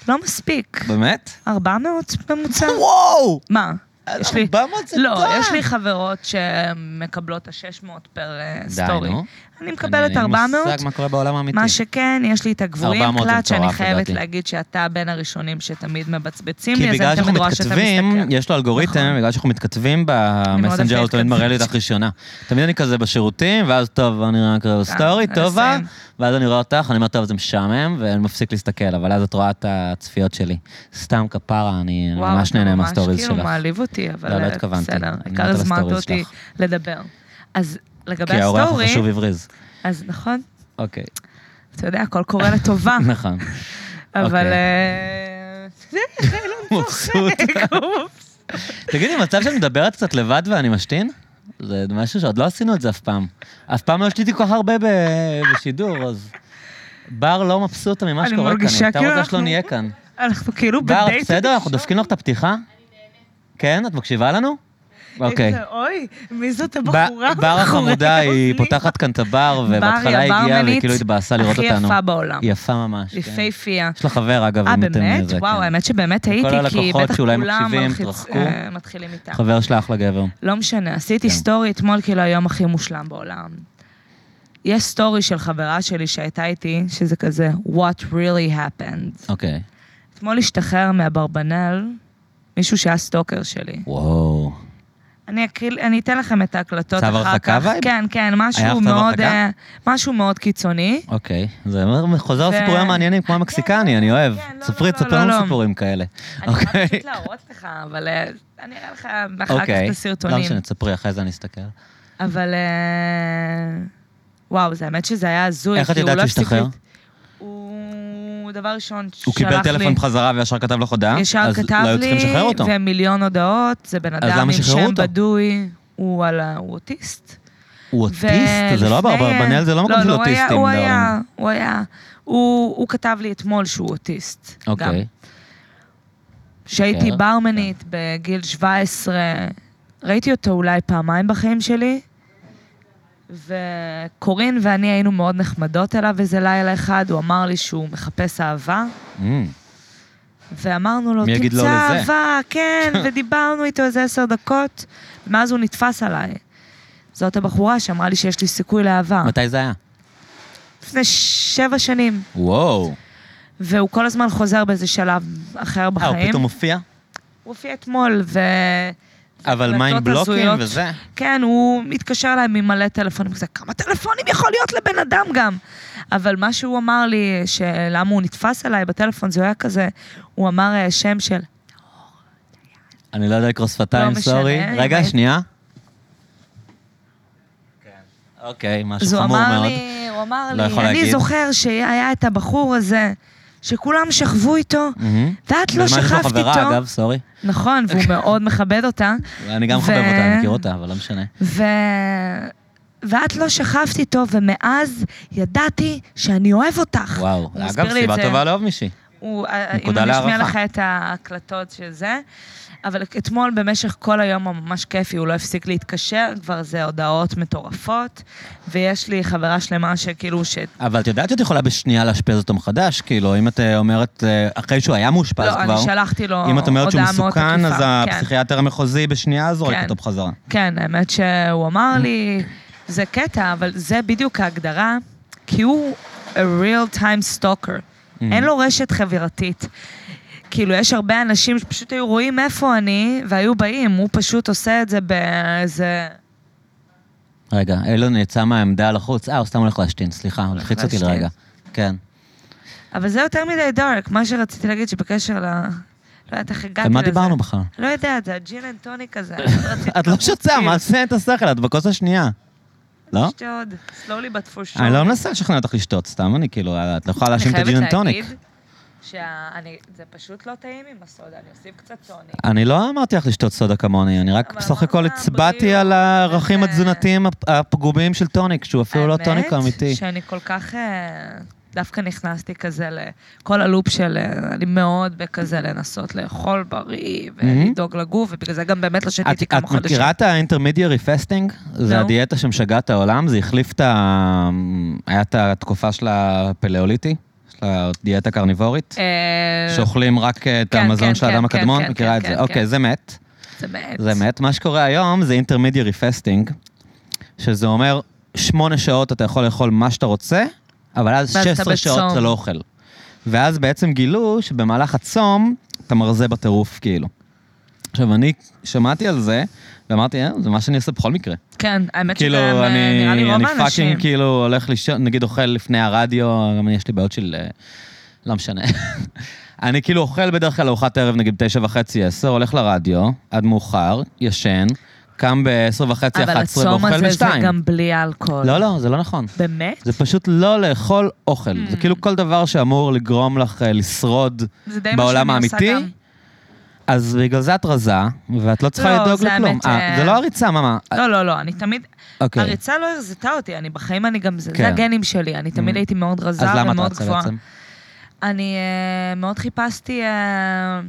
לא מספיק. באמת? 400 ממוצע. וואו! מה? אז יש לי... 400 זה לא, טוב. יש לי חברות שמקבלות את ה-600 פר אה, די, סטורי. נו. אני מקבלת אין לי 400, מושג מה קורה בעולם האמיתי. מה שכן, יש לי את הגבוהים 400 זה קלט, שאני מטורף, חייבת לדעתי. להגיד שאתה בין הראשונים שתמיד מבצבצים כי לי, אז בגלל אני שאנחנו תמיד רואה שאתה מתכתבים, מסתכל. יש לו אלגוריתם, נכון. בגלל שאנחנו מתכתבים במסנג'ר, אוהבת הוא תמיד מראה לי את להתכתב. הכי שונה. תמיד אני כזה בשירותים, ואז טוב, אני רק רואה סטורי, אה, אני טובה, אסיים. ואז אני רואה אותך, אני אומר, טוב, זה משעמם, ואני מפסיק להסתכל, אבל אז את רואה את הצפיות שלי. סתם כפרה, אני אני וואו, ממש אתה נהנה מהסטוריז ממש כאילו שלך. מעליב אותי, אבל לא, לא אה, התכוונתי. בסדר, אני העיקר מת על הזמנת הסטוריז אותי שלך. לדבר. אז לגבי כי האורח הסטורי, החשוב הבריז. אז נכון, אוקיי, אתה יודע, הכל קורה לטובה. נכון. אבל... אוקיי. אה, זה לא מבסוט. תגידי, מצב שאת מדברת קצת לבד ואני משתין? זה משהו שעוד לא עשינו את זה אף פעם. אף פעם לא השתיתי כל כך הרבה ב- בשידור, אז... בר לא מבסוטה ממה אני שקורה כאן, מרגישה היא הייתה כאילו רוצה שלא אנחנו- נהיה כאן. אנחנו כאילו בר, בדייט. את בסדר? אנחנו דופקים לך את הפתיחה? כן, את מקשיבה לנו? אוקיי. איזה- אוי, מי זאת ב- הבחורה? בר מאחורי החמודה, היא האוזנית? פותחת כאן את הבר, בר ובהתחלה היא היא הגיעה הברמנית וכאילו התבאסה לראות אותנו. הכי יפה בעולם. היא יפה ממש, כן. יפייפייה. יש לה חבר, אגב, אה, אם אתם... באמת? זה, וואו, כן. האמת שבאמת הייתי, כי הלקוחות בטח שאולי כולם מקשיבים, מלחיץ- תרחקו. אה, מתחילים איתה. חבר שלה אחלה גבר. לא משנה, עשיתי כן. סטורי אתמול כאילו היום הכי מושלם בעולם. יש סטורי של חברה שלי שהייתה איתי, שזה כזה What really happened. אוקיי. אתמול השתחרר מאברבנל מישהו שהיה סטוקר שלי. וואו. אני אקריא, אני אתן לכם את ההקלטות צו אחר כך. הרחקה וייב? כן, כן, היה משהו צו מאוד, הרחקה? אה, משהו מאוד קיצוני. אוקיי. זה אומר- חוזר זה- סיפורים מעניינים כמו המקסיקני, כן, אני כן, אוהב. כן, לא, ספרי, לא, לא, תספר לא. לנו סיפורים כאלה. אני יכולה אוקיי. פשוט להראות לך, אבל אה, אני אראה לך אחר כך אוקיי. את לא הסרטונים. משנה, תספרי, אחרי זה אני אסתכל. אבל אה, וואו, זה האמת שזה היה הזוי. איך את כי הוא יודעת לא שהוא הפסיק השתחרר? לי- הוא דבר ראשון שלח לי... הוא קיבל טלפון בחזרה וישר כתב לך הודעה? ישר אז כתב לא היו צריכים לי, לשחרר אותו. ומיליון הודעות, זה בן אדם למה עם שחררו שם אותו? בדוי, הוא על ה- הוא אוטיסט. הוא אוטיסט? זה לא ולפני- אברבנאל, זה לא מקום של הוא היה- אוטיסטים. הוא דארלינג. היה, הוא היה, הוא הוא כתב לי אתמול שהוא אוטיסט. גם. אוקיי. שהייתי כן, ברמנית בגיל 17, ראיתי אותו אולי פעמיים בחיים שלי, וקורין ואני היינו מאוד נחמדות אליו איזה לילה אחד, הוא אמר לי שהוא מחפש אהבה, אמ, ואמרנו לו, מי יגיד לא תמצא לזה?" אהבה, כן, ודיברנו איתו איזה עשר דקות, ומאז הוא נתפס עליי. זאת הבחורה שאמרה לי שיש לי סיכוי לאהבה. מתי זה היה? לפני שבע שנים. וואו. והוא כל הזמן חוזר באיזה שלב אחר אה, הוא בחיים. פתאום מופיע? הוא הופיע אתמול, ו... אבל מה עם החלטות בלוקים הזויות. וזה? כן, הוא מתקשר אליי ממלא טלפונים, כזה, כמה טלפונים יכול להיות לבן אדם גם? אבל מה שהוא אמר לי, שלמה הוא נתפס אליי בטלפון, זה היה כזה, הוא אמר אה, שם של, אני לא יודע לקרוא שפתיים, משנה, סורי. אם רגע, היית- שנייה. אוקיי, משהו אז הוא חמור אמר מאוד. לי, הוא אמר לא לי, יכול אני להגיד." זוכר שהיה את הבחור הזה, שכולם שכבו איתו, מהמם. ואת לא ממש יש לו שכבת חברה, איתו. אגב, סורי. נכון, והוא מאוד מכבד אותה. אני גם ו- חובב אותה, אני מכיר אותה, אבל לא משנה. ו... ואת לא שכבת איתו, ומאז ידעתי שאני אוהב אותך. וואו. הוא מסביר אגב, לי את סיבה זה. טובה לאהוב מישהי. הוא, אה, אם נקודה אני אשמיע לך להערכה. את ההקלטות של זה. אבל אתמול במשך כל היום הממש כיפי, הוא לא הפסיק להתקשר, כבר זה הודעות מטורפות, ויש לי חברה שלמה שכאילו ש... אבל את יודעת שאת יכולה בשנייה לאשפז אותו מחדש? כאילו, אם את אה, אומרת, אה, אחרי שהוא היה מאושפז לא, כבר, אני שלחתי לו הודעה מאוד אם את אומרת שהוא מסוכן, אז תקיפה. כן. הפסיכיאטר המחוזי בשנייה זורק כן. אותו בחזרה. כן, האמת שהוא אמר לי, זה קטע, אבל זה בדיוק ההגדרה, כי הוא a real time stalker. Mm-hmm. אין לו רשת חברתית. כאילו, יש הרבה אנשים שפשוט היו רואים איפה אני, והיו באים, הוא פשוט עושה את זה באיזה... רגע, אילון יצא מהעמדה לחוץ. אה, הוא סתם הולך להשתין, סליחה, הוא הולך הלחיץ אותי להשתין. לרגע. כן. אבל זה יותר מדי דארק, מה שרציתי להגיד שבקשר ל... לא יודעת איך הגעתי לזה. על מה דיברנו בכלל? לא יודעת, זה הג'ין אנד טוניק הזה. את לא שוצה, מה זה את השכל? את בכוס השנייה. לא? שתי עוד, slowly but for sure. אני לא מנסה לשכנע אותך לשתות, סתם אני כאילו, את לא יכולה להאשים את הג'ין אנד טוניק. אני חייבת להגיד שזה פשוט לא טעים עם הסודה, אני אוסיף קצת טוניק. אני לא אמרתי לך לשתות סודה כמוני, אני רק אבל בסך הכל אמרת הצבעתי בריאות, כן." על הערכים וזה- התזונתיים הפ- הפגומים של טוניק, שהוא אפילו לא טוניק האמיתי. האמת שאני כל כך... אה, דווקא נכנסתי כזה לכל הלופ של... אה, אני מאוד בכזה לנסות לאכול בריא ולדאוג לגוף, ובגלל זה גם באמת לא שתיתי את, כמה את חודשים. מכירה את ה-intermediary fasting? זה לא. הדיאטה שמשגעה את העולם, זה החליף את ה... היה את התקופה של הפלאוליטי, של הדיאטה הקרניבורית, אה, שאוכלים רק את כן, המזון כן, של כן, האדם כן, הקדמון, כן, מכירה כן, את זה? כן, אוקיי, כן. זה מת. זה מת. זה מת. מה שקורה היום זה intermediary fasting, שזה אומר, שמונה שעות אתה יכול לאכול מה שאתה רוצה, אבל אז ואז אתה 16 שעות בצום. אתה לא אוכל. ואז בעצם גילו שבמהלך הצום אתה מרזה בטירוף, כאילו. עכשיו, אני שמעתי על זה, ואמרתי, אה, זה מה שאני עושה בכל מקרה. כן, האמת שזה אה, כאילו, אני, נראה לי רוב אני האנשים. פאקינג כאילו הולך לישון, נגיד אוכל לפני הרדיו, גם יש לי בעיות של... אה, לא משנה. אני כאילו אוכל בדרך כלל ארוחת ערב, נגיד תשע וחצי, עשר, הולך לרדיו, עד מאוחר, ישן, קם בעשר וחצי, אבל אחת עשרה, הצום ואוכל הזה זה בשתיים. גם בלי אלכוהול. לא, לא, זה לא נכון. באמת? זה פשוט לא לאכול אוכל. זה כאילו כל דבר שאמור לגרום לך אה, לשרוד Mm. זה די מה בעולם שאני עושה האמיתי, גם. אז בגלל זה את רזה, ואת לא צריכה לא, לדאוג זה לכלום. האמת, אה, אה, זה לא הריצה, ממש. לא, לא, לא, אני תמיד... אוקיי. הריצה לא הרזתה אותי, אני בחיים, אני גם... זה כן. Mm. זה הגנים שלי, אני תמיד הייתי מאוד רזה אז למה את ומאוד רצה גבוהה. בעצם? אני אה, מאוד חיפשתי... אה,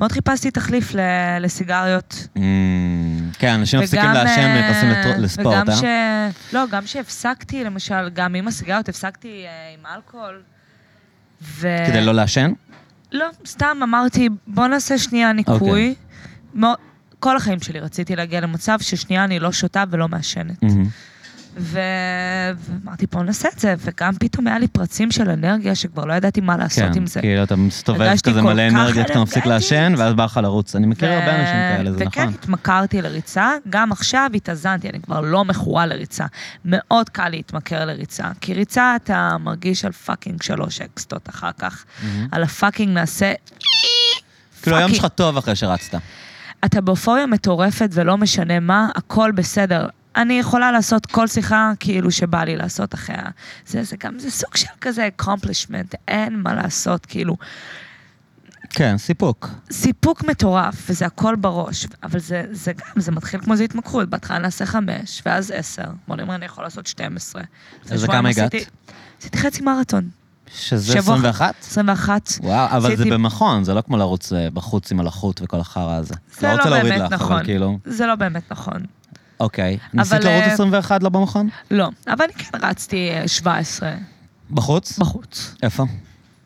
מאוד חיפשתי תחליף ל- לסיגריות. אמ, כן, אנשים מפסיקים וגם, לעשן אה, ונכנסים לטר- לספורט, וגם אה? ש... לא, גם שהפסקתי, למשל, גם עם הסיגריות, הפסקתי אה, עם אלכוהול. ו... כדי לא לעשן? לא, סתם אמרתי, בוא נעשה שנייה ניקוי. אוקיי. Okay. כל החיים שלי רציתי להגיע למצב ששנייה אני לא שותה ולא מעשנת. ו... ואמרתי, בואו נעשה את זה, וגם פתאום היה לי פרצים של אנרגיה שכבר לא ידעתי מה לעשות עם זה. כן, כאילו אתה מסתובב הרגשתי כזה כל מלא כך אנרגיה, איך אתה מפסיק אלגנטית. לעשן, ואז בא לך לרוץ. אני מכיר ו- הרבה אנשים כאלה, זה וכן, נכון. התמכרתי לריצה, גם עכשיו התאזנתי, אני כבר לא מכורה לריצה. מאוד קל להתמכר לריצה, כי ריצה אתה מרגיש על פאקינג שלוש אקסטות אחר כך, מהמם. על הפאקינג נעשה... כאילו היום פאקינג. שלך טוב אחרי שרצת. אתה באופוריה מטורפת ולא משנה מה, הכל בסדר. אני יכולה לעשות כל שיחה כאילו שבא לי לעשות אחריה. זה, זה גם, זה סוג של כזה accomplishment, אין מה לעשות, כאילו. כן, סיפוק. סיפוק מטורף, וזה הכל בראש, אבל זה, זה גם, זה מתחיל כמו זה התמכרות, בהתחלה נעשה חמש, ואז עשר, בוא נאמר, אני יכול לעשות 12. אז שבועיים לכמה הגעת? עשיתי- עשיתי חצי מרתון, שזה שבוע- 21? 21. וואו, אבל זה עשיתי- במכון, זה לא כמו לרוץ אה, בחוץ עם הלחות וכל החרא הזה. זה רוצה לא להוריד באמת לך, אבל נכון. כאילו, זה לא באמת נכון. אוקיי. ניסית אבל, לרוץ אה, 21 לא במכון? לא, אבל אני כן רצתי אה, 17 בחוץ? בחוץ, איפה?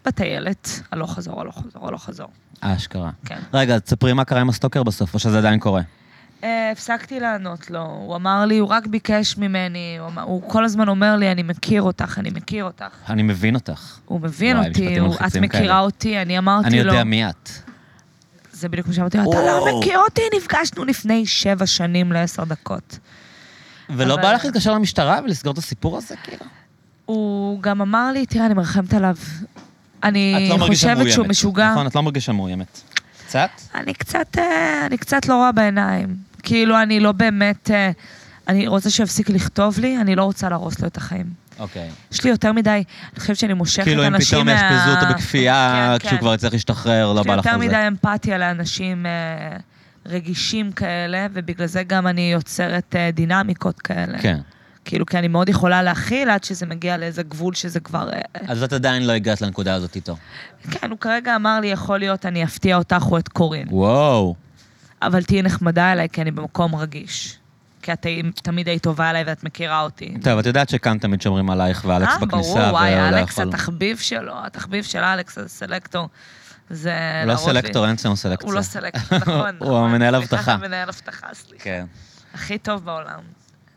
בטיילת, הלוך חזור, הלוך חזור, הלוך חזור. אשכרה. כן. רגע, אז תספרי מה קרה עם הסטוקר בסוף, או שזה עדיין קורה. אה, הפסקתי לענות לו, הוא אמר לי, הוא רק ביקש ממני, הוא, אמר, הוא כל הזמן אומר לי, אני מכיר אותך, אני מכיר אותך. אני מבין אותך. הוא מבין וואי, אותי, משפטים הוא, את מלחיצים מכירה כאלה. אותי, לא. אני אמרתי אני לו... יודע מי את. זה בדיוק מה שאמרתי לו, אתה וואו. לא מכיר אותי, נפגשנו לפני שבע שנים לעשר דקות. ולא אבל- בא לך להתקשר למשטרה ולסגור את הסיפור הזה, כאילו? הוא גם אמר לי, תראה, אני מרחמת עליו. אני את לא מרגישה מאוימת. חושבת שהוא משוגע. נכון, את לא מרגישה מאוימת. קצת? אני קצת, אה, אני קצת לא רואה בעיניים. כאילו, אני לא באמת... אה, אני רוצה שיפסיק לכתוב לי, אני לא רוצה להרוס לו את החיים. אוקיי. יש לי יותר מדי, אני חושבת שאני מושכת אנשים כאילו מה... אם פתאום יאשפזו אותו בכפייה, כן, כן. כשהוא כבר יצטרך להשתחרר, לא בא יש לך לי יותר על זה. מדי אמפתיה לאנשים אה, רגישים כאלה, ובגלל זה גם אני יוצרת אה, דינמיקות כאלה. כן. כאילו, כי אני מאוד יכולה להכיל עד שזה מגיע לאיזה גבול שזה כבר... אה, אה. אז את עדיין לא הגעת לנקודה הזאת איתו. כן, הוא כרגע אמר לי, יכול להיות, אני אפתיע אותך או את קורין. וואו. אבל תהיי נחמדה אליי, כי אני במקום רגיש. כי את היית- תמיד היית טובה אליי ואת מכירה אותי. טוב, את יודעת שכאן תמיד שומרים עלייך ואלכס אה, בכניסה, ברור, וואי, ולא אלכס, יכול. התחביב שלו, התחביב של אלכס, הסלקטור, זה... הוא לא להראות לי- סלקטור, אין אצלנו סלקציה. הוא לא סלקטור, נכון. הוא נכון, המנהל סליחה, אבטחה. מנהל אבטחה, סליחה. כן. הכי טוב בעולם.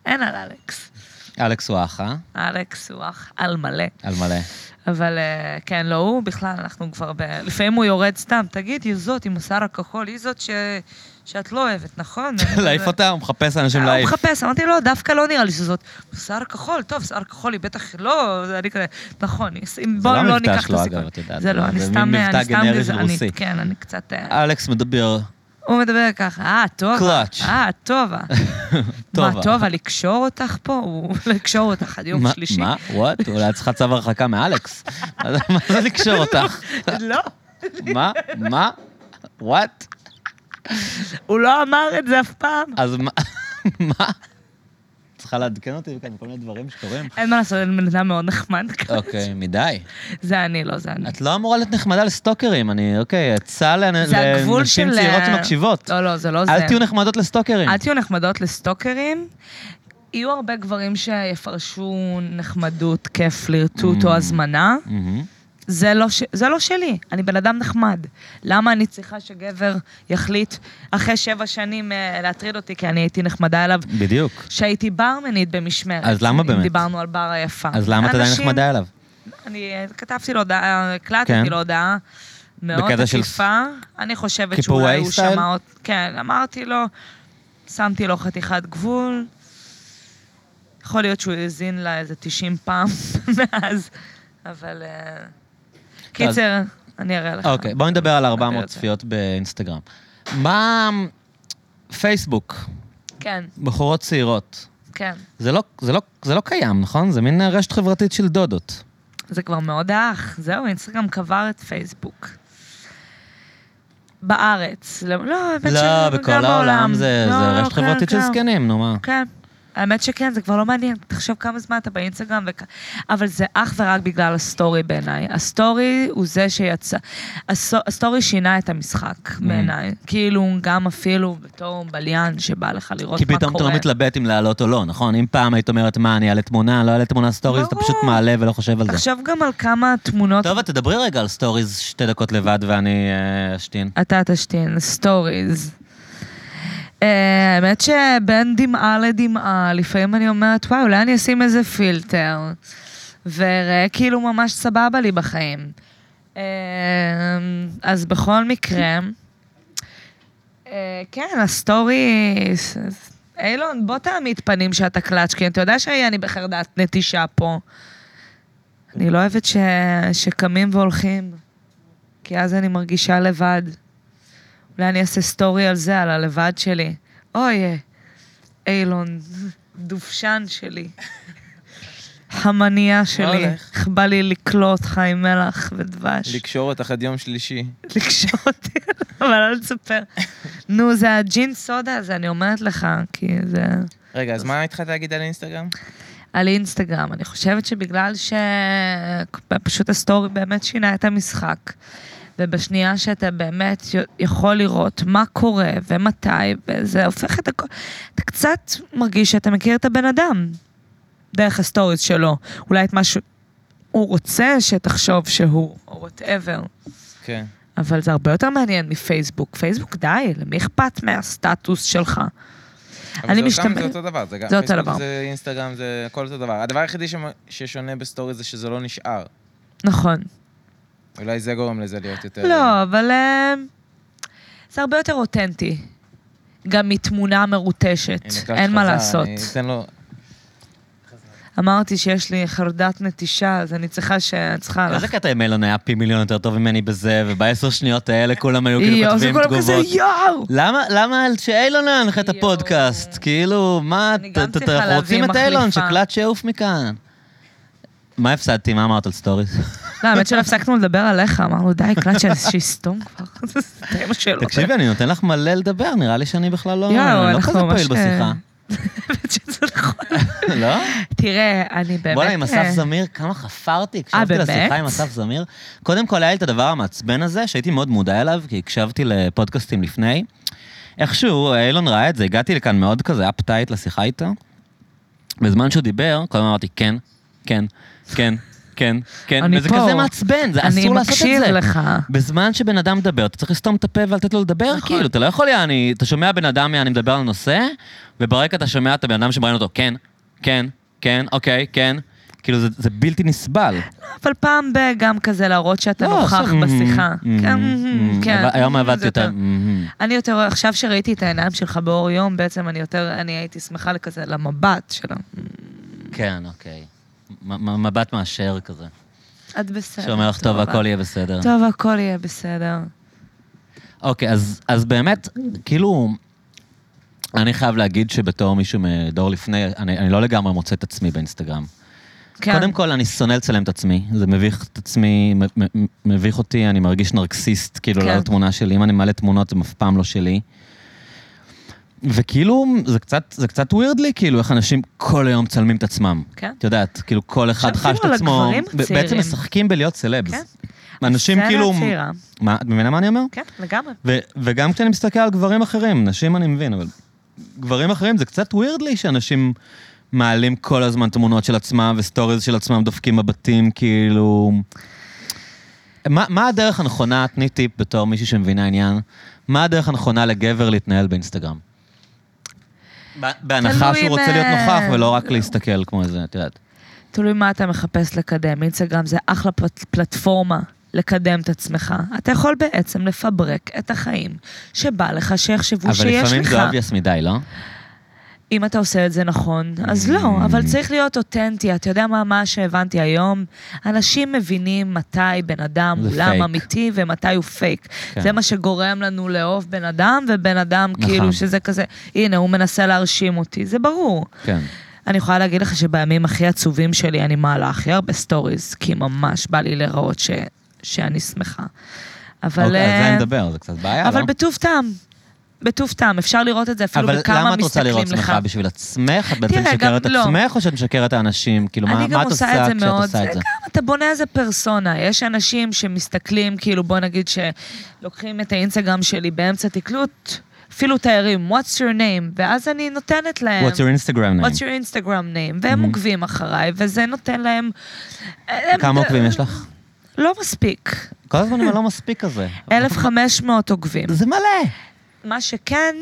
אין על אלכס. אלכס הוא האח, אה? אלכס הוא אח על מלא. על מלא. אבל אה, כן, לא הוא, בכלל, אנחנו כבר ב... לפעמים הוא יורד סתם, תגיד, היא זאת עם השיער הכחול, היא זאת ש... שאת לא אוהבת, נכון? אה, להעיף אותה, הוא מחפש אנשים הוא להעיף. מחפש, אמרתי לו, דווקא לא נראה לי שזאת. שיער כחול, טוב, שיער כחול היא בטח לא, זה אני כזה, נכון, אם זה בואו לא לא המבטא ניקח את שלו, אגב, הסיכון. את יודעת. זה לא, אני זה סתם, מין אני מבטא סתם גנרי גזענית. רוסי. כן, אני קצת... אה, אלכס מדבר, הוא מדבר ככה, אה, טובה. Clutch. אה, טובה. טובה. מה, טובה, לקשור אותך פה? הוא לקשור אותך עד יום מה, שלישי? מה, וואט, אולי את צריכה צו הרחקה מאלכס. מה זה- מה זה לקשור אותך? לא, מה, מה, וואט? הוא לא אמר את זה אף פעם. אז מה, מה? צריכה לעדכן אותי כאן בכל מיני דברים שקורים? אין מה לעשות, אני בן אדם מאוד נחמד כזה. אוקיי, מדי. זה אני, לא זה אני. את לא אמורה להיות נחמדה לסטוקרים, אני, אוקיי, עצה לאנ- זה הגבול לנשים של- צעירות שמקשיבות. לא, לא, זה לא זה. אל תהיו נחמדות לסטוקרים. אל תהיו נחמדות לסטוקרים. יהיו הרבה גברים שיפרשו נחמדות, כיף, פלירטוט Mm. או הזמנה. מהמם. זה לא, ש... זה לא שלי, אני בן אדם נחמד. למה אני צריכה שגבר יחליט אחרי שבע שנים אה, להטריד אותי כי אני הייתי נחמדה אליו? בדיוק. שהייתי ברמנית במשמרת. אז למה באמת? אם דיברנו על בר היפה. אז למה את עדיין אנשים- נחמדה אליו? אני אה, כתבתי לו הודעה, כן. הקלטתי לו הודעה. מאוד בקטע של- תקיפה, אני חושבת קיפורי שאולי הוא סטייל? שמע אותי, כן, אמרתי לו, שמתי לו חתיכת גבול, יכול להיות שהוא האזין לה איזה 90 פעם מאז, אבל... אה, קיצר, אני אראה לך. אוקיי, בואו נדבר על נדבר 400 על זה. צפיות באינסטגרם. מה... פייסבוק, כן, בחורות צעירות. כן, זה לא, זה, לא, זה לא קיים, נכון? זה מין רשת חברתית של דודות. זה כבר מאוד האח, זהו, אינסטגרם קבר את פייסבוק. בארץ, לא, לא, האמת לא, שגם בכל העולם זה, לא, זה לא, רשת כן, חברתית של כן. זקנים, נו מה. כן. האמת שכן, זה כבר לא מעניין. תחשוב כמה זמן אתה באינסטגרם וכ... אבל זה אך ורק בגלל הסטורי בעיניי. הסטורי הוא זה שיצא... הסו- הסטורי שינה את המשחק Mm. בעיניי. כאילו, גם אפילו בתור בליין שבא לך לראות כי מה קורה. פתאום אתה לא מתלבט אם לעלות או לא, נכון? אם פעם היית אומרת, מה, אני אעלה תמונה, לא אעלה תמונה סטוריז, אתה ברור. פשוט מעלה ולא חושב על זה. תחשוב גם על כמה תמונות... טוב, את תדברי רגע על סטוריז שתי דקות לבד ואני אה, אשתין. אתה תשתין, סטוריז. אה, האמת שבין דמעה לדמעה, לפעמים אני אומרת, וואי, אולי אני אשים איזה פילטר, ואראה כאילו ממש סבבה לי בחיים. אה, אז בכל מקרה, אה, כן, הסטורי... אילון, בוא תעמיד פנים שאתה קלאץ', כי אתה יודע שאני בחרדת נטישה פה. אני לא אוהבת ש... שקמים והולכים, כי אז אני מרגישה לבד. אולי אני אעשה סטורי על זה, על הלבד שלי. אוי, אה, אילון, דובשן שלי. המניעה שלי. הולך? איך בא לי לקלוא אותך עם מלח ודבש. לקשור אותך עד יום שלישי. לקשור אותי, אבל אל תספר. נו, זה הג'ין סודה הזה, אני אומרת לך, כי זה... רגע, אז מה התחלת להגיד על אינסטגרם? על אינסטגרם. אני חושבת שבגלל ש... פשוט הסטורי באמת שינה את המשחק. ובשנייה שאתה באמת י- יכול לראות מה קורה ומתי, וזה הופך את הכל... אתה קצת מרגיש שאתה מכיר את הבן אדם דרך הסטוריז שלו. אולי את מה שהוא רוצה שתחשוב שהוא, או וואטאבר. כן. אבל זה הרבה יותר מעניין מפייסבוק. פייסבוק, די, למי אכפת מהסטטוס שלך? אבל אני זה אותם- משתמש- זה אותו דבר. זה גם- זה אותו פייסבוק דבר. זה אינסטגרם, זה הכל אותו דבר. הדבר היחידי שמ- ששונה בסטורי זה שזה לא נשאר. נכון. אולי זה גורם לזה להיות כן. יותר... לא, אבל אה, זה הרבה יותר אותנטי. גם מתמונה מרוטשת, הנה, קלאץ' אין מה חזר, לעשות. אני אתן לו... אמרתי שיש לי חרדת נטישה, אז אני צריכה ש... אני צריכה... איזה קטע עם אילון היה פי מיליון יותר טוב ממני בזה, ובעשר שניות האלה כולם היו כאילו יואו, זה כותבים כולם כזה תגובות. יואו! למה, למה על שאילון היה לך את יואו. הפודקאסט? כאילו, מה, אני גם ת- ת- צריכה אנחנו רוצים להביא את אילון, מחליפה. שקלט שיעוף מכאן. מה הפסדתי? מה אמרת על סטוריס? לא, האמת שלא הפסקנו לדבר עליך, אמרנו, די, קלאץ' שיסתום כבר. זה סתם שאלות. תקשיבי, אני נותן לך מלא לדבר, נראה לי שאני בכלל לא... יואו, אני לא אנחנו כזה ממש... פעיל אה, בשיחה. האמת שזה נכון. לא? תראה, אני באמת... בואנה, עם אסף אה, זמיר, כמה חפרתי, הקשבתי באמת? לשיחה עם אסף זמיר. קודם כל, היה לי את הדבר המעצבן הזה, שהייתי מאוד מודע אליו, כי הקשבתי לפודקאסטים לפני. איכשהו, אילון ראה את זה, הגעתי לכאן מאוד כזה אפטייט לשיחה איתו. בזמן שהוא דיבר, כל הזמן אמרתי, כן, כן, כן, כן, כן, אני וזה פה. כזה מעצבן, זה אני אסור לעשות את זה. מקשיב לך. בזמן שבן אדם מדבר, אתה צריך לסתום את הפה ולתת לו לדבר, נכון. כאילו, אתה לא יכול, יעני, אתה שומע בן אדם, יעני, מדבר על נושא, וברקע אתה שומע את הבן אדם שמראיין אותו, כן, כן, כן, אוקיי, כן. כאילו, זה, זה בלתי נסבל. אבל פעם ב... גם כזה להראות שאתה לא, נוכח עושה, בשיחה. "מ, מ, כן, מ, מ, כן. אבל mm, היום זה עבדתי יותר. "מ, מ". אני יותר, עכשיו שראיתי את העיניים שלך באור יום, בעצם אני יותר, אני הייתי שמחה לכזה, למבט שלה. כן, אוקיי. מ- מ- מבט מאשר כזה. את בסדר. שאומר לך, טוב, הכל יהיה בסדר. טוב, הכל יהיה בסדר. אוקיי, אז, אז באמת, כאילו, אני חייב להגיד שבתור מישהו מדור לפני, אני, אני לא לגמרי מוצא את עצמי באינסטגרם. כן. קודם כל, אני שונא לצלם את עצמי. זה מביך את עצמי, מ- מ- מביך אותי, אני מרגיש נרקסיסט, כאילו, כן. כן. לעלות תמונה שלי. אם אני מעלה תמונות, זה אף פעם לא שלי. וכאילו, זה קצת, זה קצת ווירד לי, כאילו, איך אנשים כל היום מצלמים את עצמם. כן. את יודעת, כאילו, כל אחד עכשיו חש את כאילו על עצמו. הגברים ב- בעצם הצעירים. משחקים בלהיות סלבס. כן. אנשים הסצנה כאילו... הצעירה. מה, את מבינה מה אני אומר? כן, לגמרי. ו- וגם כשאני מסתכל על גברים אחרים, נשים אני מבין, אבל גברים אחרים זה קצת ווירד לי שאנשים מעלים כל הזמן תמונות של עצמם וסטוריז של עצמם דופקים בבתים, כאילו... מה, מה הדרך הנכונה, תני טיפ בתור מישהי שמבינה עניין, מה הדרך הנכונה לגבר להתנהל באינסטגרם? ב- בהנחה תלוי שהוא אם, רוצה להיות אה, נוכח ולא רק להסתכל כמו איזה, את יודעת. תלוי מה אתה מחפש לקדם. אינסטגרם זה אחלה פלט- פלטפורמה לקדם את עצמך. אתה יכול בעצם לפברק את החיים שבא לך, שיחשבו שיש אבל לך. לפעמים זה obvious מדי, לא? אם אתה עושה את זה נכון, אז Mm. לא, אבל צריך להיות אותנטי. אתה יודע מה, מה שהבנתי היום? אנשים מבינים מתי בן אדם זה הוא לם פייק. אמיתי ומתי הוא פייק. כן. זה מה שגורם לנו לאהוב בן אדם, ובן אדם נכון. כאילו שזה כזה, הנה, הוא מנסה להרשים אותי, זה ברור. כן. אני יכולה להגיד לך שבימים הכי עצובים שלי אני מעלה הכי הרבה סטוריז, כי ממש בא לי להיראות ש... שאני שמחה. אבל... אוקיי, על זה אני אה, מדבר, זה קצת בעיה, לא? אבל בטוב טעם. בטוב טעם, אפשר לראות את זה אפילו בכמה אבל מסתכלים לך. למה את רוצה לראות עצמך? בשביל עצמך? את בעצם תראה, משקרת גם- לא. עצמך או שאת משקרת האנשים? כאילו, מה אני גם מה את עושה עושה את זה כשאת מאוד. עושה את זה? גם אתה בונה איזה פרסונה. יש אנשים שמסתכלים, כאילו, בוא נגיד שלוקחים את האינסטגרם שלי באמצע תקלוט, אפילו תיירים, what's your name, ואז אני נותנת להם... What's your Instagram אה, What's name? Mm-hmm. your Instagram name? והם עוקבים אחריי, וזה נותן להם... אה, הם- כמה עוקבים יש לך? לא מספיק. כל הזמן אני לא מספיק כזה. 1,500 עוקבים. זה מלא! מה שכן,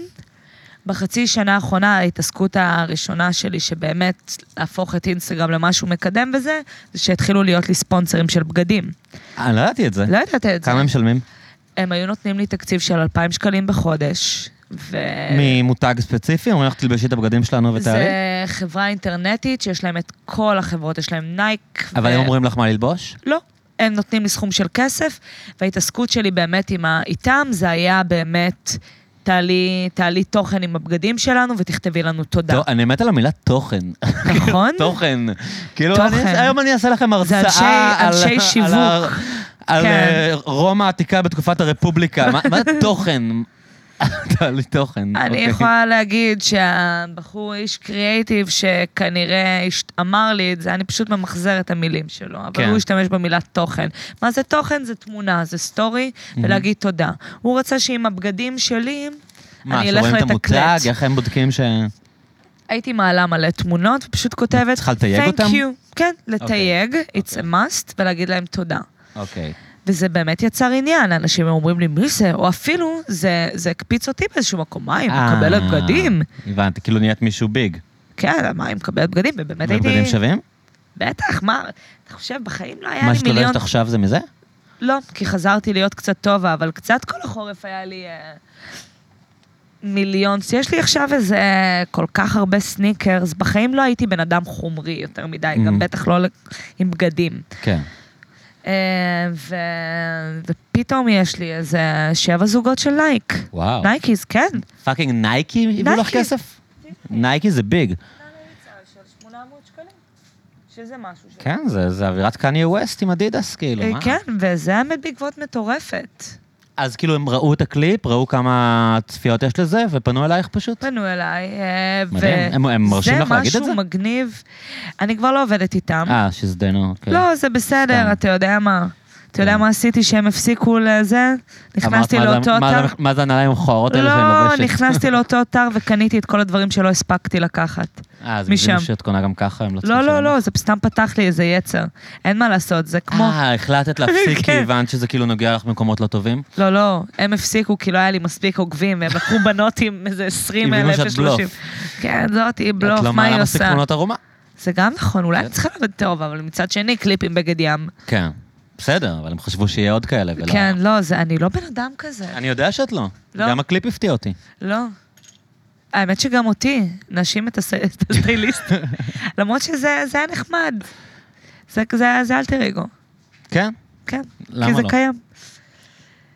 בחצי שנה האחרונה, ההתעסקות הראשונה שלי, שבאמת להפוך את אינסטגרם למשהו מקדם וזה, זה שהתחילו להיות לי ספונסרים של בגדים. אני לא ידעתי את זה. לא ידעת את זה. כמה הם משלמים? הם היו נותנים לי תקציב של 2,000 שקלים בחודש, ו... ממותג ספציפי? אומרים לך תלבשי את הבגדים שלנו ותעלי? אה. זה חברה אינטרנטית שיש להם את כל החברות, יש להם נייק. אבל הם אומרים לך מה ללבוש? לא. הם נותנים לי סכום של כסף, וההתעסקות שלי באמת עם ה... איתם, זה היה באמת, תעלי, תעלי תוכן עם הבגדים שלנו ותכתבי לנו תודה. טוב, אני מת על המילה תוכן. נכון? תוכן. כאילו, תוכן. אני- היום אני אעשה לכם זה הרצאה אנשי- על- אנשי על שיווק. ה- על כן. אה, רומא העתיקה בתקופת הרפובליקה. מה- מה תוכן? תעלי תוכן. אני אוקיי. יכולה להגיד שהבחור איש קריאייטיב שכנראה הש- אמר לי את זה, אני פשוט ממחזרת את המילים שלו, אבל כן. הוא השתמש במילה תוכן. מה זה תוכן? זה תמונה, זה סטורי, ולהגיד תודה. הוא רצה שעם הבגדים שלי, מה, אני אלך שרואים את המותג? לתקלט. איך הם בודקים ש... הייתי מעלה מלא תמונות, ופשוט כותבת, צריכה לתייג "Thank אותם?" you. כן, לתייג, it's אוקיי. a must, ולהגיד להם תודה. אוקיי. וזה באמת יצר עניין, אנשים אומרים לי, מי זה? או אפילו, זה, זה הקפיץ אותי באיזשהו מקום, מה, היא אה, מקבלת בגדים? הבנתי, כאילו נהיית מישהו ביג. כן, מה, היא מקבלת בגדים? ובאמת הייתי... ובגדים שווים? בטח, מה, אתה חושב, בחיים לא היה מה לי שאת מיליון... לובשת עכשיו זה מזה? לא, כי חזרתי להיות קצת טובה, אבל קצת כל החורף היה לי אה, מיליון. יש לי עכשיו איזה כל כך הרבה סניקרס, בחיים לא הייתי בן אדם חומרי יותר מדי, Mhm. גם בטח לא ל- עם בגדים. כן. אה, ו... ופתאום יש לי איזה שבע זוגות של נייק. וואו. נייקיז, כן. פאקינג נייקי הביאו לך נייקי. כסף? נייקי זה ביג. שזה משהו ש... כן, זה זה אווירת קניה ווסט עם אדידס, כאילו, מה? כן, וזה היה באמת בעקבות מטורפת. אז כאילו הם ראו את הקליפ, ראו כמה צפיות יש לזה, ופנו אלייך פשוט? פנו אליי, אה, ו... מדהים. הם- הם מרשים לך להגיד את זה זה? משהו מגניב. אני כבר לא עובדת איתם. אה, שזדנו, כן. לא, זה בסדר, סתם. אתה יודע מה. אתה יודע כן. מה עשיתי שהם הפסיקו לזה? נכנסתי אמרת, מה זה- לאותו מה אתר. זה- מה זה הנעליים המכוערות האלה שאני לא, לובשת? נכנסתי לאותו אתר וקניתי את כל הדברים שלא הספקתי לקחת. אה, אז משם. מבינים שאת קונה גם ככה, הם לא צריכים לא, לא, לשלם. לא, זה סתם פתח לי איזה יצר. אין מה לעשות, זה כמו... אה, החלטת להפסיק כי כן. הבנת שזה כאילו נוגע לך במקומות לא טובים? לא, לא, הם הפסיקו כי לא היה לי מספיק עוקבים, והם לקחו בנות עם איזה 20 הבינו אלף שאת ו-30. בלוף. כן, זאתי את בלוף, לא מה היא מעלה מספיק עושה? תמונות כן. ערומה? זה גם נכון, אולי אני צריכה לעבוד טוב, אבל מצד שני, קליפים בגד ים. כן. בסדר, אבל הם חשבו שיהיה עוד כאלה, ולא... כן, לא, זה, אני לא בן אדם כזה. אני יודע שאת לא. לא. גם הקליפ הפתיע אותי. לא. האמת שגם אותי, נשים את הס- את הסטייליסט. למרות שזה זה היה נחמד. זה, זה, זה אלטר אגו, כן? כן. כי למה זה לא? קיים.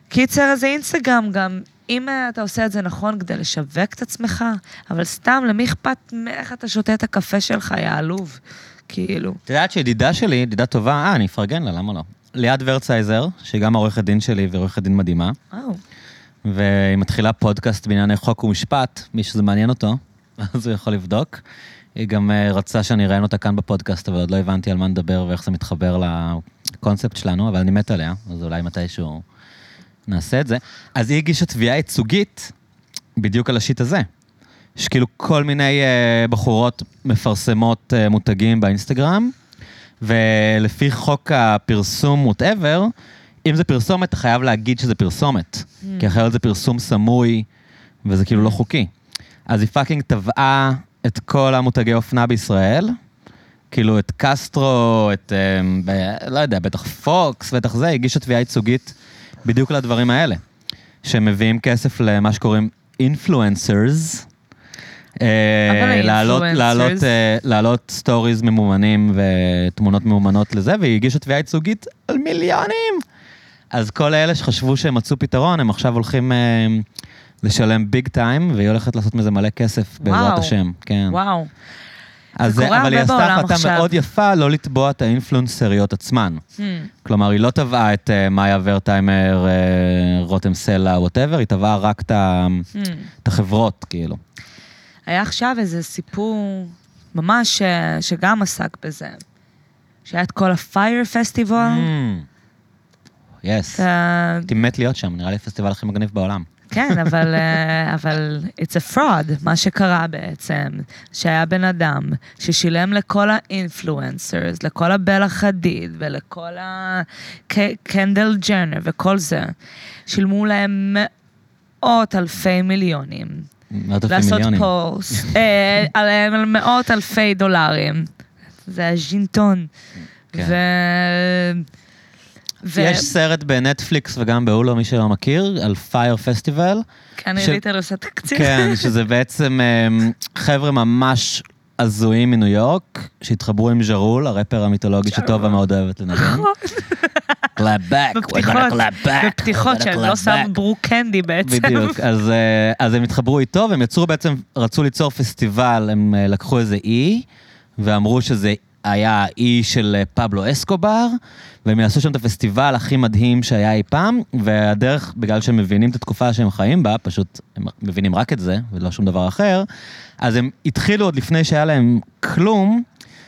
קיצר, זה אינסטגרם גם. אם אה, אתה עושה את זה נכון כדי לשווק את עצמך, אבל סתם, למי אכפת מאיך אתה שותה את הקפה שלך, יא עלוב? כאילו. את יודעת שידידה שלי, ידידה טובה, אה, אני אפרגן לה, למה לא? ליעד ורצייזר, שהיא גם העורכת דין שלי ועורכת דין מדהימה, וואו. והיא מתחילה פודקאסט בענייני חוק ומשפט, מי שזה מעניין אותו, אז הוא יכול לבדוק. היא גם אה, רצה שאני אראיין אותה כאן בפודקאסט, אבל עוד לא הבנתי על מה נדבר ואיך זה מתחבר לקונספט שלנו, אבל אני מת עליה, אז אולי מתישהו נעשה את זה. אז היא הגישה תביעה ייצוגית בדיוק על השיט הזה. שכאילו כל מיני אה, בחורות מפרסמות אה, מותגים באינסטגרם, ולפי חוק הפרסום whatever, אם זה פרסומת, אתה חייב להגיד שזה פרסומת, כי אחרת זה פרסום סמוי, וזה כאילו לא חוקי. אז היא פאקינג טבעה את כל המותגי אופנה בישראל, כאילו את קסטרו, את, אה, ב- לא יודע, בטח פוקס, בטח זה, הגישה תביעה ייצוגית בדיוק לדברים האלה. שמביאים כסף למה שקוראים אינפלואנסרס. אה, אבל ה-influencers- להעלות סטוריז אה, ממומנים ותמונות ממומנות לזה, והיא הגישה תביעה ייצוגית על מיליונים. אז כל אלה שחשבו שהם מצאו פתרון, הם עכשיו הולכים אה, לשלם ביג טיים, והיא הולכת לעשות מזה מלא כסף בעזרת וואו. השם. כן. וואו. אז זה קורה אבל הרבה היא עשתה בעולם החלטה עכשיו. מאוד יפה לא לתבוע את האינפלואנסריות עצמן. Hmm. כלומר, היא לא תבעה את אה, מאיה ורטהיימר, אה, רותם סלע, וואטאבר, היא תבעה רק את ה- Hmm. את החברות, כאילו. היה עכשיו איזה סיפור ממש ש- שגם עסק בזה. שהיה את כל הפייר פסטיבל. יס. אה, הייתי Hmm. מת להיות שם, נראה לי הפסטיבל הכי מגניב בעולם. כן, אבל, אה, אבל it's a fraud, מה שקרה בעצם, שהיה בן אדם ששילם לכל האינפלואנסרס, לכל הבלה חדיד ולכל הקנדל ג'נר וכל זה, שילמו להם מאות אלפי מיליונים. מאות אלפי לעשות מיליונים. פוסט אה, על על מאות אלפי דולרים. זה הז'ינטון. כן. ו... ו- יש סרט בנטפליקס וגם בהולו, מי שלא מכיר, על פייר פסטיבל. כאן ש- עלית על עושה תקציב. כן, שזה בעצם אמ, חבר'ה ממש הזויים מניו יורק, שהתחברו עם ז'רול, הראפר המיתולוגי שטובה מאוד אוהבת לנגן. קלאבק, בפתיחות, בפתיחות, שהם לא שמו קנדי בעצם. בדיוק, אז, אה, אז הם התחברו איתו, והם יצרו בעצם, רצו ליצור פסטיבל, הם אה, לקחו איזה אי, ואמרו שזה היה האי של אה, פבלו אסקובר, והם יעשו שם את הפסטיבל הכי מדהים שהיה אי פעם, והדרך, בגלל שהם מבינים את התקופה שהם חיים בה, פשוט הם מבינים רק את זה, ולא שום דבר אחר, אז הם התחילו עוד לפני שהיה להם כלום,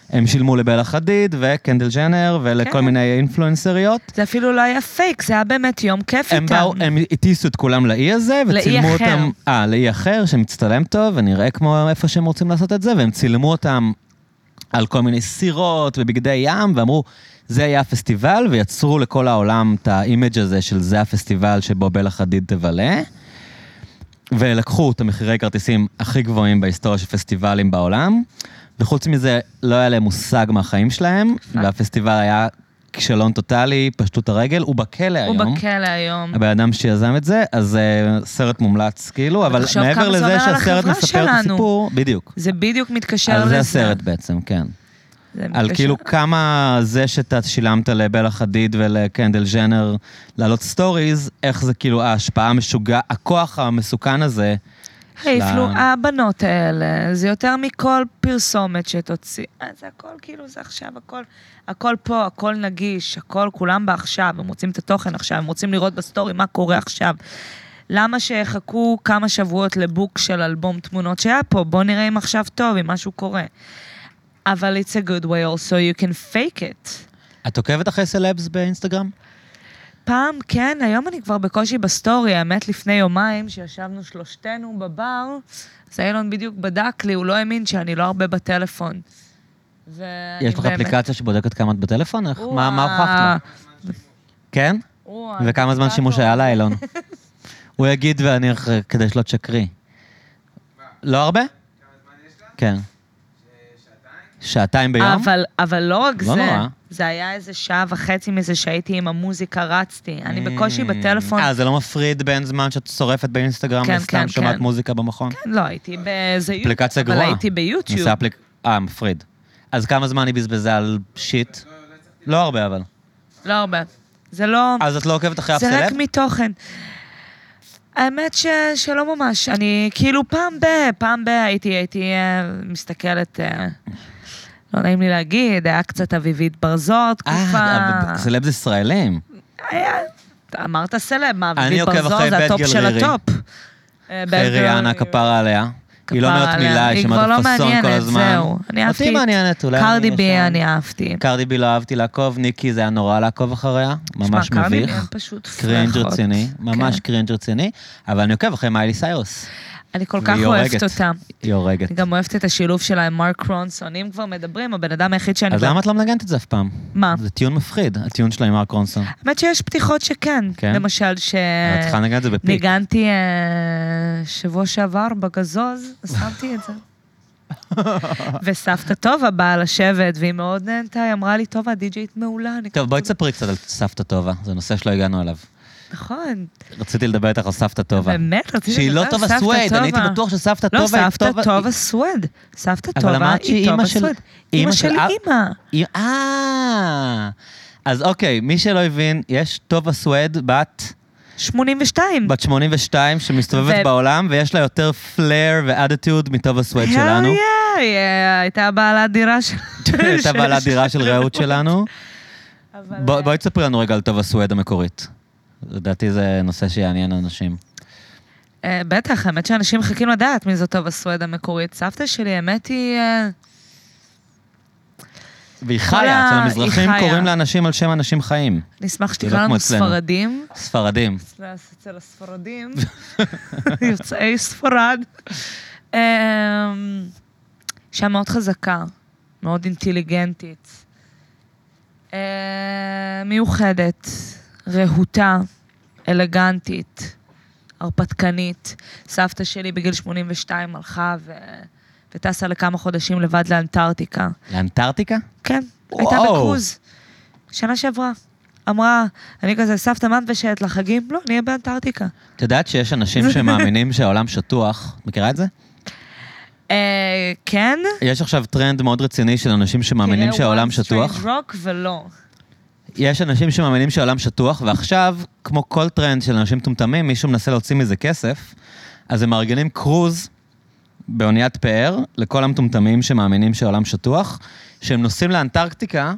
הם שילמו לבלה חדיד וקנדל ג'נר ולכל כן. מיני אינפלואנסריות. זה אפילו לא היה פייק, זה היה באמת יום כיף הם איתם. באו, הם הטיסו את כולם לאי הזה, לאי וצילמו אחר. אותם, אה, לאי אחר, שמצטלם טוב, ונראה כמו איפה שהם רוצים לעשות את זה, והם צילמו אותם על כל מיני סירות ובגדי ים, ואמרו, זה היה הפסטיבל, ויצרו לכל העולם את האימג' הזה של זה הפסטיבל שבו בלה חדיד תבלה. ולקחו את המחירי כרטיסים הכי גבוהים בהיסטוריה של פסטיבלים בעולם, וחוץ מזה, לא היה להם מושג מהחיים שלהם, והפסטיבל היה כישלון טוטאלי, פשטו את הרגל, הוא בכלא היום. הוא בכלא היום. הבן אדם שיזם את זה, אז uh, סרט מומלץ כאילו, אבל ותחשוב מעבר כמה זה לזה אומר על שהסרט החברה מספר את שלנו. הסיפור, בדיוק. זה בדיוק מתקשר לזה. על זה הסרט בעצם, כן. זה על מתקשר- כאילו כמה זה שאתה שילמת לבלה חדיד ולקנדל ג'נר להעלות סטוריז, איך זה כאילו ההשפעה המשוגע, הכוח המסוכן הזה. העיפלו של ה- הבנות האלה, זה יותר מכל פרסומת שתוציא. אה, זה הכל כאילו, זה עכשיו, הכל, הכל פה, הכל נגיש, הכל, כולם בעכשיו, הם רוצים את התוכן עכשיו, הם רוצים לראות בסטורי מה קורה עכשיו. למה שיחכו כמה שבועות לבוק של אלבום תמונות שהיה פה? בואו נראה אם עכשיו טוב, אם משהו קורה. אבל it's a good way also, you can fake it. את עוקבת אחרי סלבס באינסטגרם? פעם כן, היום אני כבר בקושי בסטורי, האמת לפני יומיים, שישבנו שלושתנו בבר, אז אילון בדיוק בדק לי, הוא לא האמין שאני לא הרבה בטלפון. ואני יש לך באמת- אפליקציה שבודקת כמה את בטלפון? איך- וואו. מה מה הוכחת? לה? כן? וואו, וכמה זמן אתה שימוש טוב. היה לאילון? הוא יגיד ואני אחרי, כדי שלא תשקרי. לא הרבה? כן. שעתיים ביום? אבל, אבל לא רק לא זה, נורא. זה היה איזה שעה וחצי מזה שהייתי עם המוזיקה, רצתי. אני בקושי Mm. בטלפון, אה, זה לא מפריד בין זמן שאת שורפת באינסטגרם נכון. כן, לסתם כן, שומעת כן. מוזיקה במכון? לא הייתי באיזה יוטיוב, אפליקציה אבל גרועה. הייתי ביוטיוב. נושא אפליק- אה, מפריד. אז כמה זמן היא בזבזה על שיט? לא הרבה אבל. לא הרבה. זה לא... אז את לא עוקבת אחרי אף זה רק סלב? מתוכן. האמת ש, שלא ממש, אני כאילו פעם ב... פעם ב... הייתי, הייתי אה, מסתכלת, אה, לא נעים לי להגיד, היה קצת אביבית בר זוהר תקופה. אה, אבל סלב זה ישראלים. היה... אמרת סלב, מה, אני אביבית עוקב בר זוהר אחרי זה בית הטופ של גלרירי. הטופ. אה, בית אחרי ריאנה, גלרירי. כפרה עליה. היא לא כפרה אומרת עליה. מילה, היא היא כבר לא שומעת פאסון כל מעניינת, הזמן. זהו. אני אהבתי אותי את מעניינת, אולי... קרדי אני לא בי ישר- אני אהבתי. קרדי בי לא אהבתי לעקוב, ניקי זה היה נורא לעקוב אחריה, ממש שמע, קרדי בי הם מביך. פשוט פרחות. קרינג' רציני, ממש כן. קרינג' רציני, אבל אני עוקב אחרי מיילי סיירוס. אני כל כך והיא אוהבת הורגת. אותם. היא הורגת. אני גם אוהבת את השילוב שלה עם מרק רונסון. אם כבר מדברים, הבן אדם היחיד שאני... אז למה את לא מנגנת את זה אף פעם? מה? זה טיון מפחיד, הטיון שלה עם מרק רונסון. האמת שיש פתיחות שכן. כן? למשל, ש... את צריכה לנגן את זה בפיק. ניגנתי אה, שבוע שעבר בגזוז, אז שמתי את זה. וסבתא טובה באה לשבת, והיא מאוד נהנתה, היא אמרה לי, טובה, הדי-ג'ית מעולה. אני טוב, כזה, בואי תספרי קצת על סבתא טובה, זה נושא שלא הגענו אליו. נכון, רציתי לדבר איתך על סבתא טובה. באמת, רציתי שהיא לדבר לא על טובה סבתא סווייד, אני הייתי טובה. בטוח שסבתא טובה לא, היא טובה... סבתא טובה סווד. סבתא אבל טובה אמרת שהיא היא אימא טובה של- סווד. אימא אימא של של אב- אימא. היא- אה, אז אוקיי, מי שלא הבין, יש טובה סואד, בת, 82. בת 82, שמסתובבת Mm. ו- בעולם, ויש לה יותר פלר ואדיטיוד מטובה סואד שלנו. היא הייתה בעלת דירה של... הייתה בעלת דירה של רעות שלנו. אבל, אה, בוא- בואי תספרי לנו רגע על טובה סואד המקורית. לדעתי זה נושא שיעניין אנשים. אה, בטח, האמת שאנשים מחכים לדעת מי זאת טובה סווד המקורית. סבתא שלי, האמת היא... אה, והיא כל חיה, ה- אצל היא המזרחים חיה. קוראים לאנשים על שם אנשים חיים. אני אשמח לא שתקרא כמו לנו אצלנו. ספרדים. ספרדים. אצל- אצל הספרדים, יוצאי ספרד. אה, אישה מאוד חזקה, מאוד אינטליגנטית, אמ, אה, מיוחדת, רהוטה, אלגנטית, הרפתקנית. סבתא שלי בגיל 82 הלכה ו... וטסה לכמה חודשים לבד לאנטארקטיקה. לאנטארקטיקה? כן, הייתה וואו. בקרוז. שנה שעברה. אמרה, אני כזה, סבתא, מה את בשלט לחגים? לא, נהיה באנטארקטיקה. את יודעת שיש אנשים שמאמינים שהעולם שטוח, את מכירה את זה? אה, כן? יש עכשיו טרנד מאוד רציני של אנשים שמאמינים תראה, שהעולם One Strange שטוח. Rock ולא. יש אנשים שמאמינים שהעולם שטוח, ועכשיו, כמו כל טרנד של אנשים מטומטמים, מישהו מנסה להוציא מזה כסף, אז הם מארגנים קרוז באוניית פאר לכל המטומטמים שמאמינים שהעולם שטוח, שהם נוסעים לאנטארקטיקה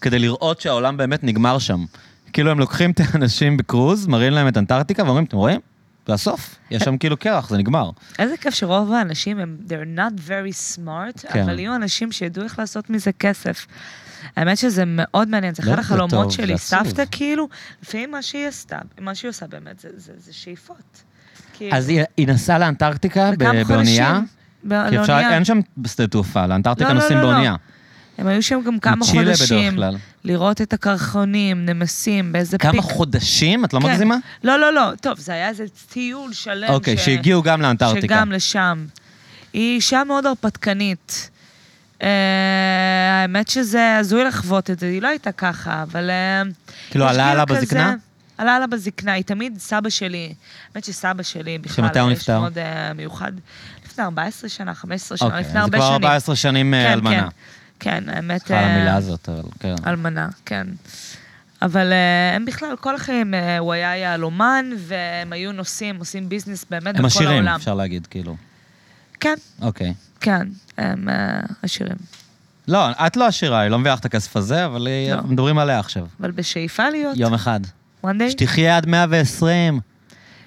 כדי לראות שהעולם באמת נגמר שם. כאילו הם לוקחים את האנשים בקרוז, מראים להם את אנטארקטיקה ואומרים, אתם רואים? זה הסוף. יש שם כאילו קרח, זה נגמר. איזה כיף שרוב האנשים הם, they're not very smart, כן. כן. אבל יהיו אנשים שידעו איך לעשות מזה כסף. האמת שזה מאוד מעניין, זה לא, אחד זה טוב, החלומות זה שלי. עצוב. סבתא, כאילו, לפעמים מה שהיא עשתה, מה שהיא עושה באמת, זה, זה, זה שאיפות. כאילו, אז היא- היא נסעה לאנטארקטיקה וכמה ב- חודשים באונייה, בא- כי אפשר, לאונייה. אין שם שדה תעופה, לאנטארקטיקה לא, לא, נוסעים לא, לא. באונייה. הם היו שם גם כמה מצ'ילה בדרך חודשים, כלל. לראות את הקרחונים, נמסים, באיזה פיק. כמה חודשים? את לא כן. מגזימה? לא, לא, לא, טוב, זה היה איזה טיול שלם. אוקיי, ש- שהגיעו גם לאנטארקטיקה. שגם לשם. היא אישה מאוד הרפתקנית. אה, האמת שזה הזוי לחוות את זה, היא לא הייתה ככה, אבל... אה, כאילו, יש עלה גיל עלה כזה- בזקנה? עלה עלה בזקנה, היא תמיד סבא שלי, האמת שסבא שלי בכלל, שמתי הוא יש נפטר? מאוד אה, מיוחד, לפני 14 שנה, 15 שנה, אוקיי, לפני אז הרבה כבר שנים. 14 שנים אה, אלמנה. כן, כן, האמת... בכלל אה, המילה הזאת, אבל כן. אלמנה, כן. אבל אה, הם בכלל, כל החיים, אה, הוא היה יהלומן, והם היו נוסעים, עושים ביזנס באמת הם בכל עשירים, העולם. אפשר להגיד, כאילו. כן, אוקיי. כן, הם אה, עשירים. לא, את לא עשירה, היא לא מביאה לך את הכסף הזה, אבל היא- לא. אוקיי. מדברים עליה עכשיו. אבל בשאיפה להיות, יום אחד. one day, שתחיה עד 120.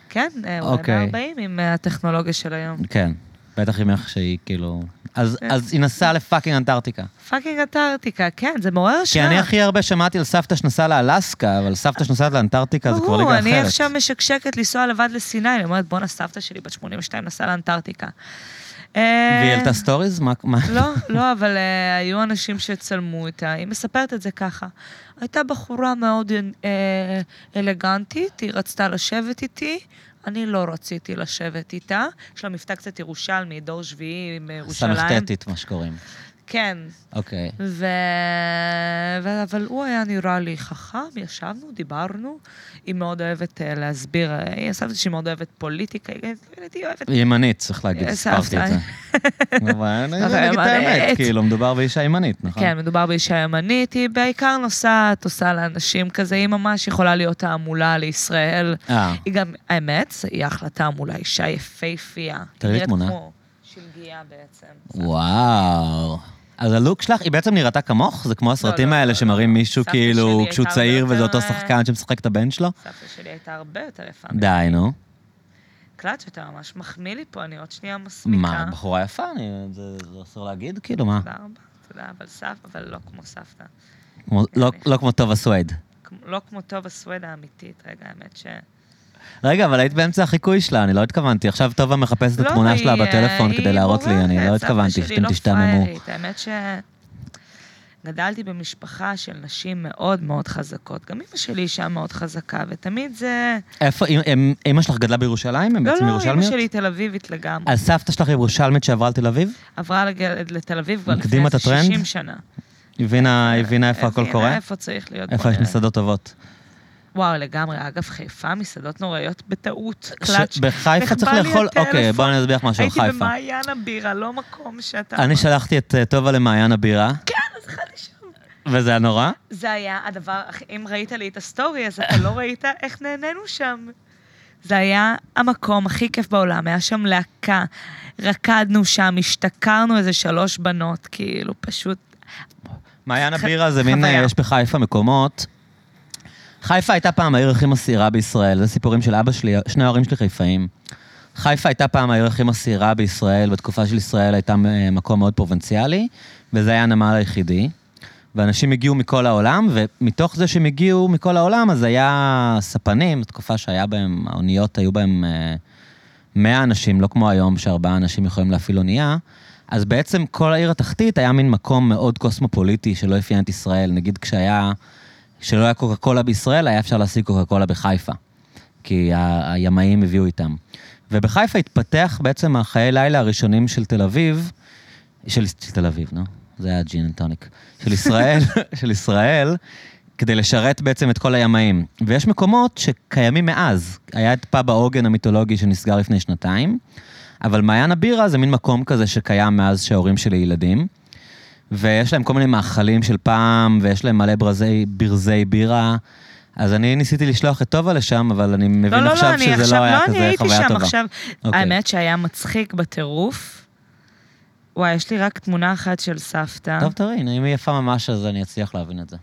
כן, אה, אולי אוקיי. 140 עם אה, הטכנולוגיה של היום. כן, בטח עם איך שהיא, כאילו... אז כן. אז היא נסעה לפאקינג אנטארקטיקה. פאקינג אנטארקטיקה, כן, זה מעורר כי השראה. אני הכי הרבה שמעתי על סבתא שנסעה לאלסקה, אבל סבתא שנוסעת לאנטארקטיקה זה כבר ליגה ברור, אחרת. אני עכשיו משקשקת לנסוע לבד לסיני, אני אומרת, בואנה, סבתא שלי בת 82 נסעה לאנטארקטיקה. אה, והיא העלתה סטוריז? מה? מה- לא, לא, אבל אה, היו אנשים שצלמו איתה. היא מספרת את זה ככה. הייתה בחורה מאוד אה, אלגנטית, היא רצתה לשבת איתי, אני לא רציתי לשבת איתה. יש לה מבטא קצת ירושלמי, דור שביעי מירושלים. סמכתתית, מה שקוראים. כן. אוקיי. ו... ו... אבל הוא היה נראה לי חכם, ישבנו, דיברנו. היא מאוד אוהבת אה, להסביר, אה, היא הסבתא שהיא מאוד אוהבת פוליטיקה, היא היא אוהבת... היא ימנית, צריך להגיד, אה, הסברתי את זה. אבל אני אבל אגיד את האמת, ימנית. כאילו, מדובר באישה ימנית, נכון? "אה, כן, מדובר באישה ימנית, היא בעיקר נוסעת, עושה לאנשים כזה, היא ממש יכולה להיות תעמולה לישראל. אה, היא גם, האמת, היא אחלה תעמולה, אישה יפייפייה. תראי לי היא נראית תמונה. כמו שלגיה בעצם. וואו. אז הלוק שלך, היא בעצם נראתה כמוך? זה כמו הסרטים לא, האלה לא, שמראים לא. מישהו סבתא שלי כאילו הייתה כשהוא הרבה צעיר יותר, וזה אותו אה, שחקן שמשחק את הבן שלו? סבתא שלי הייתה הרבה יותר יפה. די, נו. קלט שאתה ממש מחמיא לי פה, אני עוד שנייה מסמיקה. מה, בחורה יפה, אני- זה זה אסור להגיד? כאילו, מה? תודה רבה, תודה, אבל סב, אבל לא כמו סבתא. כמו- לא- לא כמו טובה סואד. כמו- לא כמו טובה סווד האמיתית, רגע, האמת ש... רגע, אבל היית באמצע החיקוי שלה, אני לא התכוונתי. עכשיו טובה מחפשת את לא, התמונה שלה היא, בטלפון אה, כדי היא להראות לי, אני לא מעוררת. התכוונתי, סבתא שלי שאתם לא תשתעממו. פראיירית. האמת ש... גדלתי במשפחה של נשים מאוד מאוד חזקות. גם אמא שלי אישה מאוד חזקה, ותמיד זה... איפה, אימא שלך גדלה בירושלים? הם לא, בעצם לא, אמא ירושלמיות? שלי היא תל אביבית לגמרי. אז סבתא שלך ירושלמית שעברה לתל אביב? עברה לג- לתל אביב כבר לפני מקדימה את איזה הטרנד? 60 שנה. הבינה, הבינה איפה הכל קורה? אה, הבינה איפה צריך להיות. איפה בוא יש נראה. מסעדות טובות? וואו, לגמרי. אגב, חיפה, מסעדות נוראיות בטעות. ש- קלאץ'. בחיפה נחבא צריך לי לאכול... הטלפון. אוקיי, בואי אני אסביר לך משהו על הייתי חיפה. במעיין הבירה, לא מקום שאתה... אני שלחתי את אה, טובה למעיין הבירה, כן, אז אכלתי שם. וזה היה נורא. זה היה הדבר, הכי- אם ראית לי את הסטורי, אז אתה לא ראית איך נהנינו שם. זה היה המקום הכי כיף בעולם, היה שם להקה. רקדנו שם, השתכרנו איזה שלוש בנות, כאילו, פשוט... מעיין ח- הבירה זה מין... אה, חוויה. יש בחיפה מקומות. חיפה הייתה פעם העיר הכי מסעירה בישראל, זה סיפורים של אבא שלי, שני ההורים שלי חיפאים. חיפה הייתה פעם העיר הכי מסעירה בישראל, בתקופה של ישראל הייתה אה, מקום מאוד פרובינציאלי, וזה היה הנמל היחידי. ואנשים הגיעו מכל העולם, ומתוך זה שהם הגיעו מכל העולם, אז היה ספנים, תקופה שהיה בהם, האוניות היו בהם אה, 100 אנשים, לא כמו היום שארבעה אנשים יכולים להפעיל אונייה. אז בעצם כל העיר התחתית היה מין מקום מאוד קוסמופוליטי שלא אפיין את ישראל. נגיד כשהיה, כשלא היה קוקה קולה בישראל, היה אפשר להשיג קוקה קולה בחיפה. כי ה- הימאים הביאו איתם. ובחיפה התפתח בעצם החיי לילה הראשונים של תל אביב, של, של תל אביב, נו? זה היה ג'ין אנד טוניק. של ישראל, של ישראל, כדי לשרת בעצם את כל הימאים. ויש מקומות שקיימים מאז. היה את פאב העוגן המיתולוגי שנסגר לפני שנתיים, אבל מעיין הבירה זה מין מקום כזה שקיים מאז שההורים שלי ילדים. ויש להם כל מיני מאכלים של פעם, ויש להם מלא ברזי, ברזי בירה. אז אני ניסיתי לשלוח את טובה לשם, אבל אני מבין לא, לא, לא, עכשיו אני שזה עכשיו, לא היה לא, אני כזה הייתי חוויה שם טובה. עכשיו. אוקיי. האמת שהיה מצחיק בטירוף. וואי, יש לי רק תמונה אחת של סבתא. טוב, תראי, הנה, אם היא יפה ממש, אז אני אצליח להבין את זה.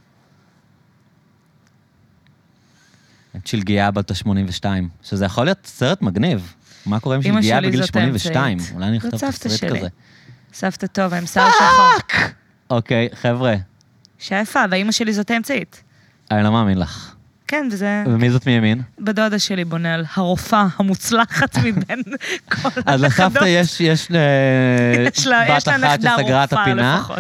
שלגיה בת ה-82, שזה יכול להיות סרט מגניב. מה קורה עם אמא שלגיה שלי בגיל זאת 82? האמצעית. אולי אני זאת אכתוב סבתא תסריט שלי. כזה. סבתא טובה עם שיער שחור. אוקיי, חבר'ה, שהיפה, ואימא שלי זאת האמצעית. אני לא מאמין לך. כן, וזה ומי זאת מימין? בדודה שלי בונל, הרופאה המוצלחת מבין כל הנכדות. אז לסבתא יש, יש אה, יש לה- בת יש לה אחת נכדה שסגרה את רופאה הפינה, לפחות.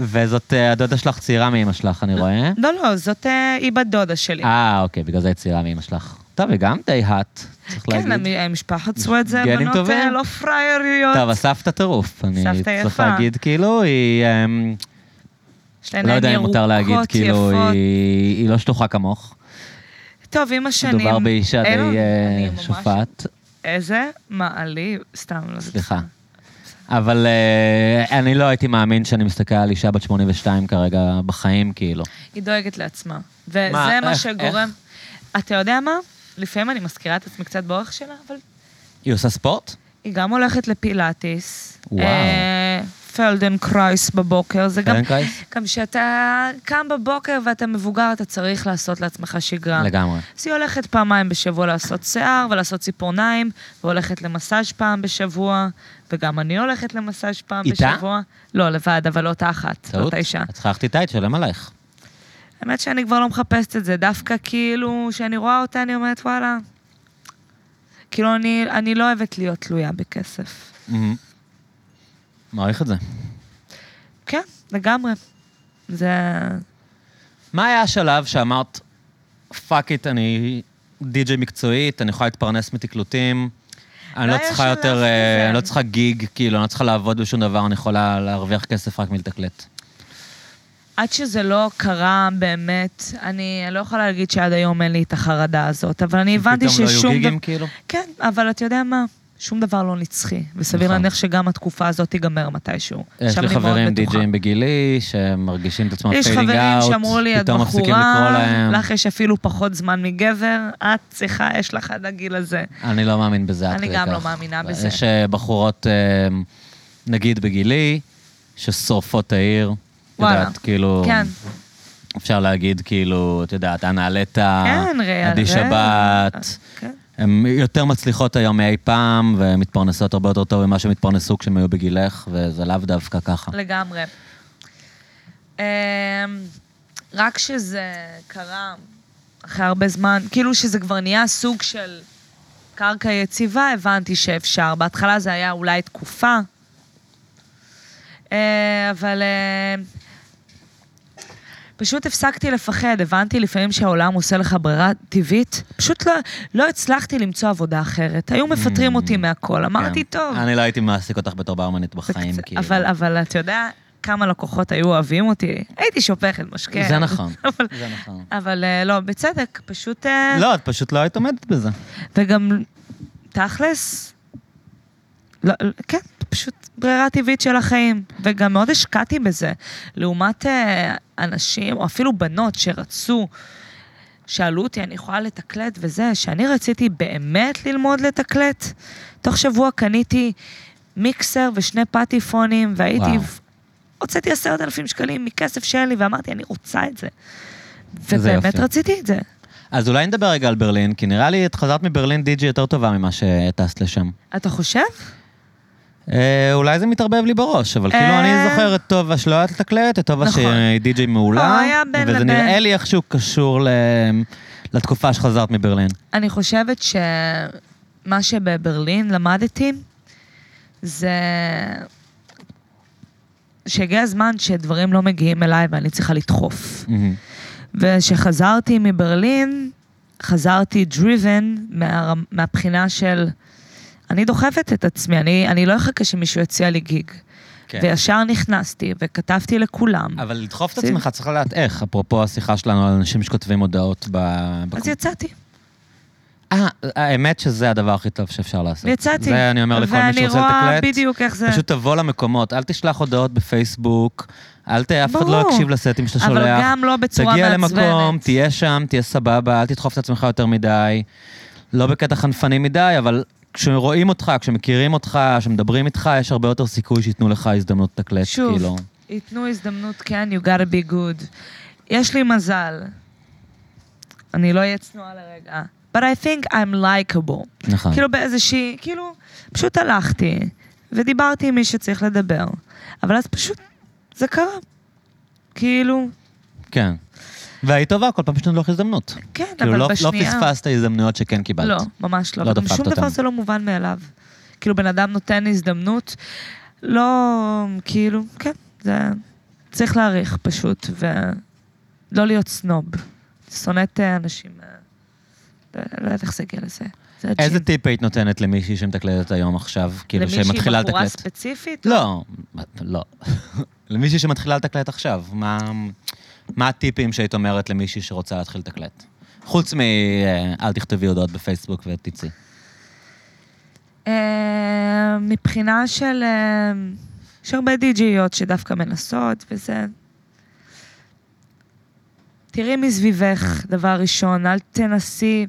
וזאת אה, הדודה שלך צעירה מאמא שלך, אני רואה. לא, לא, זאת, אה, היא בת דודה שלי. אה, אוקיי, בגלל זה היא צעירה מאמא שלך. טוב, היא גם די האט, צריך כן, להגיד. המ- משפחת סואט זה גנים בנות טובים. אה, לא פראייריות. טוב, הסבתא טירוף. אני סבתא צריך יפה. להגיד, כאילו, היא... אמ, יש להן לא עיניים יודע אם מותר להגיד, ירוקות, כאילו, יפות. היא היא לא שטוחה כמוך. טוב, עם השנים... מדובר באישה אין לנו- די אה, אני ממש- שופעת. איזה מעליב, סתם לא... זה סליחה. בסדר. אבל אה, אני לא הייתי מאמין שאני מסתכל על אישה בת 82 כרגע בחיים, כאילו. היא דואגת לעצמה. וזה מה, אה, מה, איך- שגורם... אתה יודע מה? לפעמים אני מזכירה את עצמי קצת באורך שלה, אבל היא עושה ספורט? היא גם הולכת לפילאטיס. וואו. אה, פלדנקרייס בבוקר, זה גם... פלדנקרייס? גם כשאתה קם בבוקר ואתה מבוגר, אתה צריך לעשות לעצמך שגרה. לגמרי. אז היא הולכת פעמיים בשבוע לעשות שיער ולעשות ציפורניים, והולכת למסאז' פעם בשבוע, וגם אני הולכת למסאז' פעם איתה? בשבוע. לא, לבד, אבל לא אותה אחת, לא טעות? אותה אישה. את צריכה ללכת איתה, היא תשלם עלייך. האמת שאני כבר לא מחפשת את זה, דווקא כאילו, כשאני רואה אותה, אני אומרת, וואלה. כאילו, אני, אני לא אוהבת להיות תלויה בכסף. מהמם. מעריך את זה. כן, לגמרי. זה... מה היה השלב שאמרת, פאק איט, אני די-ג'יי מקצועית, אני יכולה להתפרנס מתקלוטים, אני לא לא היה צריכה שלב יותר, כזה. אה, אני לא צריכה גיג, כאילו, אני לא צריכה לעבוד בשום דבר, אני יכולה להרוויח כסף רק מלתקלט. עד שזה לא קרה באמת, אני לא יכולה להגיד שעד היום אין לי את החרדה הזאת, אבל אני הבנתי פתאום לא היו ששום... דבר- גיגים, כאילו? כן, אבל אתה יודע מה? שום דבר לא נצחי, וסביר נכון. להניח שגם התקופה הזאת תיגמר מתישהו. יש שם לי אני מאוד חברים בטוחה. די-ג'אים בגילי, שמרגישים את עצמם יש פיילינג חברים אאוט, שאמרו לי, את פתאום מפסיקים לקרוא בחורה, להם. לך יש אפילו פחות זמן מגבר, את צריכה, יש לך עד הגיל הזה. אני לא מאמין בזה עד אני כדי גם כך. לא מאמינה בזה. יש אה, בחורות, אה, נגיד בגילי, ששורפות את העיר. וואלה. יודעת, כאילו... כן, אפשר להגיד, כאילו, את יודעת, אנה לטה, כן, ראל. עדי שבת, כן. הן יותר מצליחות היום מאי פעם, ומתפרנסות הרבה יותר טוב ממה שהם התפרנסו כשהם היו בגילך, וזה לאו דווקא ככה. לגמרי. אמ, רק כשזה קרה אחרי הרבה זמן, כאילו שזה כבר נהיה סוג של קרקע יציבה, הבנתי שאפשר. בהתחלה זה היה אולי תקופה, אה, אבל אה, פשוט הפסקתי לפחד. הבנתי לפעמים שהעולם עושה לך ברירה טבעית. פשוט לא, לא הצלחתי למצוא עבודה אחרת. היו מפטרים אותי מהכל. אמרתי, Mm. כן. טוב. אני לא הייתי מעסיק אותך בתור ברמנית זה בחיים, קצת- כאילו. אבל, אבל אתה יודע כמה לקוחות היו אוהבים אותי? הייתי שופכת משקה. זה נכון, אבל, זה נכון. אבל אה, לא, בצדק, פשוט... אה, לא, את פשוט לא היית עומדת בזה. וגם תכלס, לא, לא- כן, פשוט ברירה טבעית של החיים. וגם מאוד השקעתי בזה. לעומת אה, אנשים, או אפילו בנות שרצו, שאלו אותי, אני יכולה לתקלט וזה, שאני רציתי באמת ללמוד לתקלט. תוך שבוע קניתי מיקסר ושני פטיפונים, והייתי... וואו. הוצאתי עשרת אלפים שקלים מכסף שאין לי, ואמרתי, אני רוצה את זה. זה ובאמת יופי. רציתי את זה. אז אולי נדבר רגע על ברלין, כי נראה לי את חזרת מברלין די.ג'י יותר טובה ממה שטסת לשם. אתה חושב? אה, אולי זה מתערבב לי בראש, אבל אה. כאילו אני זוכר את טובה שלא היה לתקלט, את טובה נכון. שהיא די.ג'יי לא, מעולה, היה בין וזה לבין. נראה לי איכשהו קשור ל- לתקופה שחזרת מברלין. אני חושבת שמה שבברלין למדתי זה שהגיע הזמן שדברים לא מגיעים אליי ואני צריכה לדחוף. מהמם. וכשחזרתי מברלין, חזרתי driven מה, מהבחינה של... אני דוחפת את עצמי, אני, אני לא אחכה שמישהו יציע לי גיג. כן. וישר נכנסתי וכתבתי לכולם. אבל לדחוף את זה- עצמך צריך לדעת איך, אפרופו השיחה שלנו על אנשים שכותבים הודעות ב... בקום- אז יצאתי. אה, האמת שזה הדבר הכי טוב שאפשר לעשות. יצאתי. זה אני אומר לכל מי שרוצה ואני רואה לתקלט. בדיוק איך זה... פשוט תבוא למקומות, אל תשלח הודעות בפייסבוק, אל ת... אף אחד לא ברור. יקשיב לסטים שאתה שולח. אבל גם לא בצורה תגיע מעצבנת. למקום, תהיה שם, תהיה סבבה, אל תדחוף את עצמך יותר מדי. לא בקטע חנפני מדי, אבל כשרואים אותך, כשמכירים אותך, כשמדברים איתך, יש הרבה יותר סיכוי שייתנו לך הזדמנות לתקלט, שוב, כאילו. ייתנו הזדמנות, כן, you gotta be good. יש לי מזל. אני לא אהיה צנועה לרגע. But I think I'm likable. נכון. כאילו באיזושהי, כאילו, פשוט הלכתי ודיברתי עם מי שצריך לדבר. אבל אז פשוט, זה קרה. כאילו, כן. והיא טובה, כל פעם שתנו לך הזדמנות. כן, כאילו, אבל לא, לא בשנייה... פספסת הזדמנויות שכן קיבלת. לא, ממש לא. לא וגם דפקת שום אותם. דבר זה לא מובן מאליו. כאילו, בן אדם נותן הזדמנות, לא, כאילו, כן, זה... צריך להעריך פשוט, ולא להיות סנוב. שונאת אה, אנשים... אה, לא, לא יודעת איך זה הגיע לזה. זה הג'ין. איזה טיפ היית נותנת למישהי שמתקלטת היום עכשיו? כאילו, שמתחילה למישהי בחורה לתקלט? ספציפית? לא, לא. למישהי שמתחילה לתקלט עכשיו, מה, מה הטיפים שהיית אומרת למישהי שרוצה להתחיל לתקלט? חוץ מ... אה, אל תכתבי הודעות בפייסבוק ותצאי. אה, מבחינה של... אה, יש הרבה די-ג'יות שדווקא מנסות, וזה... תראי מסביבך, דבר ראשון, אל תנסי...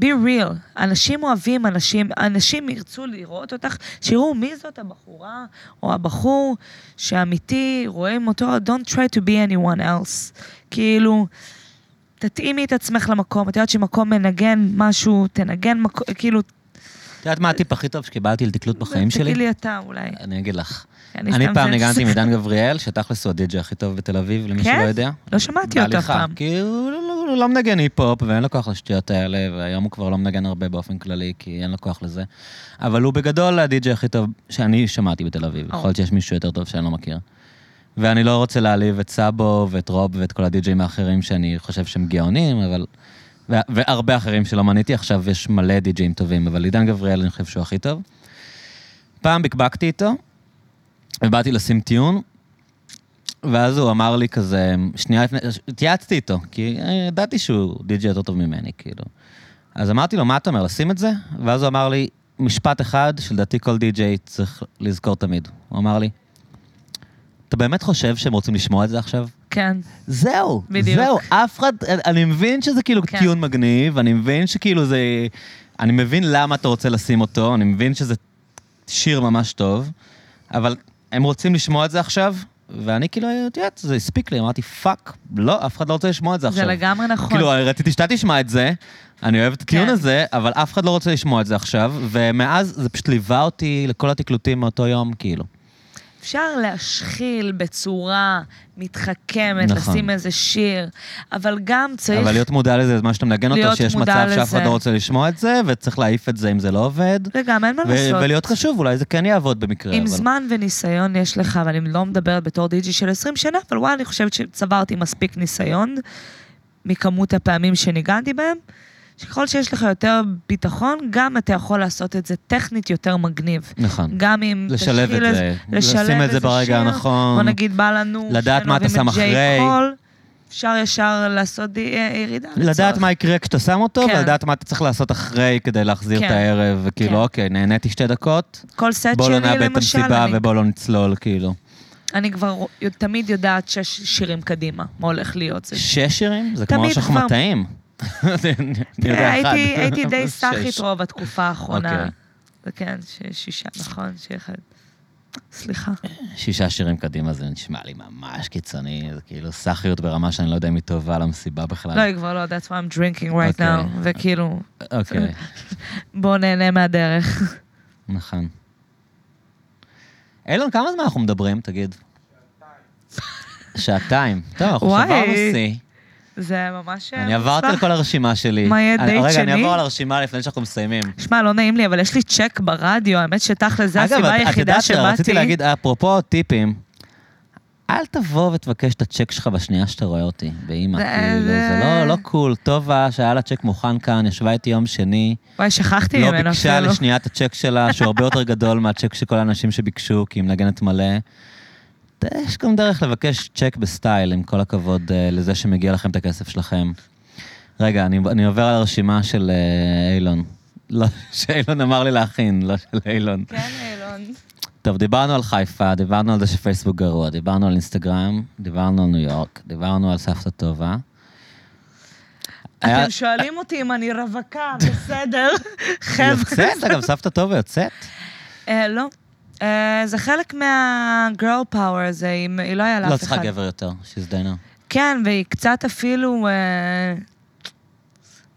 be real. אנשים אוהבים אנשים, אנשים ירצו לראות אותך, שיראו מי זאת הבחורה או הבחור שאמיתי, רואים אותו, don't try to be anyone else. כאילו, תתאימי את עצמך למקום, את יודעת שמקום מנגן משהו, תנגן מקום, כאילו, את יודעת מה הטיפ הכי טוב שקיבלתי לתקלוט בחיים שלי? תגיד לי אתה אולי. אני אגיד לך. אני אני סתם פעם זה- ניגנתי עם עידן גבריאל, שתכלס הוא הדיג'י הכי טוב בתל אביב, למי כן? שלא יודע. לא שמעתי אותו אף בהליכה, פעם. כי הוא לא- לא- לא מנגן היפ-הופ, ואין לו כוח לשטויות האלה, והיום הוא כבר לא מנגן הרבה באופן כללי, כי אין לו כוח לזה. אבל הוא בגדול הדי-ג'יי הכי טוב שאני שמעתי בתל אביב. יכול להיות שיש מישהו יותר טוב שאני לא מכיר. ואני לא רוצה להעליב את סאבו ואת רוב ואת כל הדי-ג'אים האחרים שאני חושב שהם גאונים, אבל... ו- והרבה אחרים שלא מניתי עכשיו, יש מלא די-ג'אים טובים, אבל עידן גבריאל אני חושב שהוא הכי טוב. פעם בקבקתי איתו, ובאתי לשים טיון, ואז הוא אמר לי כזה, שנייה לפני, התייעצתי איתו, כי אה, ידעתי שהוא די-ג'י יותר טוב ממני, כאילו. אז אמרתי לו, מה אתה אומר, לשים את זה? ואז הוא אמר לי, משפט אחד שלדעתי כל די-ג'יי צריך לזכור תמיד. הוא אמר לי, אתה באמת חושב שהם רוצים לשמוע את זה עכשיו? כן, זהו, בדיוק. זהו, אף אחד, אני מבין שזה כאילו כן. טיון מגניב, אני מבין שכאילו זה, אני מבין למה אתה רוצה לשים אותו, אני מבין שזה שיר ממש טוב, אבל הם רוצים לשמוע את זה עכשיו, ואני כאילו, את יודעת, זה הספיק לי, אמרתי, פאק, לא, אף אחד לא רוצה לשמוע את זה זה עכשיו. לגמרי נכון. כאילו, רציתי שאתה תשמע את זה, אני אוהב את הטיעון כן. הזה, אבל אף אחד לא רוצה לשמוע את זה עכשיו, ומאז זה פשוט ליווה אותי לכל התקלוטים מאותו יום, כאילו. אפשר להשחיל בצורה מתחכמת, נכון. לשים איזה שיר, אבל גם צריך... אבל להיות מודע לזה בזמן שאתה מנגן אותו, להיות שיש מודע מצב שאף אחד לזה. לא רוצה לשמוע את זה, וצריך להעיף את זה אם זה לא עובד. וגם אין מה ו- לעשות. ולהיות קשוב, אולי זה כן יעבוד במקרה. עם אבל- זמן וניסיון יש לך, ואני לא מדברת בתור די.ג'י של 20 שנה, אבל וואי, אני חושבת שצברתי מספיק ניסיון מכמות הפעמים שניגנתי בהם, שככל שיש לך יותר ביטחון, גם אתה יכול לעשות את זה טכנית יותר מגניב. נכון. גם אם לשלב את תשחיל זה. לשים את זה איזה ברגע שיר, הנכון. בוא נגיד, בא לנו... לדעת מה אתה שם אחרי. קול, אפשר ישר לעשות די- אה, ירידה. לדעת לצורך. מה יקרה כשאתה שם אותו, כן. ולדעת מה אתה צריך לעשות אחרי כדי להחזיר את כן. הערב, כן. וכאילו, אוקיי, נהניתי שתי דקות, כל סט בואו לא שלי, נאבד את למשל, המסיבה אני, ובואו לא נצלול, כאילו. אני כבר רוא- תמיד יודעת שש שירים קדימה, מה הולך להיות. זה שש שירים? זה כמו תמיד כבר- שחמטאים. אני יודע, אחד. אה, הייתי, הייתי די שש. סאחית רוב התקופה האחרונה. אוקיי. זה כן, ש- שישה, נכון, שאחד. סליחה. אה, שישה שירים קדימה זה נשמע לי ממש קיצוני, זה כאילו סאחיות ברמה שאני לא יודע אם היא טובה למסיבה בכלל. לא, היא כבר לא יודעת מה I'm drinking right אוקיי. now, וכאילו, אוקיי, בואו נהנה מהדרך. נכון. אילון, כמה זמן אנחנו מדברים, תגיד? שעתיים. טוב, אנחנו וואי. שברנו שיא. זה ממש... אה, אני עברתי על מוצלח. כל הרשימה שלי. מה יהיה, אני- דייט רגע, אני שני? אעבור על הרשימה לפני שאנחנו מסיימים. שמע, לא נעים לי, אבל יש לי צ'ק ברדיו, האמת שתכל'ס, זו אגב, הסיבה את- את היחידה יודעת, שבאתי. רציתי להגיד, אפרופו טיפים, אל תבוא ותבקש את הצ'ק שלך בשנייה שאתה רואה אותי, באימא, זה- כאילו, זה זה- לא, לא קול. טובה שהיה לה צ'ק מוכן כאן, ישבה איתי יום שני, וואי, שכחתי לא ממנו ביקשה אפילו. לשנייה את הצ'ק שלה, שהוא הרבה יותר גדול מהצ'ק שכל האנשים שביקשו, כי היא מנגנת מלא. ת- יש גם דרך לבקש צ'ק בסטייל, עם כל הכבוד אה, לזה שמגיע לכם את הכסף שלכם. רגע, אני, אני עובר על הרשימה של אה, אילון. לא, שאילון אמר לי להכין, לא של אילון. כן, אילון. טוב, דיברנו על חיפה, דיברנו על זה שפייסבוק גרוע, דיברנו על אינסטגרם, דיברנו על ניו יורק, דיברנו על סבתא טובה. היה- אתם שואלים אותי אם אני רווקה, בסדר. היא חבר'ה. יוצאת, אגב, סבתא טובה יוצאת. אה, לא. אה, זה חלק מהגרל פאוור הזה, אם- היא לא היה לאף אחד. לא צריכה גבר יותר, שיזדיינה. כן, והיא קצת אפילו אה,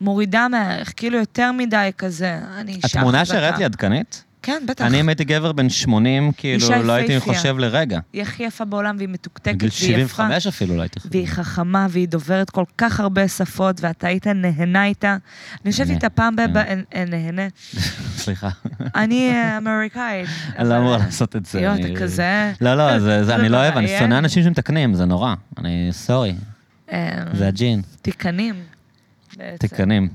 מורידה מהערך, כאילו יותר מדי כזה. אני אישה חזקה. התמונה שהראית לי עדכנית? כן, בטח. אני אם הייתי גבר בן 80, אישה כאילו, לא הייתי יפהפייה. חושב לרגע. היא הכי יפה בעולם, והיא מתוקתקת, בגיל והיא יפה. 75 אפילו לא הייתי חושב. והיא חכמה, והיא דוברת כל כך הרבה שפות, ואתה היית נהנה איתה. אני יושבת נה, איתה פעם כן. ב... ב- אה, נהנה. סליחה, אני אה, אמריקאית. אני לא אבל- אמור לעשות את זה. יואו, אני- אתה כזה... לא, לא, זה- זה- אני לא אוהב, אני מבעיה. שונא אנשים שמתקנים, זה נורא. אני, סורי, אה, זה הג'ין, תיקנים. בעצם. תקנים.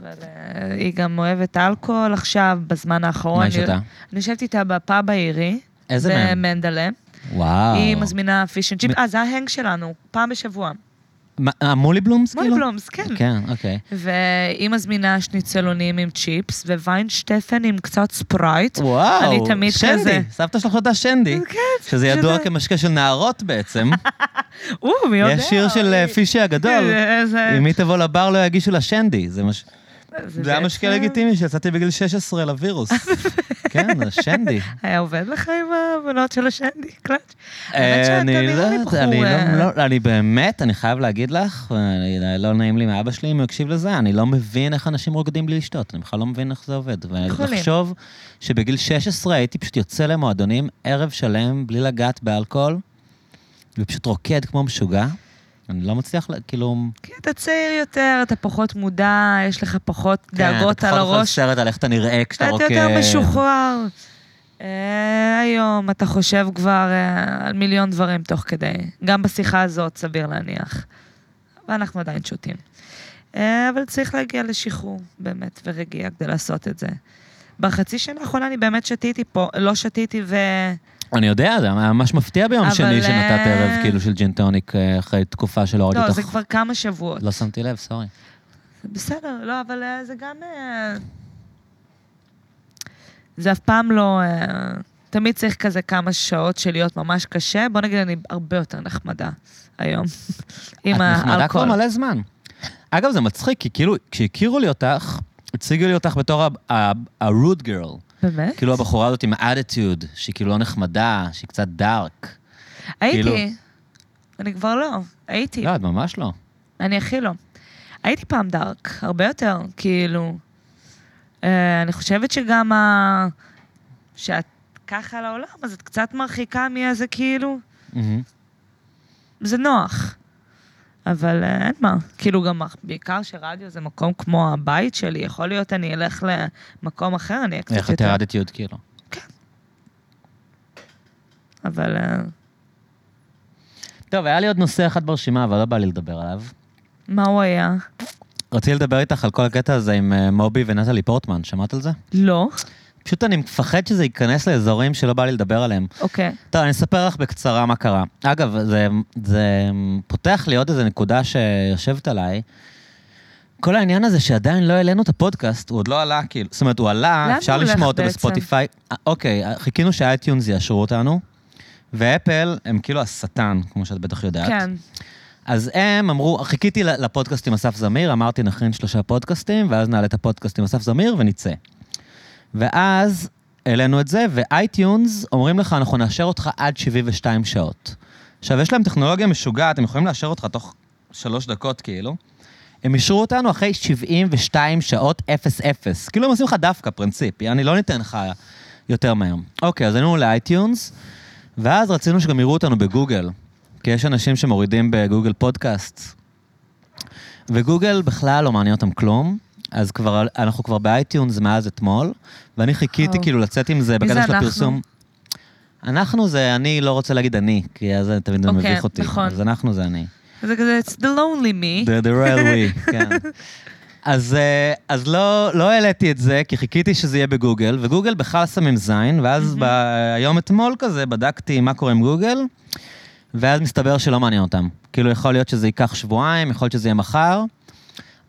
אבל אה, היא גם אוהבת אלכוהול עכשיו, בזמן האחרון. מה היא שותה? אני יושבת איתה בפאב העירי. איזה מהם? במנדלה. וואו. היא מזמינה פיש אנד צ'יפ. מ- אה, זה ההנג שלנו, פעם בשבוע. מה, המולי בלומס כאילו? מוליבלומס, כן. כן, אוקיי. והיא מזמינה שניצלונים עם צ'יפס, וויינשטפן עם קצת ספרייט. וואו, אני תמיד שנדי, כזה. סבתא שלך אותה שנדי, כן, שזה ידוע שזה- כמשקה של נערות בעצם. או, מי יודע? כן, אה, יש שיר של אה, היא- פישי הגדול, איזה- אם היא תבוא לבר לא יגישו לה שנדי, זה מה ש- זה היה בעצם- משקה לגיטימי שיצאתי בגיל 16 לווירוס. כן, זה שנדי. היה עובד לך עם הבנות של השנדי קלאץ'? האמת אה, אני שאתה לא נראה לי יודעת, בחור... אני אה, לא- לא, אני באמת, אני חייב להגיד לך, אני- לא נעים לי מאבא שלי אם הוא יקשיב לזה, אני לא מבין איך אנשים רוקדים בלי לשתות, אני בכלל לא מבין איך זה עובד. יכולים. ולחשוב שבגיל 16 הייתי פשוט יוצא למועדונים ערב שלם בלי לגעת באלכוהול, ופשוט רוקד כמו משוגע. אני לא מצליח, ל- כאילו... כי כן, אתה צעיר יותר, אתה פחות מודע, יש לך פחות דאגות כן, אתה על פחות אוכל הראש, סרט על איך אתה נראה כשאתה אתה רוקד. יותר משוחרר. אה, היום אתה חושב כבר אה, על מיליון דברים תוך כדי, גם בשיחה הזאת, סביר להניח. ואנחנו עדיין שותים. אה, אבל צריך להגיע לשחרור, באמת, ורגיעה כדי לעשות את זה. בחצי שנה האחרונה אני באמת שתיתי פה, לא שתיתי ו... אני יודע, זה היה ממש מפתיע ביום אבל, שני שנתת אה, ערב כאילו של ג'ינטוניק אה, אחרי תקופה שלא הורדתי לא, זה אותך. כבר כמה שבועות. לא שמתי לב, סורי. בסדר, לא, אבל אה, זה גם... אה, זה אף פעם לא... אה, תמיד צריך כזה כמה שעות של להיות ממש קשה. בוא נגיד, אני הרבה יותר נחמדה היום. את עם נחמדה כבר האלכוהול. מלא זמן. אגב, זה מצחיק, כי כאילו, כשהכירו לי אותך, הציגו לי אותך בתור ה-rude girl. באמת? כאילו הבחורה הזאת עם attitude, שהיא כאילו לא נחמדה, שהיא קצת דארק. כאילו- הייתי. אני כבר לא. הייתי. לא, את ממש לא. אני הכי לא. הייתי פעם דארק, הרבה יותר, כאילו. אה, אני חושבת שגם ה... שאת ככה לעולם, אז את קצת מרחיקה מאיזה כאילו... מהמם. זה נוח. אבל אה, אין מה, כאילו גם בעיקר שרדיו זה מקום כמו הבית שלי, יכול להיות אני אלך למקום אחר, אני אהיה קצת איך יותר. יותר אה, attitude, כאילו. אבל אה, טוב, היה לי עוד נושא אחד ברשימה, אבל לא בא לי לדבר עליו. מה הוא היה? רציתי לדבר איתך על כל הקטע הזה עם אה, מובי ונטלי פורטמן, שמעת על זה? לא? פשוט אני מפחד שזה ייכנס לאזורים שלא בא לי לדבר עליהם. אוקיי. טוב, אני אספר לך בקצרה מה קרה. אגב, זה, זה פותח לי עוד איזה נקודה שיושבת עליי. כל העניין הזה שעדיין לא העלינו את הפודקאסט, הוא עוד לא עלה, כאילו, זאת אומרת, הוא לאן עלה, אפשר הוא הולך לשמוע אותו בעצם? בספוטיפיי. אה, אוקיי, חיכינו שאייטיונס יאשרו אותנו, ואפל הם כאילו השטן, כמו שאת בטח יודעת. כן. אז הם אמרו, חיכיתי ל- לפודקאסט עם אסף זמיר, אמרתי נכין שלושה פודקאסטים, ואז נעלה את הפודקאסט עם אסף זמיר ונצא. ואז העלינו את זה, ואייטיונס אומרים לך, אנחנו נאשר אותך עד 72 שעות. עכשיו, יש להם טכנולוגיה משוגעת, הם יכולים לאשר אותך תוך שלוש דקות, כאילו. הם אישרו אותנו אחרי 72 שעות 00. כאילו הם עושים לך דווקא, פרינציפ, אני לא ניתן לך יותר מהר. אוקיי, אז עלינו לאייטיונס, ואז רצינו שגם יראו אותנו בגוגל, כי יש אנשים שמורידים בגוגל פודקאסט, וגוגל בכלל לא מעניין אותם כלום. אז כבר, אנחנו כבר באייטיונס מאז אתמול, ואני חיכיתי וואו. כאילו לצאת עם זה מי בקטע זה של אנחנו? הפרסום. אנחנו זה אני, לא רוצה להגיד אני, כי אז זה תמיד אוקיי, מביך אותי. נכון. אז אנחנו זה אני. זה כזה, it's the lonely The me. the royal we, כן. אז, אה, אז לא, לא העליתי את זה, כי חיכיתי שזה יהיה בגוגל, וגוגל בכלל שמים זין, ואז ב, היום אתמול כזה בדקתי מה קורה עם גוגל, ואז מסתבר שלא מעניין אותם. כאילו, יכול להיות שזה ייקח שבועיים, יכול להיות שזה יהיה מחר.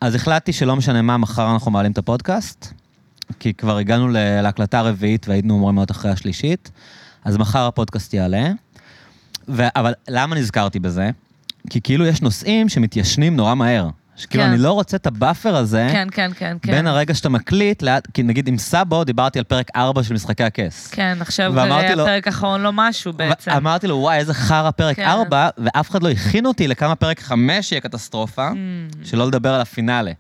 אז החלטתי שלא משנה מה, מחר אנחנו מעלים את הפודקאסט, כי כבר הגענו ל- להקלטה הרביעית והיינו אמורים להיות אחרי השלישית, אז מחר הפודקאסט יעלה. ו- אבל למה נזכרתי בזה? כי כאילו יש נושאים שמתיישנים נורא מהר. שכאילו כן. אני לא רוצה את הבאפר הזה, כן, כן, כן, כן. בין הרגע שאתה מקליט, לאט, כי נגיד עם סאבו דיברתי על פרק 4 של משחקי הכס. כן, עכשיו ואמרתי זה לו- הפרק האחרון לא משהו בעצם. אמרתי לו, וואי, איזה חרא פרק כן. 4, ואף אחד לא הכין אותי לכמה פרק 5 יהיה קטסטרופה, Mm. שלא לדבר על הפינאלה.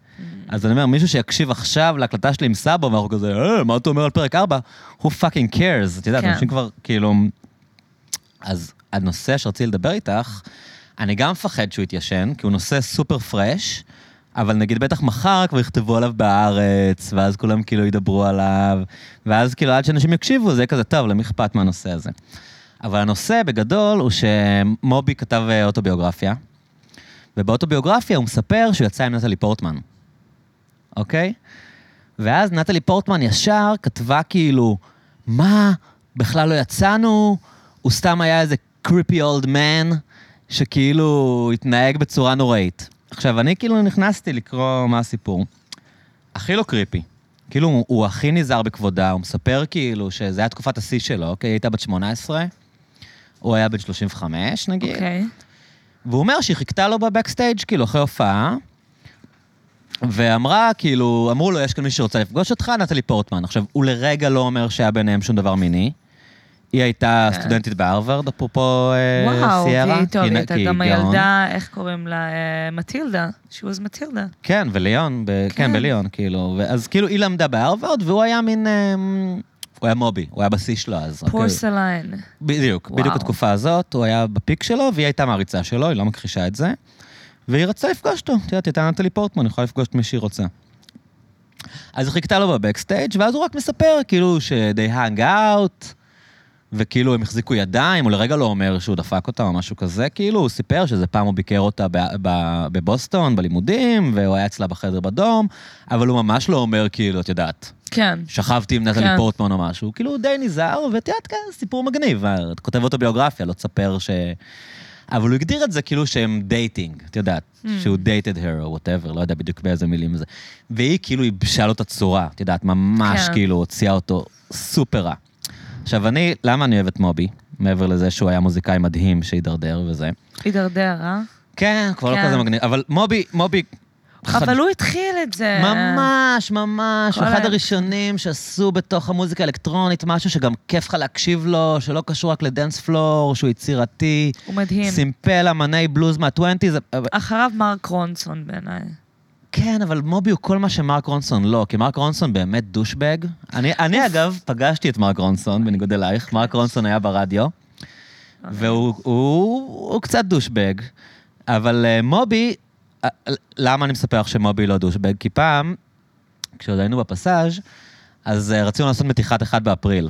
אז אני אומר, מישהו שיקשיב עכשיו להקלטה שלי עם סאבו, ואנחנו כזה, אה, מה אתה אומר על פרק 4? Who fucking cares? את יודעת, כן. אנשים כבר, כאילו... אז הנושא שרציתי לדבר איתך, אני גם מפחד שהוא יתיישן, כי הוא נושא סופר פרש, אבל נגיד בטח מחר כבר יכתבו עליו בארץ, ואז כולם כאילו ידברו עליו, ואז כאילו עד שאנשים יקשיבו זה יהיה כזה טוב, למי אכפת מהנושא הזה. אבל הנושא בגדול הוא שמובי כתב אה, אוטוביוגרפיה, ובאוטוביוגרפיה הוא מספר שהוא יצא עם נטלי פורטמן, אוקיי? ואז נטלי פורטמן ישר כתבה כאילו, מה, בכלל לא יצאנו, הוא סתם היה איזה creepy old man שכאילו התנהג בצורה נוראית. עכשיו, אני כאילו נכנסתי לקרוא מה הסיפור. הכי לא קריפי. כאילו, הוא, הוא הכי נזהר בכבודה, הוא מספר כאילו שזה היה תקופת השיא שלו, אוקיי? היא הייתה בת 18, הוא היה בן 35 נגיד. אוקיי. והוא אומר שהיא חיכתה לו בבקסטייג', כאילו, אחרי הופעה, ואמרה, כאילו, אמרו לו, יש כאן מי שרוצה לפגוש אותך, נטלי פורטמן. עכשיו, הוא לרגע לא אומר שהיה ביניהם שום דבר מיני. היא הייתה כן. סטודנטית בהרווארד, אפרופו אה, וואו, סיירה. והיא טוב, כי נ- היא הייתה כי גאון. גם הילדה, איך קוראים לה? אה, מטילדה. She was מטילדה. כן, וליון, ב- כן, כן. בליון, כאילו. ו- אז כאילו, היא למדה בהרווארד, והוא היה מין... אה, הוא היה מובי, הוא היה בשיא שלו אז. אוקיי? פורסליין. בדיוק, וואו. בדיוק התקופה הזאת, הוא היה בפיק שלו, והיא הייתה מעריצה שלו, היא לא מכחישה את זה. והיא רצתה לפגוש אותו, את יודעת, היא הייתה נטלי פורטמן, היא יכולה לפגוש את מי שהיא רוצה. אז היא חיכתה לו בבקסטייג', ואז הוא רק מספר, כאילו, ש-they hung out, וכאילו הם החזיקו ידיים, הוא לרגע לא אומר שהוא דפק אותה או משהו כזה, כאילו, הוא סיפר שזה פעם הוא ביקר אותה ב- ב- בבוסטון, בלימודים, והוא היה אצלה בחדר בדום, אבל הוא ממש לא אומר, כאילו, את יודעת, כן. שכבתי עם נטלי כן. פורטמן או משהו, כאילו הוא די נזהר, ואת יודעת, כן, סיפור מגניב, אה, את כותב אוטוביוגרפיה, לא תספר ש... אבל הוא הגדיר את זה כאילו שהם דייטינג, את יודעת, Mm. שהוא דייטד her או וואטאבר, לא יודע בדיוק באיזה מילים זה. והיא כאילו ייבשה לו את הצורה, את יודעת, ממש כן. כאילו הוציאה אותו סופר רע. עכשיו, אני, למה אני אוהב את מובי, מעבר לזה שהוא היה מוזיקאי מדהים שהידרדר וזה? הידרדר, אה? כן, כבר לא כן. כזה מגניב, אבל מובי, מובי... חד- אבל הוא התחיל את זה. ממש, ממש. הוא כל אחד ה- הראשונים שעשו בתוך המוזיקה האלקטרונית משהו שגם כיף לך להקשיב לו, שלא קשור רק לדנס פלור, שהוא יצירתי. הוא מדהים. סימפל אמני בלוז מהטוונטיז. אחריו מרק רונסון בעיניי. כן, אבל מובי הוא כל מה שמרק רונסון לא, כי מרק רונסון באמת דושבג. אני, אני אגב, פגשתי את מרק רונסון, בניגוד אלייך. מרק רונסון היה ברדיו, והוא הוא, הוא קצת דושבג. אבל אה, מובי, אה, למה אני מספר לך שמובי לא דושבג? כי פעם, כשעוד היינו בפסאז', אז אה, רצינו לעשות מתיחת 1 באפריל.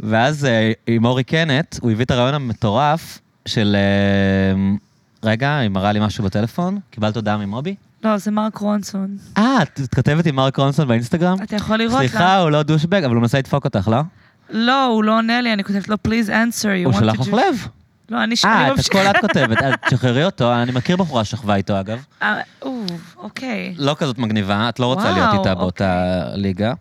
ואז אה, עם אורי קנט, הוא הביא את הרעיון המטורף של... אה, רגע, היא מראה לי משהו בטלפון? קיבלת הודעה ממובי? לא, זה מרק רונסון. אה, את מתכתבת עם מרק רונסון באינסטגרם? אתה יכול לראות לה. סליחה, הוא לא דושבג, אבל הוא מנסה לדפוק אותך, לא? לא, הוא לא עונה לי, אני כותבת לו, please answer you. הוא want שלח to לך do-" לב. לא, אני ש- אה, אני את ממשיכה. הכל את כותבת, אז תשחררי אותו, אני מכיר בחורה ששכבה איתו אגב. אה, אוו, אוקיי. לא כזאת מגניבה, את לא רוצה וואו, אוקיי. להיות איתה באותה ליגה.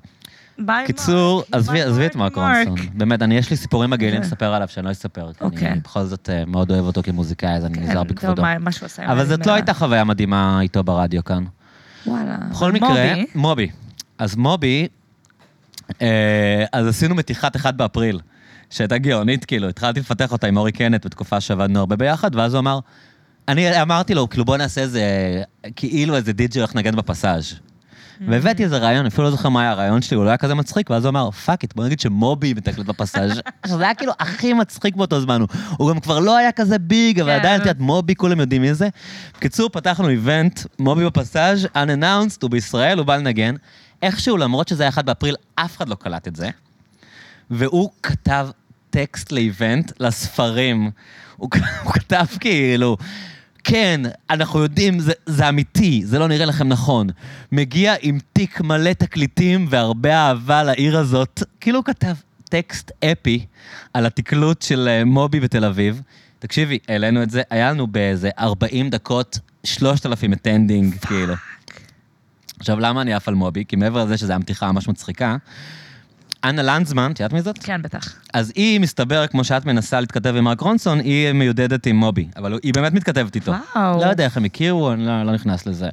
ביי מרק. קיצור, עזבי ביי, כן, עזבי את מרק רונסון. באמת, אני, יש לי סיפורים מגעילים לספר עליו שאני לא אספר, כי אני אוקיי. בכל זאת אה, מאוד אוהב אותו כמוזיקאי, אז אני כן, נזהר טוב, בכבודו. מה- מה שהוא עשה עם אבל הילדים זאת לא האלה. הייתה חוויה מדהימה איתו ברדיו כאן. וואלה. בכל אבל מקרה, מובי, מובי. אז מובי, אה, אז עשינו מתיחת 1 באפריל, שהייתה גאונית, כאילו, התחלתי לפתח אותה עם אורי קנט בתקופה שעבדנו הרבה ביחד, ואז הוא אמר, אני אמרתי לו, כאילו, בוא נעשה איזה, כאילו איזה דיג'י הולך לנגן בפסאז'. Mm-hmm. והבאתי איזה רעיון, אפילו לא זוכר מה היה הרעיון שלי, הוא לא היה כזה מצחיק, ואז הוא אמר, פאק איט, בוא נגיד שמובי מתקלט בפסאז'. שזה היה כאילו הכי מצחיק באותו זמן, הוא- הוא גם כבר לא היה כזה ביג, אבל כן. עדיין, את יודעת, מובי, כולם יודעים מי זה. בקיצור, פתחנו איבנט, מובי בפסאז', unannounced, הוא בישראל, הוא בא לנגן. איכשהו, למרות שזה היה 1 באפריל, אף אחד לא קלט את זה. והוא כתב טקסט לאיבנט, לספרים. הוא כ- הוא כתב כאילו, כן, אנחנו יודעים, זה, זה אמיתי, זה לא נראה לכם נכון. מגיע עם תיק מלא תקליטים והרבה אהבה לעיר הזאת. כאילו הוא כתב טקסט אפי על התקלוט של אה, מובי בתל אביב. תקשיבי, העלינו את זה, היה לנו באיזה 40 דקות 3,000 אטנדינג, כאילו. עכשיו, למה אני עף על מובי? כי מעבר לזה שזו הייתה מתיחה ממש מצחיקה, אנה לנדזמן, את יודעת מי זאת? כן, בטח. אז היא, מסתבר, כמו שאת מנסה להתכתב עם מרק רונסון, היא מיודדת עם מובי, אבל היא באמת מתכתבת איתו. וואו. לא יודע איך הם הכירו, אני לא, לא נכנס לזה.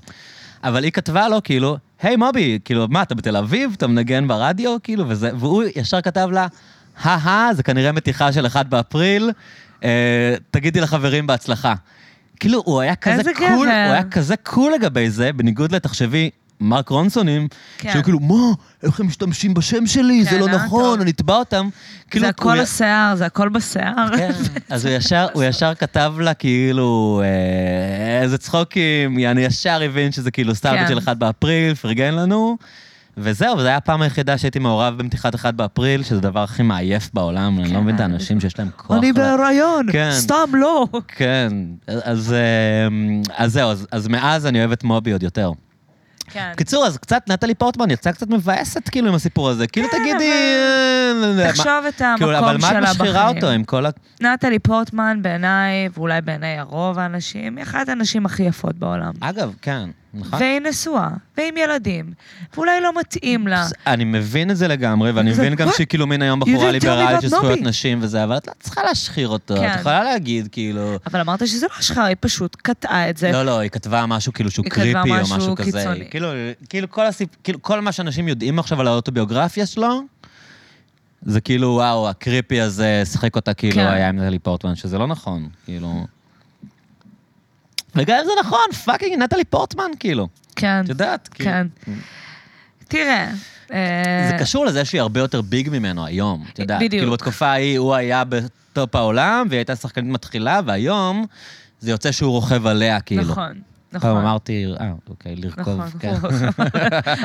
אבל היא כתבה לו, כאילו, היי מובי, כאילו, מה, אתה בתל אביב? אתה מנגן ברדיו? כאילו, וזה, והוא ישר כתב לה, הא-הא, זה כנראה מתיחה של 1 באפריל, אה, תגידי לחברים בהצלחה. כאילו, הוא היה כזה איזה קול, הוא גבר. היה כזה קול לגבי זה, בניגוד לתחשבי, מרק רונסונים, כן. שהיו כאילו, מה, איך הם משתמשים בשם שלי, זה כן, לא אה, נכון, טוב. אני אתבע אותם. כאילו, זה הוא הכל י- השיער, זה הכל בשיער. כן, אז הוא ישר, הוא ישר כתב לה כאילו, אה, איזה צחוקים, אני ישר הבין שזה כאילו סטארט כן. של 1 באפריל, פרגן לנו, וזהו, וזו הייתה הפעם היחידה שהייתי מעורב במתיחת 1 באפריל, שזה הדבר הכי מעייף בעולם, אני לא מבין את האנשים שיש להם כוח. ל- בהיריון, כן. כן. סתם לא. כן, אז, אה, אז זהו, אז, אז מאז אני אוהב את מובי עוד יותר. כן. בקיצור, אז קצת נטלי פורטמן יצאה קצת מבאסת כאילו עם הסיפור הזה. כאילו כן, תגידי... אבל אה, מה- תחשוב את כאילו, המקום אבל מה שלה את משחירה בחיים. אותו עם כל ה... נטלי פורטמן בעיניי, ואולי בעיניי הרוב האנשים, היא אחת הנשים הכי יפות בעולם. אגב, כן, נכון. והיא נשואה, ועם ילדים, ואולי לא מתאים לה. אני מבין את זה לגמרי, ואני זה- מבין גם What? שהיא כאילו מן היום You בחורה didn't tell me ליברלית about של זכויות Moby. נשים וזה, אבל את לא צריכה להשחיר אותו. כן. את יכולה להגיד, כאילו... אבל אמרת שזה לא שלך, היא פשוט קטעה את זה. לא, לא, היא כתבה משהו כאילו שהוא היא כתבה קריפי או משהו משהו כזה. קיצוני. כאילו, כאילו כל הסיפ... כאילו כל מה שאנשים יודעים עכשיו על האוטוביוגרפיה שלו, זה כאילו, וואו, הקריפי הזה שיחק אותה כאילו כן. היה עם נטלי פורטמן, שזה לא נכון, כאילו... וגם אם זה נכון, פאקינג נטלי פורטמן, כאילו. כן, את יודעת, כאילו. כן. תראה. זה אה, קשור לזה שהיא הרבה יותר ביג ממנו היום, את יודעת. בדיוק. כאילו בתקופה ההיא הוא היה בטופ העולם, והיא הייתה שחקנית מתחילה, והיום זה יוצא שהוא רוכב עליה, כאילו. נכון, פעם נכון. אמרתי, אה, אוקיי, לרכוב, נכון, כן. הוא רוכב.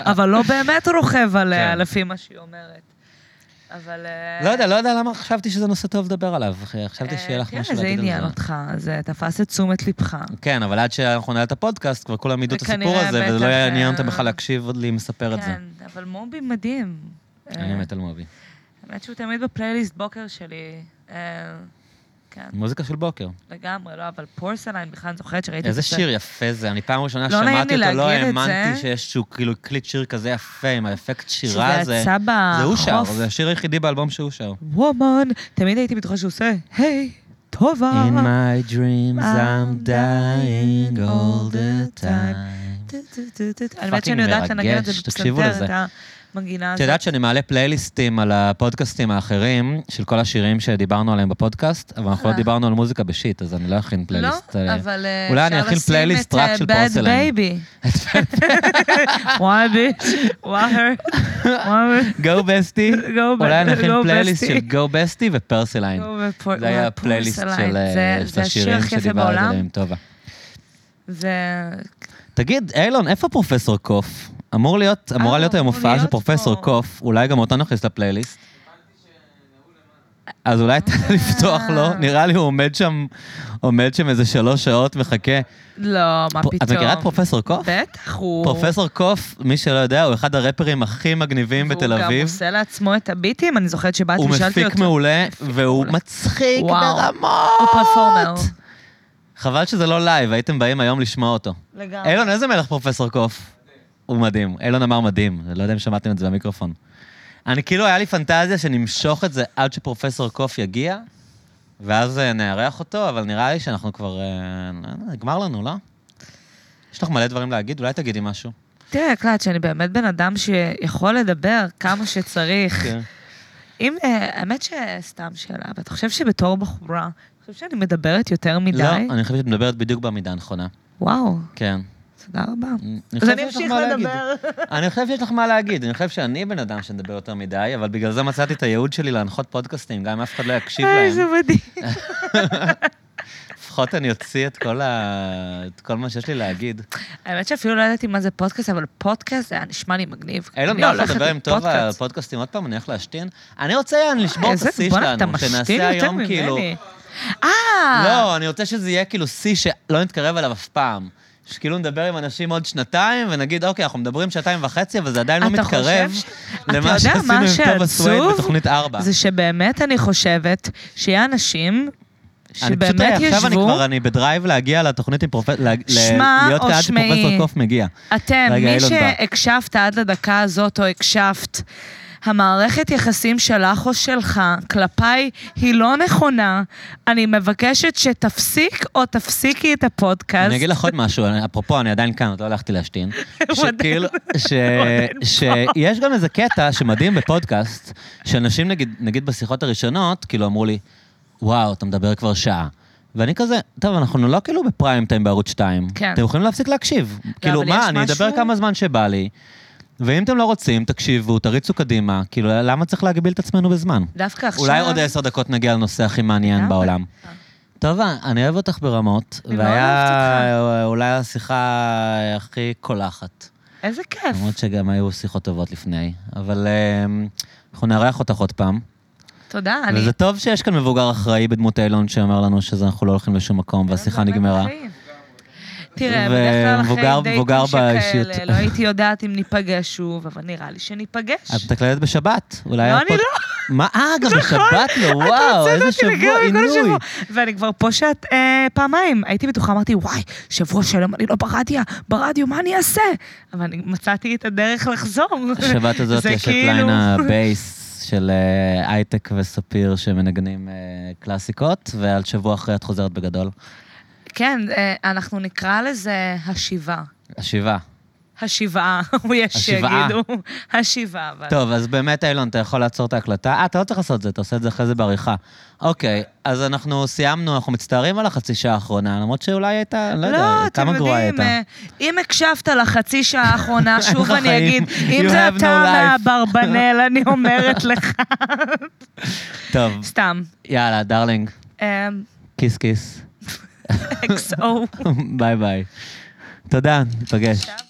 אבל לא באמת רוכב עליה, כן. לפי מה שהיא אומרת. אבל... אה, לא יודע, לא יודע למה חשבתי שזה נושא טוב לדבר עליו, אחי. חשבתי אה, שיהיה לך תראה, משהו להגיד זה עניין על זה. אותך, זה תפס את תשומת לבך. כן, אבל עד שאנחנו נעלה את הפודקאסט, כבר כולם ידעו את הסיפור וכנראה הזה, וזה לא בטח, יעניין אותם אה, בכלל להקשיב עוד לי מספר את זה. כן, אבל מובי מדהים. אני אה, מת על מובי. האמת שהוא תמיד בפלייליסט בוקר שלי. אה, כן, מוזיקה של בוקר. לגמרי, לא, אבל פורסליין, בכלל אני זוכרת שראיתי איזה זה. שיר יפה זה, אני פעם ראשונה לא נעים שמעתי לי אותו, לא להגיד את האמנתי זה. שיש שהוא כאילו הקליט שיר כזה יפה, עם האפקט שירה שזה הזה. יצא בחוף. זה הוא שר, זה השיר היחידי באלבום שהוא שר. וומן, תמיד הייתי בטוחה שהוא עושה, היי, טובה. In my dreams I'm I'm dying dying all all the the time. טו, טו, טו, טו, טו. האמת פאקינג שאני יודעת לנגן את זה מרגש, תקשיבו לזה. בפסנתר, את את המנגינה הזאת. יודעת שאני מעלה פלייליסטים על הפודקאסטים האחרים, של כל השירים שדיברנו עליהם בפודקאסט, אבל אנחנו לא אה. דיברנו על מוזיקה בשיט, אז אני לא אכין פלייליסט. לא, אה, אבל אה, אולי אני אפשר אכין לשים פלייליסט את, רק אה, של פורסליין. Bad Baby. וואי ביץ', וואי וואי. Go בסטי, Go אולי אני Be- אכין Go פלייליסט Bestie. של Go בסטי ופרסליין. כן. לא, זה היה הפלייליסט של אה, של השירים שדיברנו עליהם עם טובה. תגיד, אילון, איפה פרופסור קוף? אמור להיות, אמורה אה, להיות היום אמור הופעה של להיות פרופסור פה. קוף, אולי גם אותה נכניס לפלייליסט. אז אולי תן אה. לפתוח לו, נראה לי הוא עומד שם, עומד שם איזה שלוש שעות, מחכה. לא, מה פתאום. את מכירה את פרופסור קוף? בטח, הוא... פרופסור קוף, מי שלא יודע, הוא אחד הראפרים הכי מגניבים בתל הוא גם אביב. עושה לעצמו את הביטים, אני זוכרת שבאתי הוא ושאלתי מפיק אותו. מעולה, והוא מצחיק וואו. הוא פרפורמר. ברמות. חבל שזה לא לייב, הייתם באים היום לשמוע אותו. לגמרי. אילון, איזה מלך פרופסור קוף? הוא מדהים. אילון אמר מדהים, אני לא יודע אם שמעתם את זה במיקרופון. אני כאילו, היה לי פנטזיה שנמשוך את זה עד שפרופסור קוף יגיע, ואז אה, נארח אותו, אבל נראה לי שאנחנו כבר... אה, לא יודע, נגמר לנו, לא? יש לך מלא דברים להגיד, אולי תגידי משהו. תראה, הקלט, שאני באמת בן אדם שיכול לדבר כמה כן. שצריך. אם, אה, האמת שסתם שאלה, אבל אתה חושב שבתור בחורה, אתה חושב שאני מדברת יותר מדי? לא, אני חושבת שאת מדברת בדיוק במידה הנכונה. וואו, כן. תודה רבה. אני אז חושב אני שיש לך אמשיך מה להגיד. לדבר. אני חושב שיש לך מה להגיד, אני חושב שאני בן אדם שמדבר יותר מדי, אבל בגלל זה מצאתי את הייעוד שלי להנחות פודקאסטים, גם אם אף אחד לא יקשיב איי, זה להם. מדהים. לפחות אני אוציא את כל, ה... את כל מה שיש לי להגיד. האמת שאפילו לא ידעתי מה זה פודקאסט, אבל פודקאסט זה היה נשמע לי מגניב. אין לנו אני מה הולכת לא, לדבר עם טוב אה, על לפודקאסט. פודקאסטים עוד פעם, אני הולך להשתין. אני רוצה יעני לשבור את איזה- השיא בואנה, אתה שלנו, משתין שנעשה יותר היום כאילו... ממני. אה! לא, אני רוצה שזה יהיה כאילו שיא שלא נתקרב אליו אף פעם. שכאילו נדבר עם אנשים עוד שנתיים, ונגיד, אוקיי, אנחנו מדברים שעתיים וחצי, אבל זה עדיין לא אתה מתקרב חושב ש- אתה למה יודע שעשינו מה עם טוב הסווייד שעצוב? בתוכנית 4. זה שבאמת אני חושבת שיהיה אנשים אני פשוט, אה, שבאמת עכשיו אני ישבו, כבר, אני בדרייב להגיע לתוכנית עם פרופסור, שמע, להיות או קהל שמעי. שפרופסור קוף מגיע. אתם, רגע, מי אילון בא. שהקשבת עד לדקה הזאת או הקשבת, המערכת יחסים שלך או שלך כלפיי היא לא נכונה. אני מבקשת שתפסיק או תפסיקי את הפודקאסט. אני אגיד לך עוד משהו, אני- אפרופו, אני עדיין כאן, עוד לא הלכתי להשתין. הוא עדיין- לא שכאילו, ש- שיש גם איזה קטע שמדהים בפודקאסט, שאנשים נגיד, נגיד בשיחות הראשונות, כאילו אמרו לי, וואו, אתה מדבר כבר שעה. ואני כזה, טוב, אנחנו לא כאילו בפריים טיים בערוץ 2. כן. לא, אתם יכולים להפסיק להקשיב. כאילו, אבל יש מה, אני אדבר משהו- כמה זמן שבא לי, ואם אתם לא רוצים, תקשיבו, תריצו קדימה. כאילו, למה צריך להגביל את עצמנו בזמן? דווקא עכשיו... אה? אולי עוד עשר דקות נגיע לנושא הכי מעניין לגמרי. בעולם. טובה, אני אוהב אותך ברמות, אני מאוד אוהבת והיה אולי השיחה הכי קולחת. איזה כיף. למרות שגם היו שיחות טובות לפני, אבל אמ, אנחנו נארח אותך עוד פעם. תודה, אני... וזה טוב שיש כאן מבוגר אחראי בדמות אילון שאומר לנו שאנחנו לא הולכים לשום מקום והשיחה באמת נגמרה. אחי. תראה, בדרך ומבוגר- כלל מבוגר אחרי דייטים באישיות. שכאלה, לא הייתי יודעת אם ניפגש שוב, אבל נראה לי שניפגש. את מתקלדת בשבת, אולי... לא, נכון. הפוד- אני מה? אה, גם בשבת לא, וואו, איזה שבוע לגמרי כל עינוי. השבוע. ואני כבר פה שעת אה, פעמיים. הייתי בטוחה, אמרתי, וואי, שבוע שלם אני לא ברדיו, ברדיו, מה אני אעשה? אבל אני מצאתי את הדרך לחזור. השבת הזאת זה יש את כאילו- ליינה בייס של אה, הייטק וספיר שמנגנים אה, קלאסיקות, ועל שבוע אחרי את חוזרת בגדול. כן, אה, אנחנו נקרא לזה השיבה. השבעה. השבעה, יש השבעה. שיגידו. השבעה, אבל. טוב, אז באמת, אילון, אתה יכול לעצור את ההקלטה? אה, אתה לא צריך לעשות את זה, אתה עושה את זה אחרי זה בעריכה. אוקיי, אז אנחנו סיימנו, אנחנו מצטערים על החצי שעה האחרונה, למרות שאולי הייתה, לא יודע, אתם כמה גרועה יודעים, הייתה. אה, אם הקשבת לחצי שעה האחרונה, שוב לך אני חיים. אגיד, אם You זה have no אתה life. מאברבנל, אני אומרת לך. אה, טוב, סתם. יאללה, דרלינג, אה, כיס כיס. XO. ביי ביי. תודה, ניפגש. עכשיו?